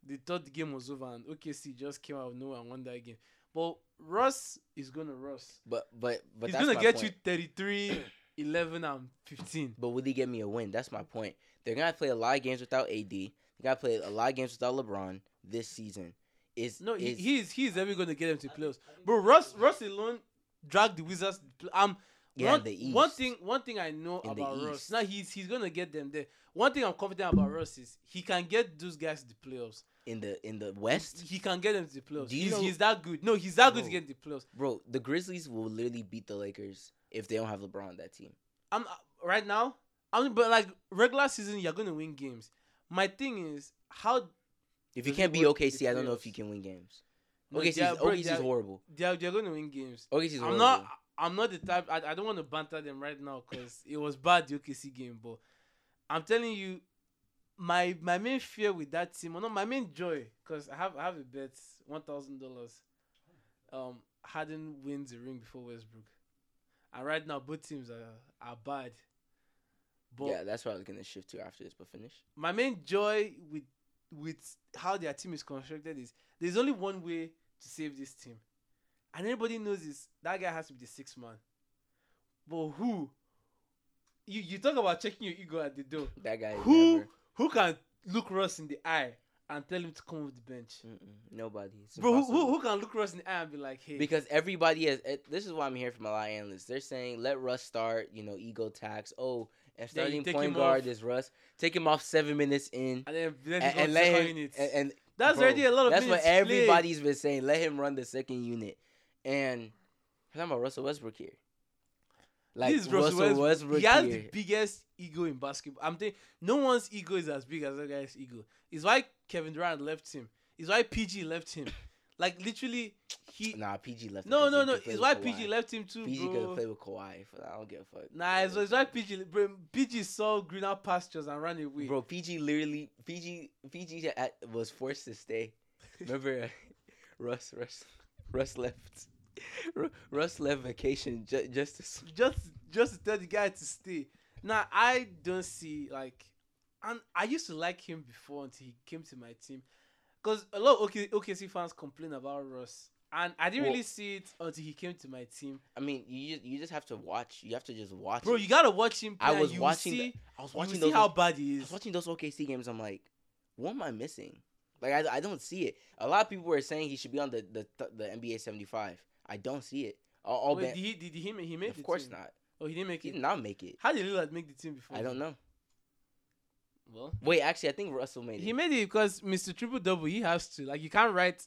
S4: they thought the game was over, and OKC just came out of nowhere and won that game. But Russ is gonna Russ.
S1: But but but
S4: he's
S1: that's
S4: gonna
S1: my
S4: get
S1: point.
S4: you 33, 11, and fifteen.
S1: But will he get me a win? That's my point. They're gonna play a lot of games without AD. They gotta play a lot of games without LeBron this season. Is
S4: No, he,
S1: is,
S4: he's he's ever gonna get them to playoffs.
S5: I think
S4: Bro,
S5: that's
S4: Russ
S5: true.
S4: Russ alone dragged the Wizards. to pl- Um,
S1: yeah
S4: one,
S1: the East.
S4: one thing one thing I know
S1: In the
S4: about
S1: East.
S4: Russ. Now he's he's gonna get them there. One thing I'm confident about Russ is he can get those guys to the playoffs.
S1: in the in the West,
S4: He can get them to the playoffs.
S1: Do you
S4: He's,
S1: know-
S4: he's that good. No, he's that good to
S1: Bro.
S4: get the playoffs.
S1: bro, the Grizzlies will literally beat the Lakers if they don't have LeBron on that team.
S4: I'm uh, right now. I'm but like regular season, you're gonna win games. My thing is how
S1: If you
S4: Does
S1: can't
S4: it
S1: be
S4: work in the
S1: OKC, I don't know if
S4: playoffs?
S1: you can win games.
S4: no,
S1: OKC's,
S4: they are- bro, they
S1: OKC's
S4: are-
S1: horrible.
S4: they're they're gonna win games.
S1: OKC's horrible.
S4: I'm not. I'm not the type. I, I don't want to banter them right now because it was bad the OKC game. But I'm telling you, my my main fear with that team, or not my main joy, because I have I have a bet one thousand dollars. Um, Harden wins the ring before Westbrook, and right now both teams are are bad. But
S1: yeah, that's what I was gonna shift to after this, but finish.
S4: my main joy with with how their team is constructed is there's only one way to save this team, and everybody knows this. That guy has to be the sixth man. But who? You you talk about checking your ego at the door.
S1: That guy. is
S4: Who
S1: never-
S4: who can look Russ in the eye and tell him to come off the bench?
S1: Mm-mm, nobody. It's
S4: Bro, who,
S1: impossible.
S4: who, who can look Russ in the eye and be like, hey,
S1: Because everybody has. eh, This is why I'm hearing from a lot of analysts. They're saying let Russ start. You know, ego tax. Oh, and
S4: Then you
S1: starting
S4: take
S1: point
S4: him
S1: guard
S4: off.
S1: is Russ. Take him off seven minutes in,
S4: and then
S1: and,
S4: let him go
S1: and
S4: to
S1: let
S4: second
S1: him.
S4: unit.
S1: And, and
S4: That's
S1: bro,
S4: already a lot of
S1: That's what
S4: minutes played.
S1: everybody's been saying. Let him run the second unit, and I'm talking about Russell Westbrook here. Like
S4: This is
S1: Russell, Westbrook,
S4: He has
S1: here.
S4: the biggest ego in basketball. I'm thinking no one's ego is as big as that guy's ego. It's why Kevin Durant left him. It's why PG left him. Like literally, he
S1: Nah, PG left.
S4: no
S1: because
S4: no
S1: he
S4: no.
S1: could play with
S4: It's why
S1: Kawhi.
S4: PG left him too,
S1: PG could
S4: bro.
S1: have played with Kawhi. For that. I don't give a fuck.
S4: Nah, it's, it's why PG bro, PG saw greener pastures and ran away.
S1: Bro, PG literally PG PG at, was forced to stay. Remember, uh, Russ Russ Russ left. Ru- Russ left vacation ju- just to. s-
S4: Just just to tell the guy to stay. Nah, I don't see like, and I used to like him before until he came to my team, because a lot of OK, OKC fans complain about Russ, and I didn't
S1: Well-
S4: really see it until he came to my team.
S1: I mean, you just, you just have to watch. You have to just watch.
S4: Bro,
S1: it.
S4: you gotta watch him. Play
S1: I
S4: and
S1: was
S4: you will
S1: watching.
S4: See,
S1: the- I was
S4: you will
S1: watching
S4: see
S1: those.
S4: how bad he
S1: I
S4: is.
S1: was watching those OKC games. I'm like, what am I missing? Like, I, I don't see it. A lot of people were saying he should be on the the, th- the NBA 75. I don't see it. All, all
S4: Wait,
S1: ban-
S4: did he did he make, he made
S1: of course not.
S4: Oh, he Mm-hmm. didn't make
S1: He
S4: it.
S1: did not make it.
S4: How did Lillard make the team before?
S1: I don't know.
S4: Well,
S1: Wait, actually, I think Russell made it.
S4: he made it because Mr. Triple Double he has to like you can't write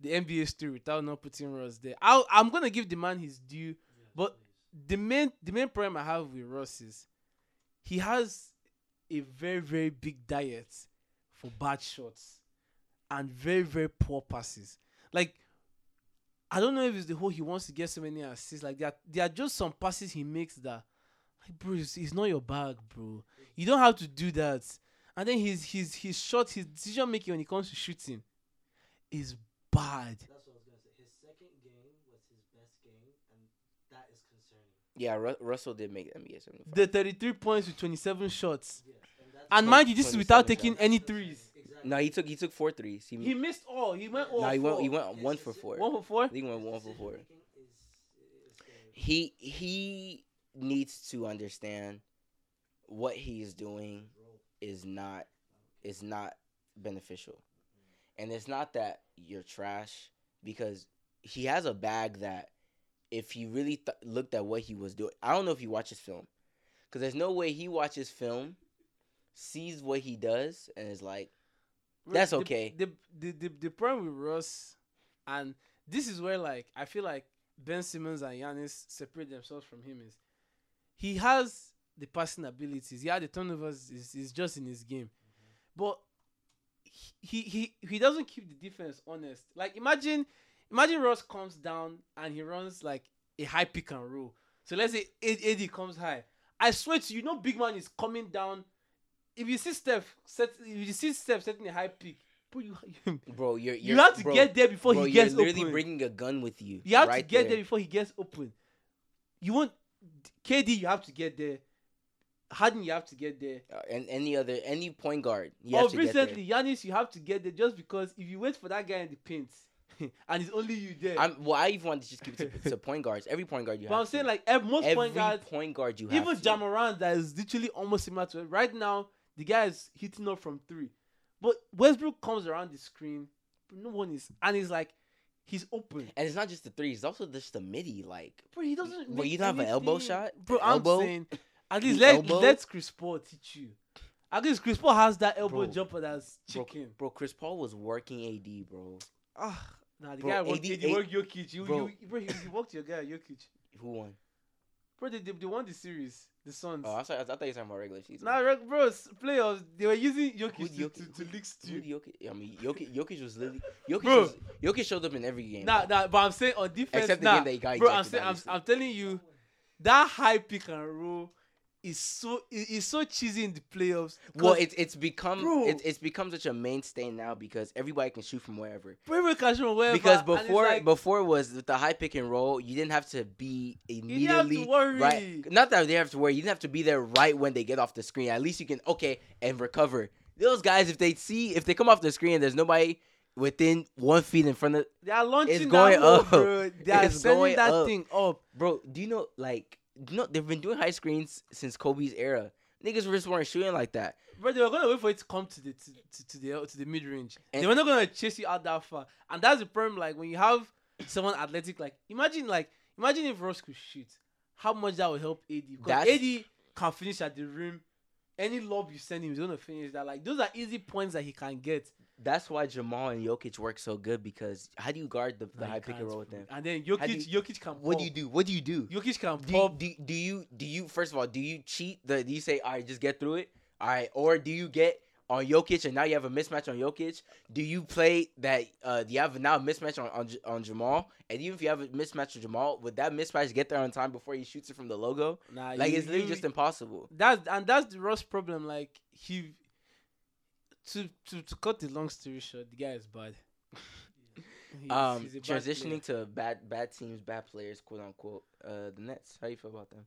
S4: the NBA story without not putting Russ there. I I'm gonna give the man his due. But- The main the main problem I have with Russ is he has a very very big diet for bad shots and very very poor passes. Like I don't know if it's the whole he wants to get so many assists. Like there are, there are just some passes he makes that like bro, it's, it's not your bag, bro. You don't have to do that. And then his his his shot, his decision making when it comes to shooting is bad.
S5: That's what I was gonna say. His second game was his best game, and that is concerning.
S1: Yeah, Ru- Russell did make NBA 75.
S4: The 33 points with 27 shots.
S5: Yes, and that's
S4: And
S1: Twen-
S4: mind you, this is
S1: 27
S4: without
S1: shots.
S4: taking any threes.
S5: Exactly.
S1: No, he took he took four threes. He,
S4: Mm-hmm. He missed all. He went all.
S1: no, he
S4: four.
S1: went he went
S5: Yes,
S1: one
S5: yes,
S1: for
S5: yes.
S1: four.
S4: one for four.
S1: I think he went
S5: His
S1: one for four.
S5: decision-making is- is scary.
S1: He he needs to understand what he's doing is not is not beneficial, and it's not that you're trash because he has a bag that if he really th- looked at what he was doing, I don't know if he watches film, because there's no way he watches film, sees what he does, and is like, That's
S4: The-
S1: okay.
S4: The the, the the problem with Russ, and this is where like I feel like Ben Simmons and Giannis separate themselves from him is he has the passing abilities. He had the turnovers. Is is just in his game, but he he he doesn't keep the defense honest. Like imagine imagine Russ comes down and he runs like a high pick and roll. So let's say AD AD comes high. I swear to you, no big man is coming down. If you see Steph set, if you see Steph setting a high pick, bro, you you
S1: bro, you're, you're
S4: have to
S1: bro,
S4: get there before
S1: bro,
S4: he gets
S1: you're literally
S4: open.
S1: bringing a gun with you.
S4: you have to
S1: right
S4: get there. before he gets open. You want KD, you have to get there. Harden, you have to get there.
S1: Uh, and any other any point guard. You
S4: Or
S1: have to
S4: Oh, recently, Giannis, you have to get there just because if you wait for that guy in the paint, and it's only you there.
S1: get there. I'm well. I even want to just keep it to, to point guards. Every point guard you
S4: but
S1: have.
S4: I'm saying
S1: to.
S4: like ev- most
S1: every
S4: point guards,
S1: point guard you have.
S4: even
S1: to.
S4: Jamoran, that is literally almost similar to it. Right now, the guy is hitting up from three, but Westbrook comes around the screen. but No one is, and he's like, he's open.
S1: And it's not just the threes. It's also just the midi. Like
S4: Bro, he doesn't.
S1: Bro,
S4: make
S1: you don't have an elbow
S4: anything.
S1: shot?
S4: Bro,
S1: An
S4: I'm
S1: elbow?
S4: saying, at least
S1: The
S4: let
S1: elbow?
S4: let Chris Paul teach you. At least Chris Paul has that elbow
S1: Bro,
S4: jumper that's
S1: bro,
S4: chicken.
S1: bro, Chris Paul was working AD, bro.
S4: Ah, nah, the
S1: Bro,
S4: guy worked.
S1: 88
S4: He worked Jokic. You,
S1: bro.
S4: you, bro, he, he worked your guy Jokic.
S1: Who won?
S4: Bro, they, they, they won the series. The Suns.
S1: Oh, I, sorry, I thought you were talking about regular season.
S4: Nah, reg- bro, s- playoffs. They were using
S1: Who
S4: Jokic to,
S1: Jokic-
S4: to,
S1: who-
S4: to leak
S1: Who
S4: stew.
S1: Jokic, I mean, Jokic, Jokic was literally Jokic.
S4: Bro.
S1: Was, Jokic showed up in every game.
S4: Nah, nah, but I'm saying on defense.
S1: Except the
S4: nah,
S1: game that he got
S4: bro, I'm
S1: ejected,
S4: saying, I'm,
S1: obviously.
S4: I'm telling you, that high pick and roll is so is, is so cheesy in the playoffs. 'cause
S1: well, it's it's become
S4: Bro.
S1: it's it's become such a mainstay now because everybody can shoot from wherever.
S4: Favorite casual wear
S1: Because
S4: but- and it's
S1: before
S4: like,
S1: before was with the high pick and roll, you didn't have to be
S4: you didn't have
S1: immediately
S4: to worry.
S1: right. Not that they have to worry, you didn't have to be there right when they get off the screen. At least you can okay and recover. Those guys, if they see if they come off the screen, there's nobody within one feet in front of
S4: They are launching
S1: It's
S4: that
S1: going
S4: hole,
S1: up.
S4: bro. They are
S1: It's
S4: sending
S1: going
S4: that
S1: up.
S4: thing up.
S1: bro. Do you know like do you know they've been doing high screens since Kobe's era. Niggas just weren't shooting like that.
S4: But they were gonna wait for it to come to the to, to, to the to the mid range. They
S1: And-
S4: were not gonna chase you out that far, and that's the problem. Like when you have someone athletic, like imagine like imagine if Ross could shoot, how much that would help AD because
S1: That's-
S4: AD can finish at the rim. Any lob you send him, he's gonna finish that. Like those are easy points that he can get.
S1: That's why Jamal and Jokic work so good because how do you guard the, the high pick and roll with them?
S4: And then
S1: How do
S4: Jokic, Jokic can.
S1: What do you
S4: pop.
S1: do? What do you do?
S4: Jokic can
S1: do, you,
S4: pop.
S1: do, do you do you first of all do you cheat the do you say all right just get through it all right or do you get on Jokic and now you have a mismatch on Jokic do you play that uh do you have now a mismatch on on, J- on Jamal and even if you have a mismatch with Jamal would that mismatch get there on time before he shoots it from the logo
S4: Nah,
S1: like
S4: you-
S1: it's literally
S4: you-
S1: just impossible
S4: that's and that's the Ross problem. Like he to to to cut the long story short, the guy is bad. He's-
S1: um
S4: he's a bad player.
S1: transitioning to bad bad teams bad players quote unquote uh the Nets how you feel about them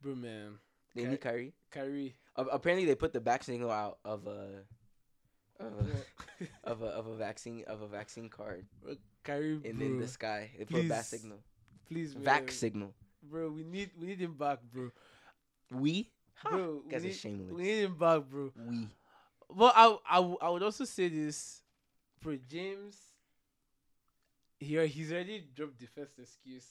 S4: bro, man,
S1: they
S4: Okay.
S1: need Kyrie
S4: Kyrie.
S1: A- apparently they put the back signal out of a of a,
S4: bro,
S1: of a of a vaccine of a vaccine card
S4: Kyrie, bro,
S1: and in the sky. They put a bat
S4: please,
S1: signal.
S4: please, man.
S1: Vac signal.
S4: bro. We need we need him back, bro.
S1: We? Huh.
S4: Bro, we
S1: Guys are
S4: need, we
S1: shameless.
S4: need him back, bro.
S1: We.
S4: But I, I w- I would also say this, bro. James, here he's already dropped the first excuse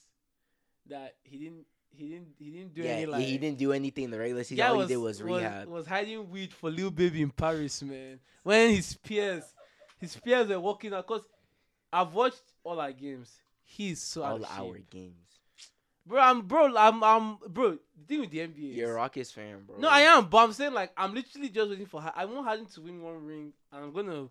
S4: that he didn't he didn't he didn't do
S1: Yeah,
S4: any
S1: he-
S4: like
S1: he didn't do anything in the regular season.
S4: Guy
S1: All he did was rehab.
S4: Was, hiding weed for little baby in Paris, man. When his peers, his peers were walking out. Cause I've watched all our games. He's so out
S1: all
S4: of
S1: our
S4: shape.
S1: games.
S4: bro. I'm bro. I'm I'm bro. The thing with the NBA. is-
S1: You're a Rockets fan, bro.
S4: No, I am, but I'm saying like I'm literally just waiting for. Ha- I want Harden to win one ring, and I'm gonna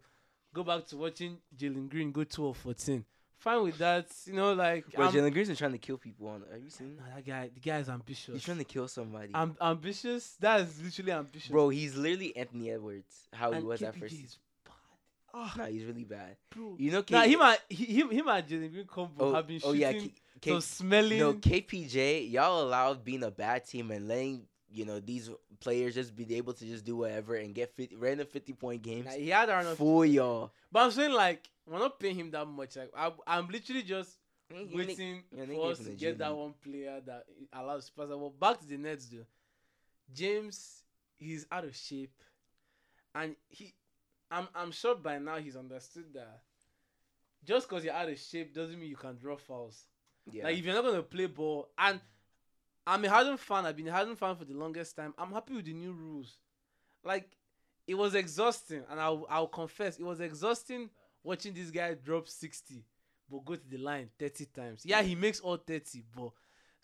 S4: go back to watching Jalen Green go 12 14. Fine with that, you know. Like,
S1: Bro,
S4: I'm-
S1: Jalen Green's been trying to kill people. On have you seen?
S4: no,
S1: that?
S4: that guy, the guy is ambitious.
S1: He's trying to kill somebody.
S4: Am- ambitious. That is literally ambitious.
S1: Bro, he's literally Anthony Edwards. How he
S4: And
S1: was at
S4: KPJ
S1: first.
S4: is bad. Ah,
S1: Nah, he's really bad.
S4: bro.
S1: You know,
S4: Nah,
S1: K-
S4: him and he- him him and Jalen Green combo
S1: Oh,
S4: have been
S1: oh
S4: shooting
S1: yeah, K- K-
S4: so smelling.
S1: No, KPJ, y'all allowed being a bad team and letting you know these players just be able to just do whatever and get 50, random fifty point games.
S4: Nah, he had around,
S1: Fool y'all.
S4: but I'm saying like we're not paying him that much. Like I'm, I'm literally just waiting
S1: yeah, nigga
S4: for
S1: is
S4: us
S1: in
S4: to
S1: the
S4: get
S1: G
S4: that
S1: League.
S4: one player that allows pass. But back to the Nets though. James, he's out of shape, and he, I'm I'm sure by now he's understood that. Just because you're out of shape doesn't mean you can draw fouls.
S1: Yeah.
S4: Like if you're not gonna play ball, and I'm a Harden fan. I've been a Harden fan for the longest time. I'm happy with the new rules. Like it was exhausting, and I'll I'll confess it was exhausting watching this guy drop sixty, but go to the line thirty times. Yeah, he makes all thirty, but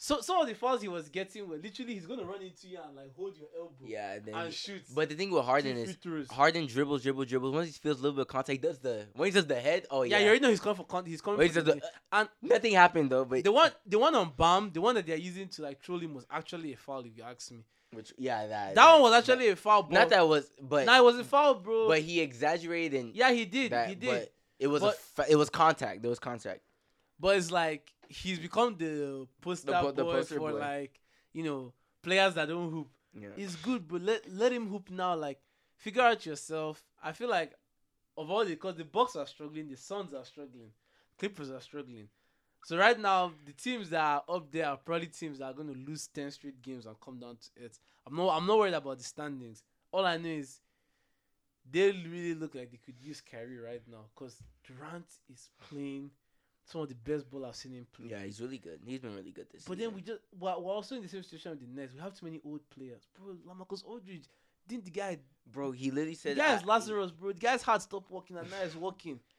S4: so some of the fouls he was getting were literally he's gonna run into you and like hold your elbow
S1: yeah. and Then
S4: and shoot.
S1: but the thing with Harden
S4: two
S1: is
S4: free throws.
S1: Harden dribbles, dribbles, dribbles. Once he feels a little bit of contact, does the when he does the head. Oh
S4: yeah,
S1: yeah.
S4: you already know he's coming for con- he's coming.
S1: When
S4: for
S1: he does
S4: the-
S1: the,
S4: and
S1: nothing happened though. But
S4: the one the one on Bam, the one that they're using to like troll him was actually a foul if you ask me.
S1: which, yeah, that
S4: That one was actually a foul ball.
S1: not that was, but
S4: nah, it was a foul, bro.
S1: but he exaggerated and
S4: yeah, he did.
S1: that,
S4: he did.
S1: But it was a
S4: But-
S1: fa- it was contact. There was contact.
S4: But it's like he's become the poster
S1: po- the
S4: boy
S1: poster
S4: for
S1: boy.
S4: like you know players that don't hoop.
S1: Yeah.
S4: It's good, but let let him hoop now. Like figure out yourself. I feel like of all the because the Bucks are struggling, the Suns are struggling, Clippers are struggling. So right now the teams that are up there are probably teams that are going to lose ten straight games and come down to it. I'm not I'm not worried about the standings. All I know is they really look like they could use Kyrie right now because Durant is playing some of the best ball I've seen him play.
S1: Yeah, he's really good. He's been really good this
S4: But
S1: season.
S4: then we just we're, we're also in the same situation with the Nets. We have too many old players, bro. Lamarcus Aldridge, didn't the guy?
S1: bro, he literally
S4: The
S1: said,
S4: guy is
S1: I-
S4: Lazarus, bro. The guy's heart stopped working and now he's working.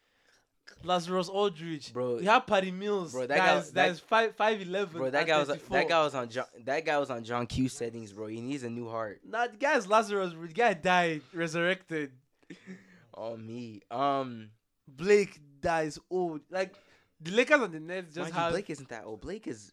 S4: Lazarus Aldridge,
S1: Bro.
S4: We have Patty Mills,
S1: Bro,
S4: bro.
S1: that
S4: That,
S1: guy-
S4: guy's
S1: that-
S4: that's five five eleven.
S1: Bro, that
S4: and
S1: guy was
S4: 34.
S1: that guy was on John, that guy was on John Q settings, bro. He needs a new heart.
S4: Nah, the guy's Lazarus, bro. The guy died, resurrected.
S1: Oh me, um,
S4: Blake dies old. Like the Lakers and the Nets just
S1: mind you,
S4: have.
S1: Blake isn't that old. Blake is,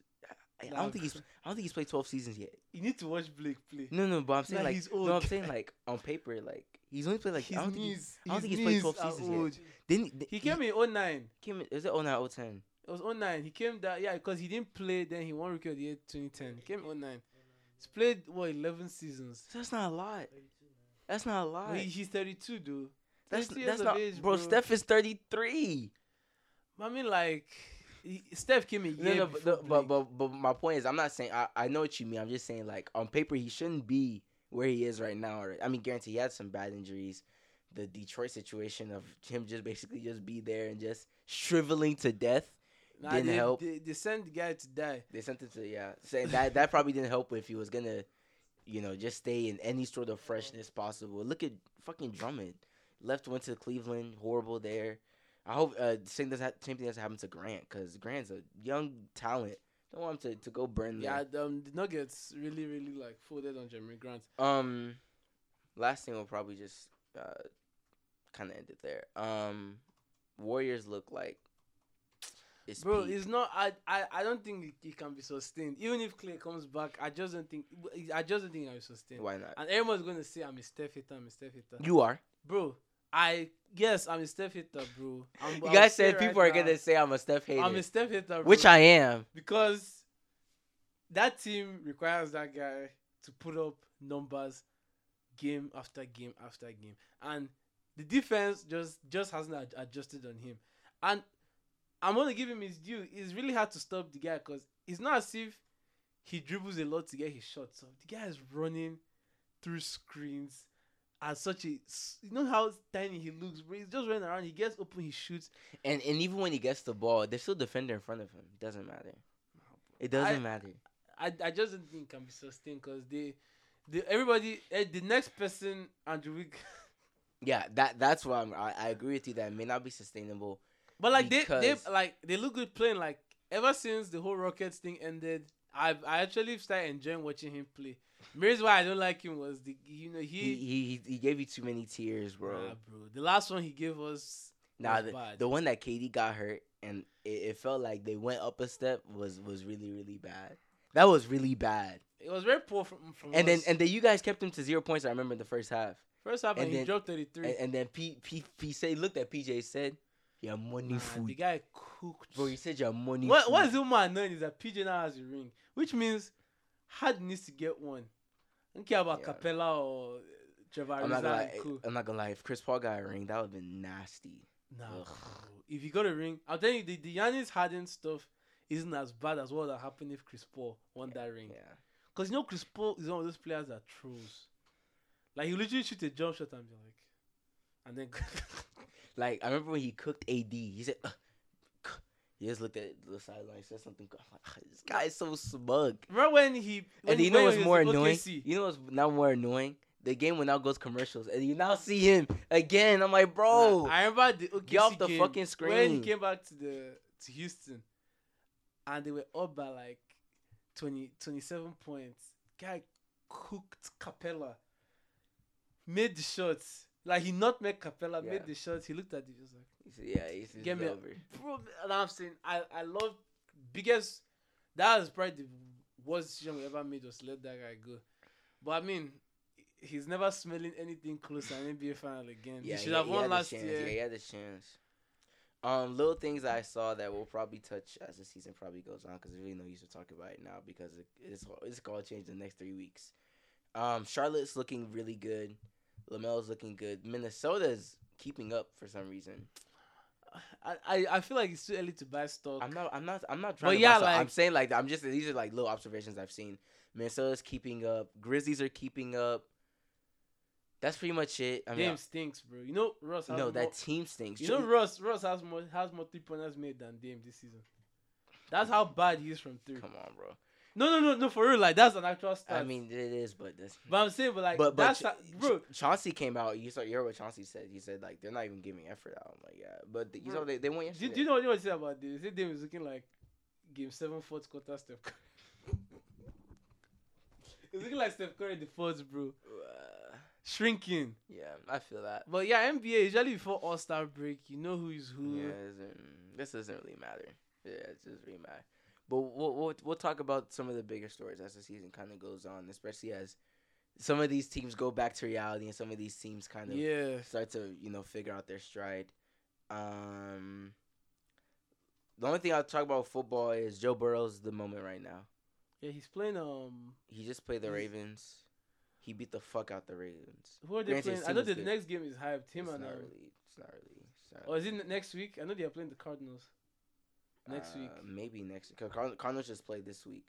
S1: I, I
S4: Nah,
S1: don't think he's, I don't think he's played twelve seasons yet.
S4: You need to watch Blake play.
S1: No, no, but I'm saying
S4: Nah,
S1: like,
S4: he's
S1: no,
S4: old.
S1: I'm saying like on paper, like he's only played like
S4: his
S1: I don't think
S4: knees,
S1: I don't
S4: his
S1: think he's played
S4: knees
S1: 12
S4: are
S1: seasons yet.
S4: old.
S1: he, didn't.
S4: He came in 09.
S1: came. Is it 09 or 010?
S4: It was 09. He came down, yeah, because he didn't play then. He won Rookie of the Year 2010. He came in 09. He's played, what, 11 seasons?
S1: So That's not a lot. That's not a lot.
S4: He, he's 32, dude.
S1: that's
S4: 30 years
S1: that's
S4: of
S1: not,
S4: age,
S1: bro,
S4: bro.
S1: Steph is thirty three.
S4: I mean, like, he, Steph came in.
S1: No,
S4: year
S1: no, but,
S4: before
S1: no, but
S4: Blake.
S1: but but my point is, I'm not saying I, I know what you mean. I'm just saying like on paper he shouldn't be where he is right now. Already. I mean, guarantee he had some bad injuries. The Detroit situation of him just basically just be there and just shriveling to death
S4: Nah,
S1: didn't
S4: they,
S1: help.
S4: They, they sent the guy to die.
S1: They sent him to yeah. Saying that that probably didn't help if he was gonna, you know, just stay in any sort of freshness possible. Look at fucking Drummond. Left went to Cleveland, horrible there. I hope uh same does ha- same thing doesn't happen to Grant because Grant's a young talent. Don't want him to, to go burn.
S4: Yeah,
S1: Yeah.
S4: um, the Nuggets really, really like folded on Jeremy Grant.
S1: Um, last thing will probably just uh kind of end it there. Um, Warriors look like it's
S4: Bro,
S1: peak.
S4: it's not. I, I, I don't think it, it can be sustained. Even if Clay comes back, I just don't think. I just don't think it can be sustained.
S1: why not?
S4: And everyone's gonna say I'm a Steph hater. I'm a Steph hater.
S1: You are.
S4: bro, I yes, I'm a Steph hater, bro. I'm,
S1: You
S4: I'll
S1: guys
S4: say
S1: said
S4: right
S1: people are
S4: now,
S1: gonna say I'm a Steph hater,
S4: I'm a Steph hater, bro,
S1: which I am.
S4: because that team requires that guy to put up numbers game after game after game, and the defense just just hasn't ad- adjusted on him. And I'm gonna give him his due. It's really hard to stop the guy because it's not as if he dribbles a lot to get his shots off. The guy is running through screens at such a s- you know how tiny he looks, but he's just running around. He gets open, he shoots.
S1: And and even when he gets the ball, there's still defender in front of him. Doesn't matter. It doesn't matter.
S4: I, I just don't think it can be sustained because they, they everybody eh, the next person Andrew Wiggins,
S1: Yeah, that that's why I'm, I I agree with you that it may not be sustainable.
S4: but like they
S1: Because-
S4: they like they look good playing. Like ever since the whole Rockets thing ended, I I actually started enjoying watching him play. The reason why I don't like him was the you know
S1: He
S4: he,
S1: he he, he gave you too many tears,
S4: bro.
S1: bro.
S4: bro the last one he gave us
S1: Nah,
S4: was
S1: the,
S4: bad.
S1: the one that KD got hurt and it, it felt like they went up a step was was really really bad. That was really bad.
S4: it was very poor from from
S1: And then
S4: us.
S1: and then you guys kept him to zero points. I remember in the first half.
S4: first half
S1: and
S4: and he
S1: then-
S4: dropped thirty three.
S1: And, and then P P P say looked at PJ said, "Your money
S4: the
S1: food,
S4: guy cooked.
S1: bro. You said your money.
S4: What
S1: food.
S4: what is even more annoying is that PJ now has a ring, which means Hard needs to get one. I don't care about
S1: Yeah.
S4: Capella or uh, Trevor
S1: I'm not
S4: Ariza
S1: gonna
S4: and
S1: lie. uh,
S4: Cool.
S1: I'm not gonna lie. If Chris Paul got a ring, that would have been nasty.
S4: Nah,
S1: Ugh.
S4: bro. if you got a ring, I'll tell you the, the Giannis Harden stuff isn't as bad as what would have happened if Chris Paul won that ring.
S1: Yeah.
S4: Because you know Chris Paul is one of those players that throws. Like he literally shoot a jump shot and be like, and then
S1: Like I remember when he cooked AD, he said, "Ugh, k-" he just looked at the sideline, said something. I'm like, "Ugh, This guy's so smug.
S4: remember when he when,
S1: and you
S4: when
S1: know
S4: he
S1: what's
S4: was
S1: more
S4: in
S1: annoying?
S4: OKC?
S1: You know what's now more annoying? The game will now goes commercials, and you now see him again. I'm like, bro,
S4: Nah, I remember the OKC
S1: Oh. get off the
S4: game
S1: fucking
S4: when he
S1: screen.
S4: came back to the to Houston, and they were up by like 20, 27 points. Guy cooked Capella, made the shots. Like he not made Capella,
S1: Yeah.
S4: made the shots. He looked at it, he was like,
S1: He said, yeah, it's, it's
S4: Get me-
S1: over.
S4: "Bro," and I'm saying, I I love biggest. That was probably the worst decision we ever made was let that guy go. But I mean. He's never smelling anything close to an NBA final again.
S1: Yeah,
S4: he should
S1: he-
S4: have
S1: he
S4: won
S1: had the
S4: last
S1: chance.
S4: year.
S1: Yeah, he had the chance. Um, little things I saw that we'll probably touch as the season probably goes on because there's really no use to talk about it now because it, it's it's going to change the next three weeks. Um, Charlotte's looking really good. Lamel's looking good. Minnesota's keeping up for some reason.
S4: I, I, I feel like it's too early to buy stock.
S1: I'm not. I'm not. I'm not trying.
S4: But
S1: to yeah,
S4: yeah,
S1: like, I'm
S4: like-
S1: saying like I'm just these are like little observations I've seen. Minnesota's keeping up. Grizzlies are keeping up. That's pretty much it. I mean,
S4: Dame stinks, bro. You know Russ has
S1: no,
S4: more,
S1: that team stinks.
S4: you know
S1: Ju-
S4: Russ Russ has more has more three pointers made than Dame this season. That's how bad he is from three.
S1: come on, bro.
S4: No, no, no, no. For real, like that's an actual stat.
S1: I mean, it is, but that's.
S4: but I'm saying, but like,
S1: but but
S4: that's
S1: Ch-
S4: a-
S1: Ch-
S4: bro.
S1: Chauncey came out. You saw you heard what Chauncey said. He said like they're not even giving effort out. I'm like yeah, but the, you
S4: Bro,
S1: know they they won
S4: Do,
S1: yesterday.
S4: do you know what you want to say about this? Say Dame is looking like game seven fourth quarter Steph Curry. He's looking like Steph Curry in the fourth, bro.
S1: Uh,
S4: Shrinking.
S1: yeah, I feel that.
S4: But yeah, NBA usually before All Star break, you know who is who.
S1: Yeah, it doesn't- this doesn't really matter. Yeah, it doesn't really matter. But we'll, we'll we'll talk about some of the bigger stories as the season kind of goes on, especially as some of these teams go back to reality and some of these teams kind of
S4: yeah.
S1: start to you know figure out their stride. Um, the only thing I'll talk about with football is Joe Burrow's the moment right now.
S4: Yeah, he's playing. Um,
S1: He just played the
S4: He's-
S1: Ravens. He beat the fuck out the Ravens.
S4: who are they
S1: Granted, his
S4: playing? I
S1: team
S4: know
S1: is
S4: the
S1: good.
S4: next game is hyped. Him
S1: it's
S4: and
S1: not
S4: um,
S1: really. It's not really. It's not
S4: or is it ne- next week? I know they are playing the Cardinals. next week?
S1: Uh, Maybe next. Cause Card- Cardinals just played this week.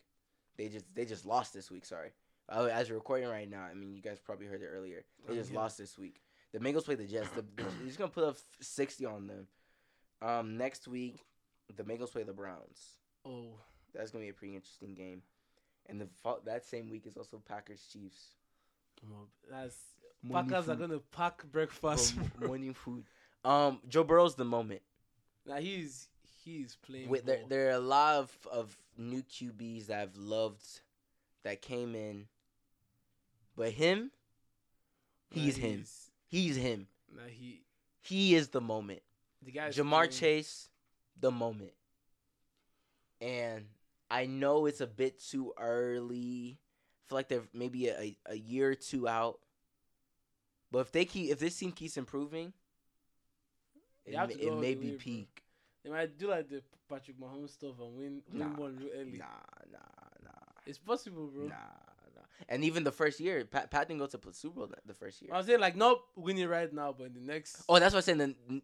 S1: They just they just lost this week. Sorry. uh, as we're recording right now, I mean, you guys probably heard it earlier. They just lost this week. The Bengals play the Jets. The, the, he's gonna put up sixty on them. Um, next week, the Bengals play the Browns.
S4: Oh,
S1: That's gonna be a pretty interesting game. And the fo- that same week is also Packers Chiefs.
S4: come on. that's
S1: Morning
S4: Packers are
S1: food.
S4: gonna pack breakfast.
S1: Mo- morning food. Um, Joe Burrow's the moment.
S4: now he's he's playing.
S1: With there,
S4: ball.
S1: there are a lot of, of new QBs that I've loved that came in, but him,
S4: Nah,
S1: he's him.
S4: he's-
S1: He's him.
S4: Nah, he
S1: He is the moment.
S4: the guy. is
S1: Jamar
S4: playing-
S1: Chase, the moment. And I know it's a bit too early. I feel like they're maybe a, a- a year or two out. But if they keep if this team keeps improving,
S4: They
S1: it,
S4: have
S1: may-
S4: to
S1: it
S4: go all
S1: may
S4: the
S1: be
S4: way, bro.
S1: peak.
S4: They might do like the Patrick Mahomes stuff and win win
S1: Nah,
S4: one real early.
S1: Nah, nah, nah,
S4: It's possible, bro.
S1: nah, nah. And even the first year, Pat, Pat didn't go to the Super Bowl the- the first year.
S4: I'm saying like not winning right now, but in the next.
S1: Oh, that's what I'm saying. The n-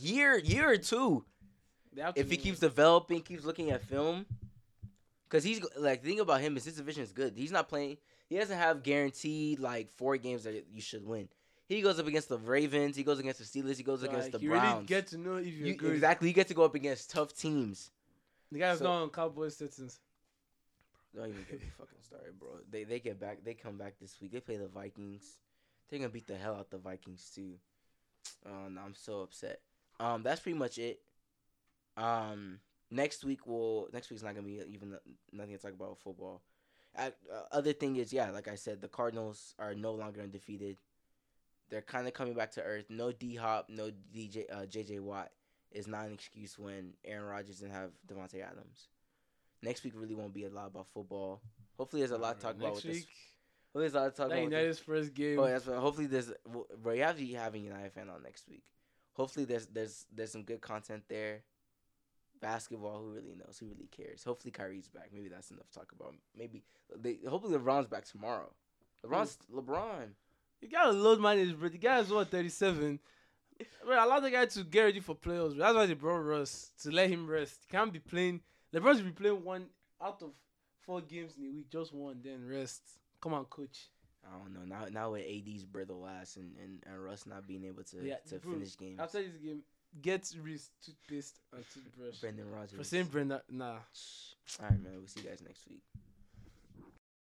S1: year, year or two.
S4: they have to
S1: if he
S4: win.
S1: keeps developing, keeps looking at film, because he's like the thing about him is his division is good. He's not playing. He doesn't have guaranteed like four games that you should win. He goes up against the Ravens. He goes against the Steelers. He goes against
S4: Like,
S1: the
S4: you
S1: Browns.
S4: really get to know if you're
S1: You-
S4: good.
S1: exactly. You get to go up against tough teams.
S4: The guy's
S1: So-
S4: not on Cowboys settings.
S1: Don't even get me fucking started, bro. They they get back. They come back this week. They play the Vikings. They're gonna beat the hell out the Vikings too. Oh, no, I'm so upset. Um, that's pretty much it. Um, next week will next week's not gonna be even nothing to talk about with football. Uh, uh, other thing is, yeah, like I said, the Cardinals are no longer undefeated. They're kind of coming back to earth. No D Hop, no DJ uh, JJ Watt is not an excuse when Aaron Rodgers didn't have Devontae Adams. Next week really won't be a lot about football. Hopefully, there's a lot to talk about with
S4: next
S1: this.
S4: week.
S1: Hopefully, there's a lot to talk
S4: That
S1: about. With this.
S4: United's first game.
S1: Oh, that's what, hopefully there's. w- Bro, you have to be having United fan on next week. Hopefully there's there's there's some good content there. Basketball, who really knows? Who really cares? Hopefully Kyrie's back. Maybe that's enough to talk about. Maybe they. Hopefully LeBron's back tomorrow. LeBron's LeBron.
S4: You gotta load manage, bro. The guy is what 37. Bro, allow the guy to get ready for playoffs. Bro. That's why they brought Russ to let him rest. He can't be playing. LeBron should be playing one out of four games in a week, just one, then rest. Come on, coach.
S1: I don't know. Now now with AD's brittle ass and, and, and Russ not being able to
S4: Yeah,
S1: to
S4: bro,
S1: finish games.
S4: After this game, get wrist toothpaste and toothbrush.
S1: Brendan Rodgers.
S4: For saying Brenda, nah.
S1: All right, man. We'll see you guys next week.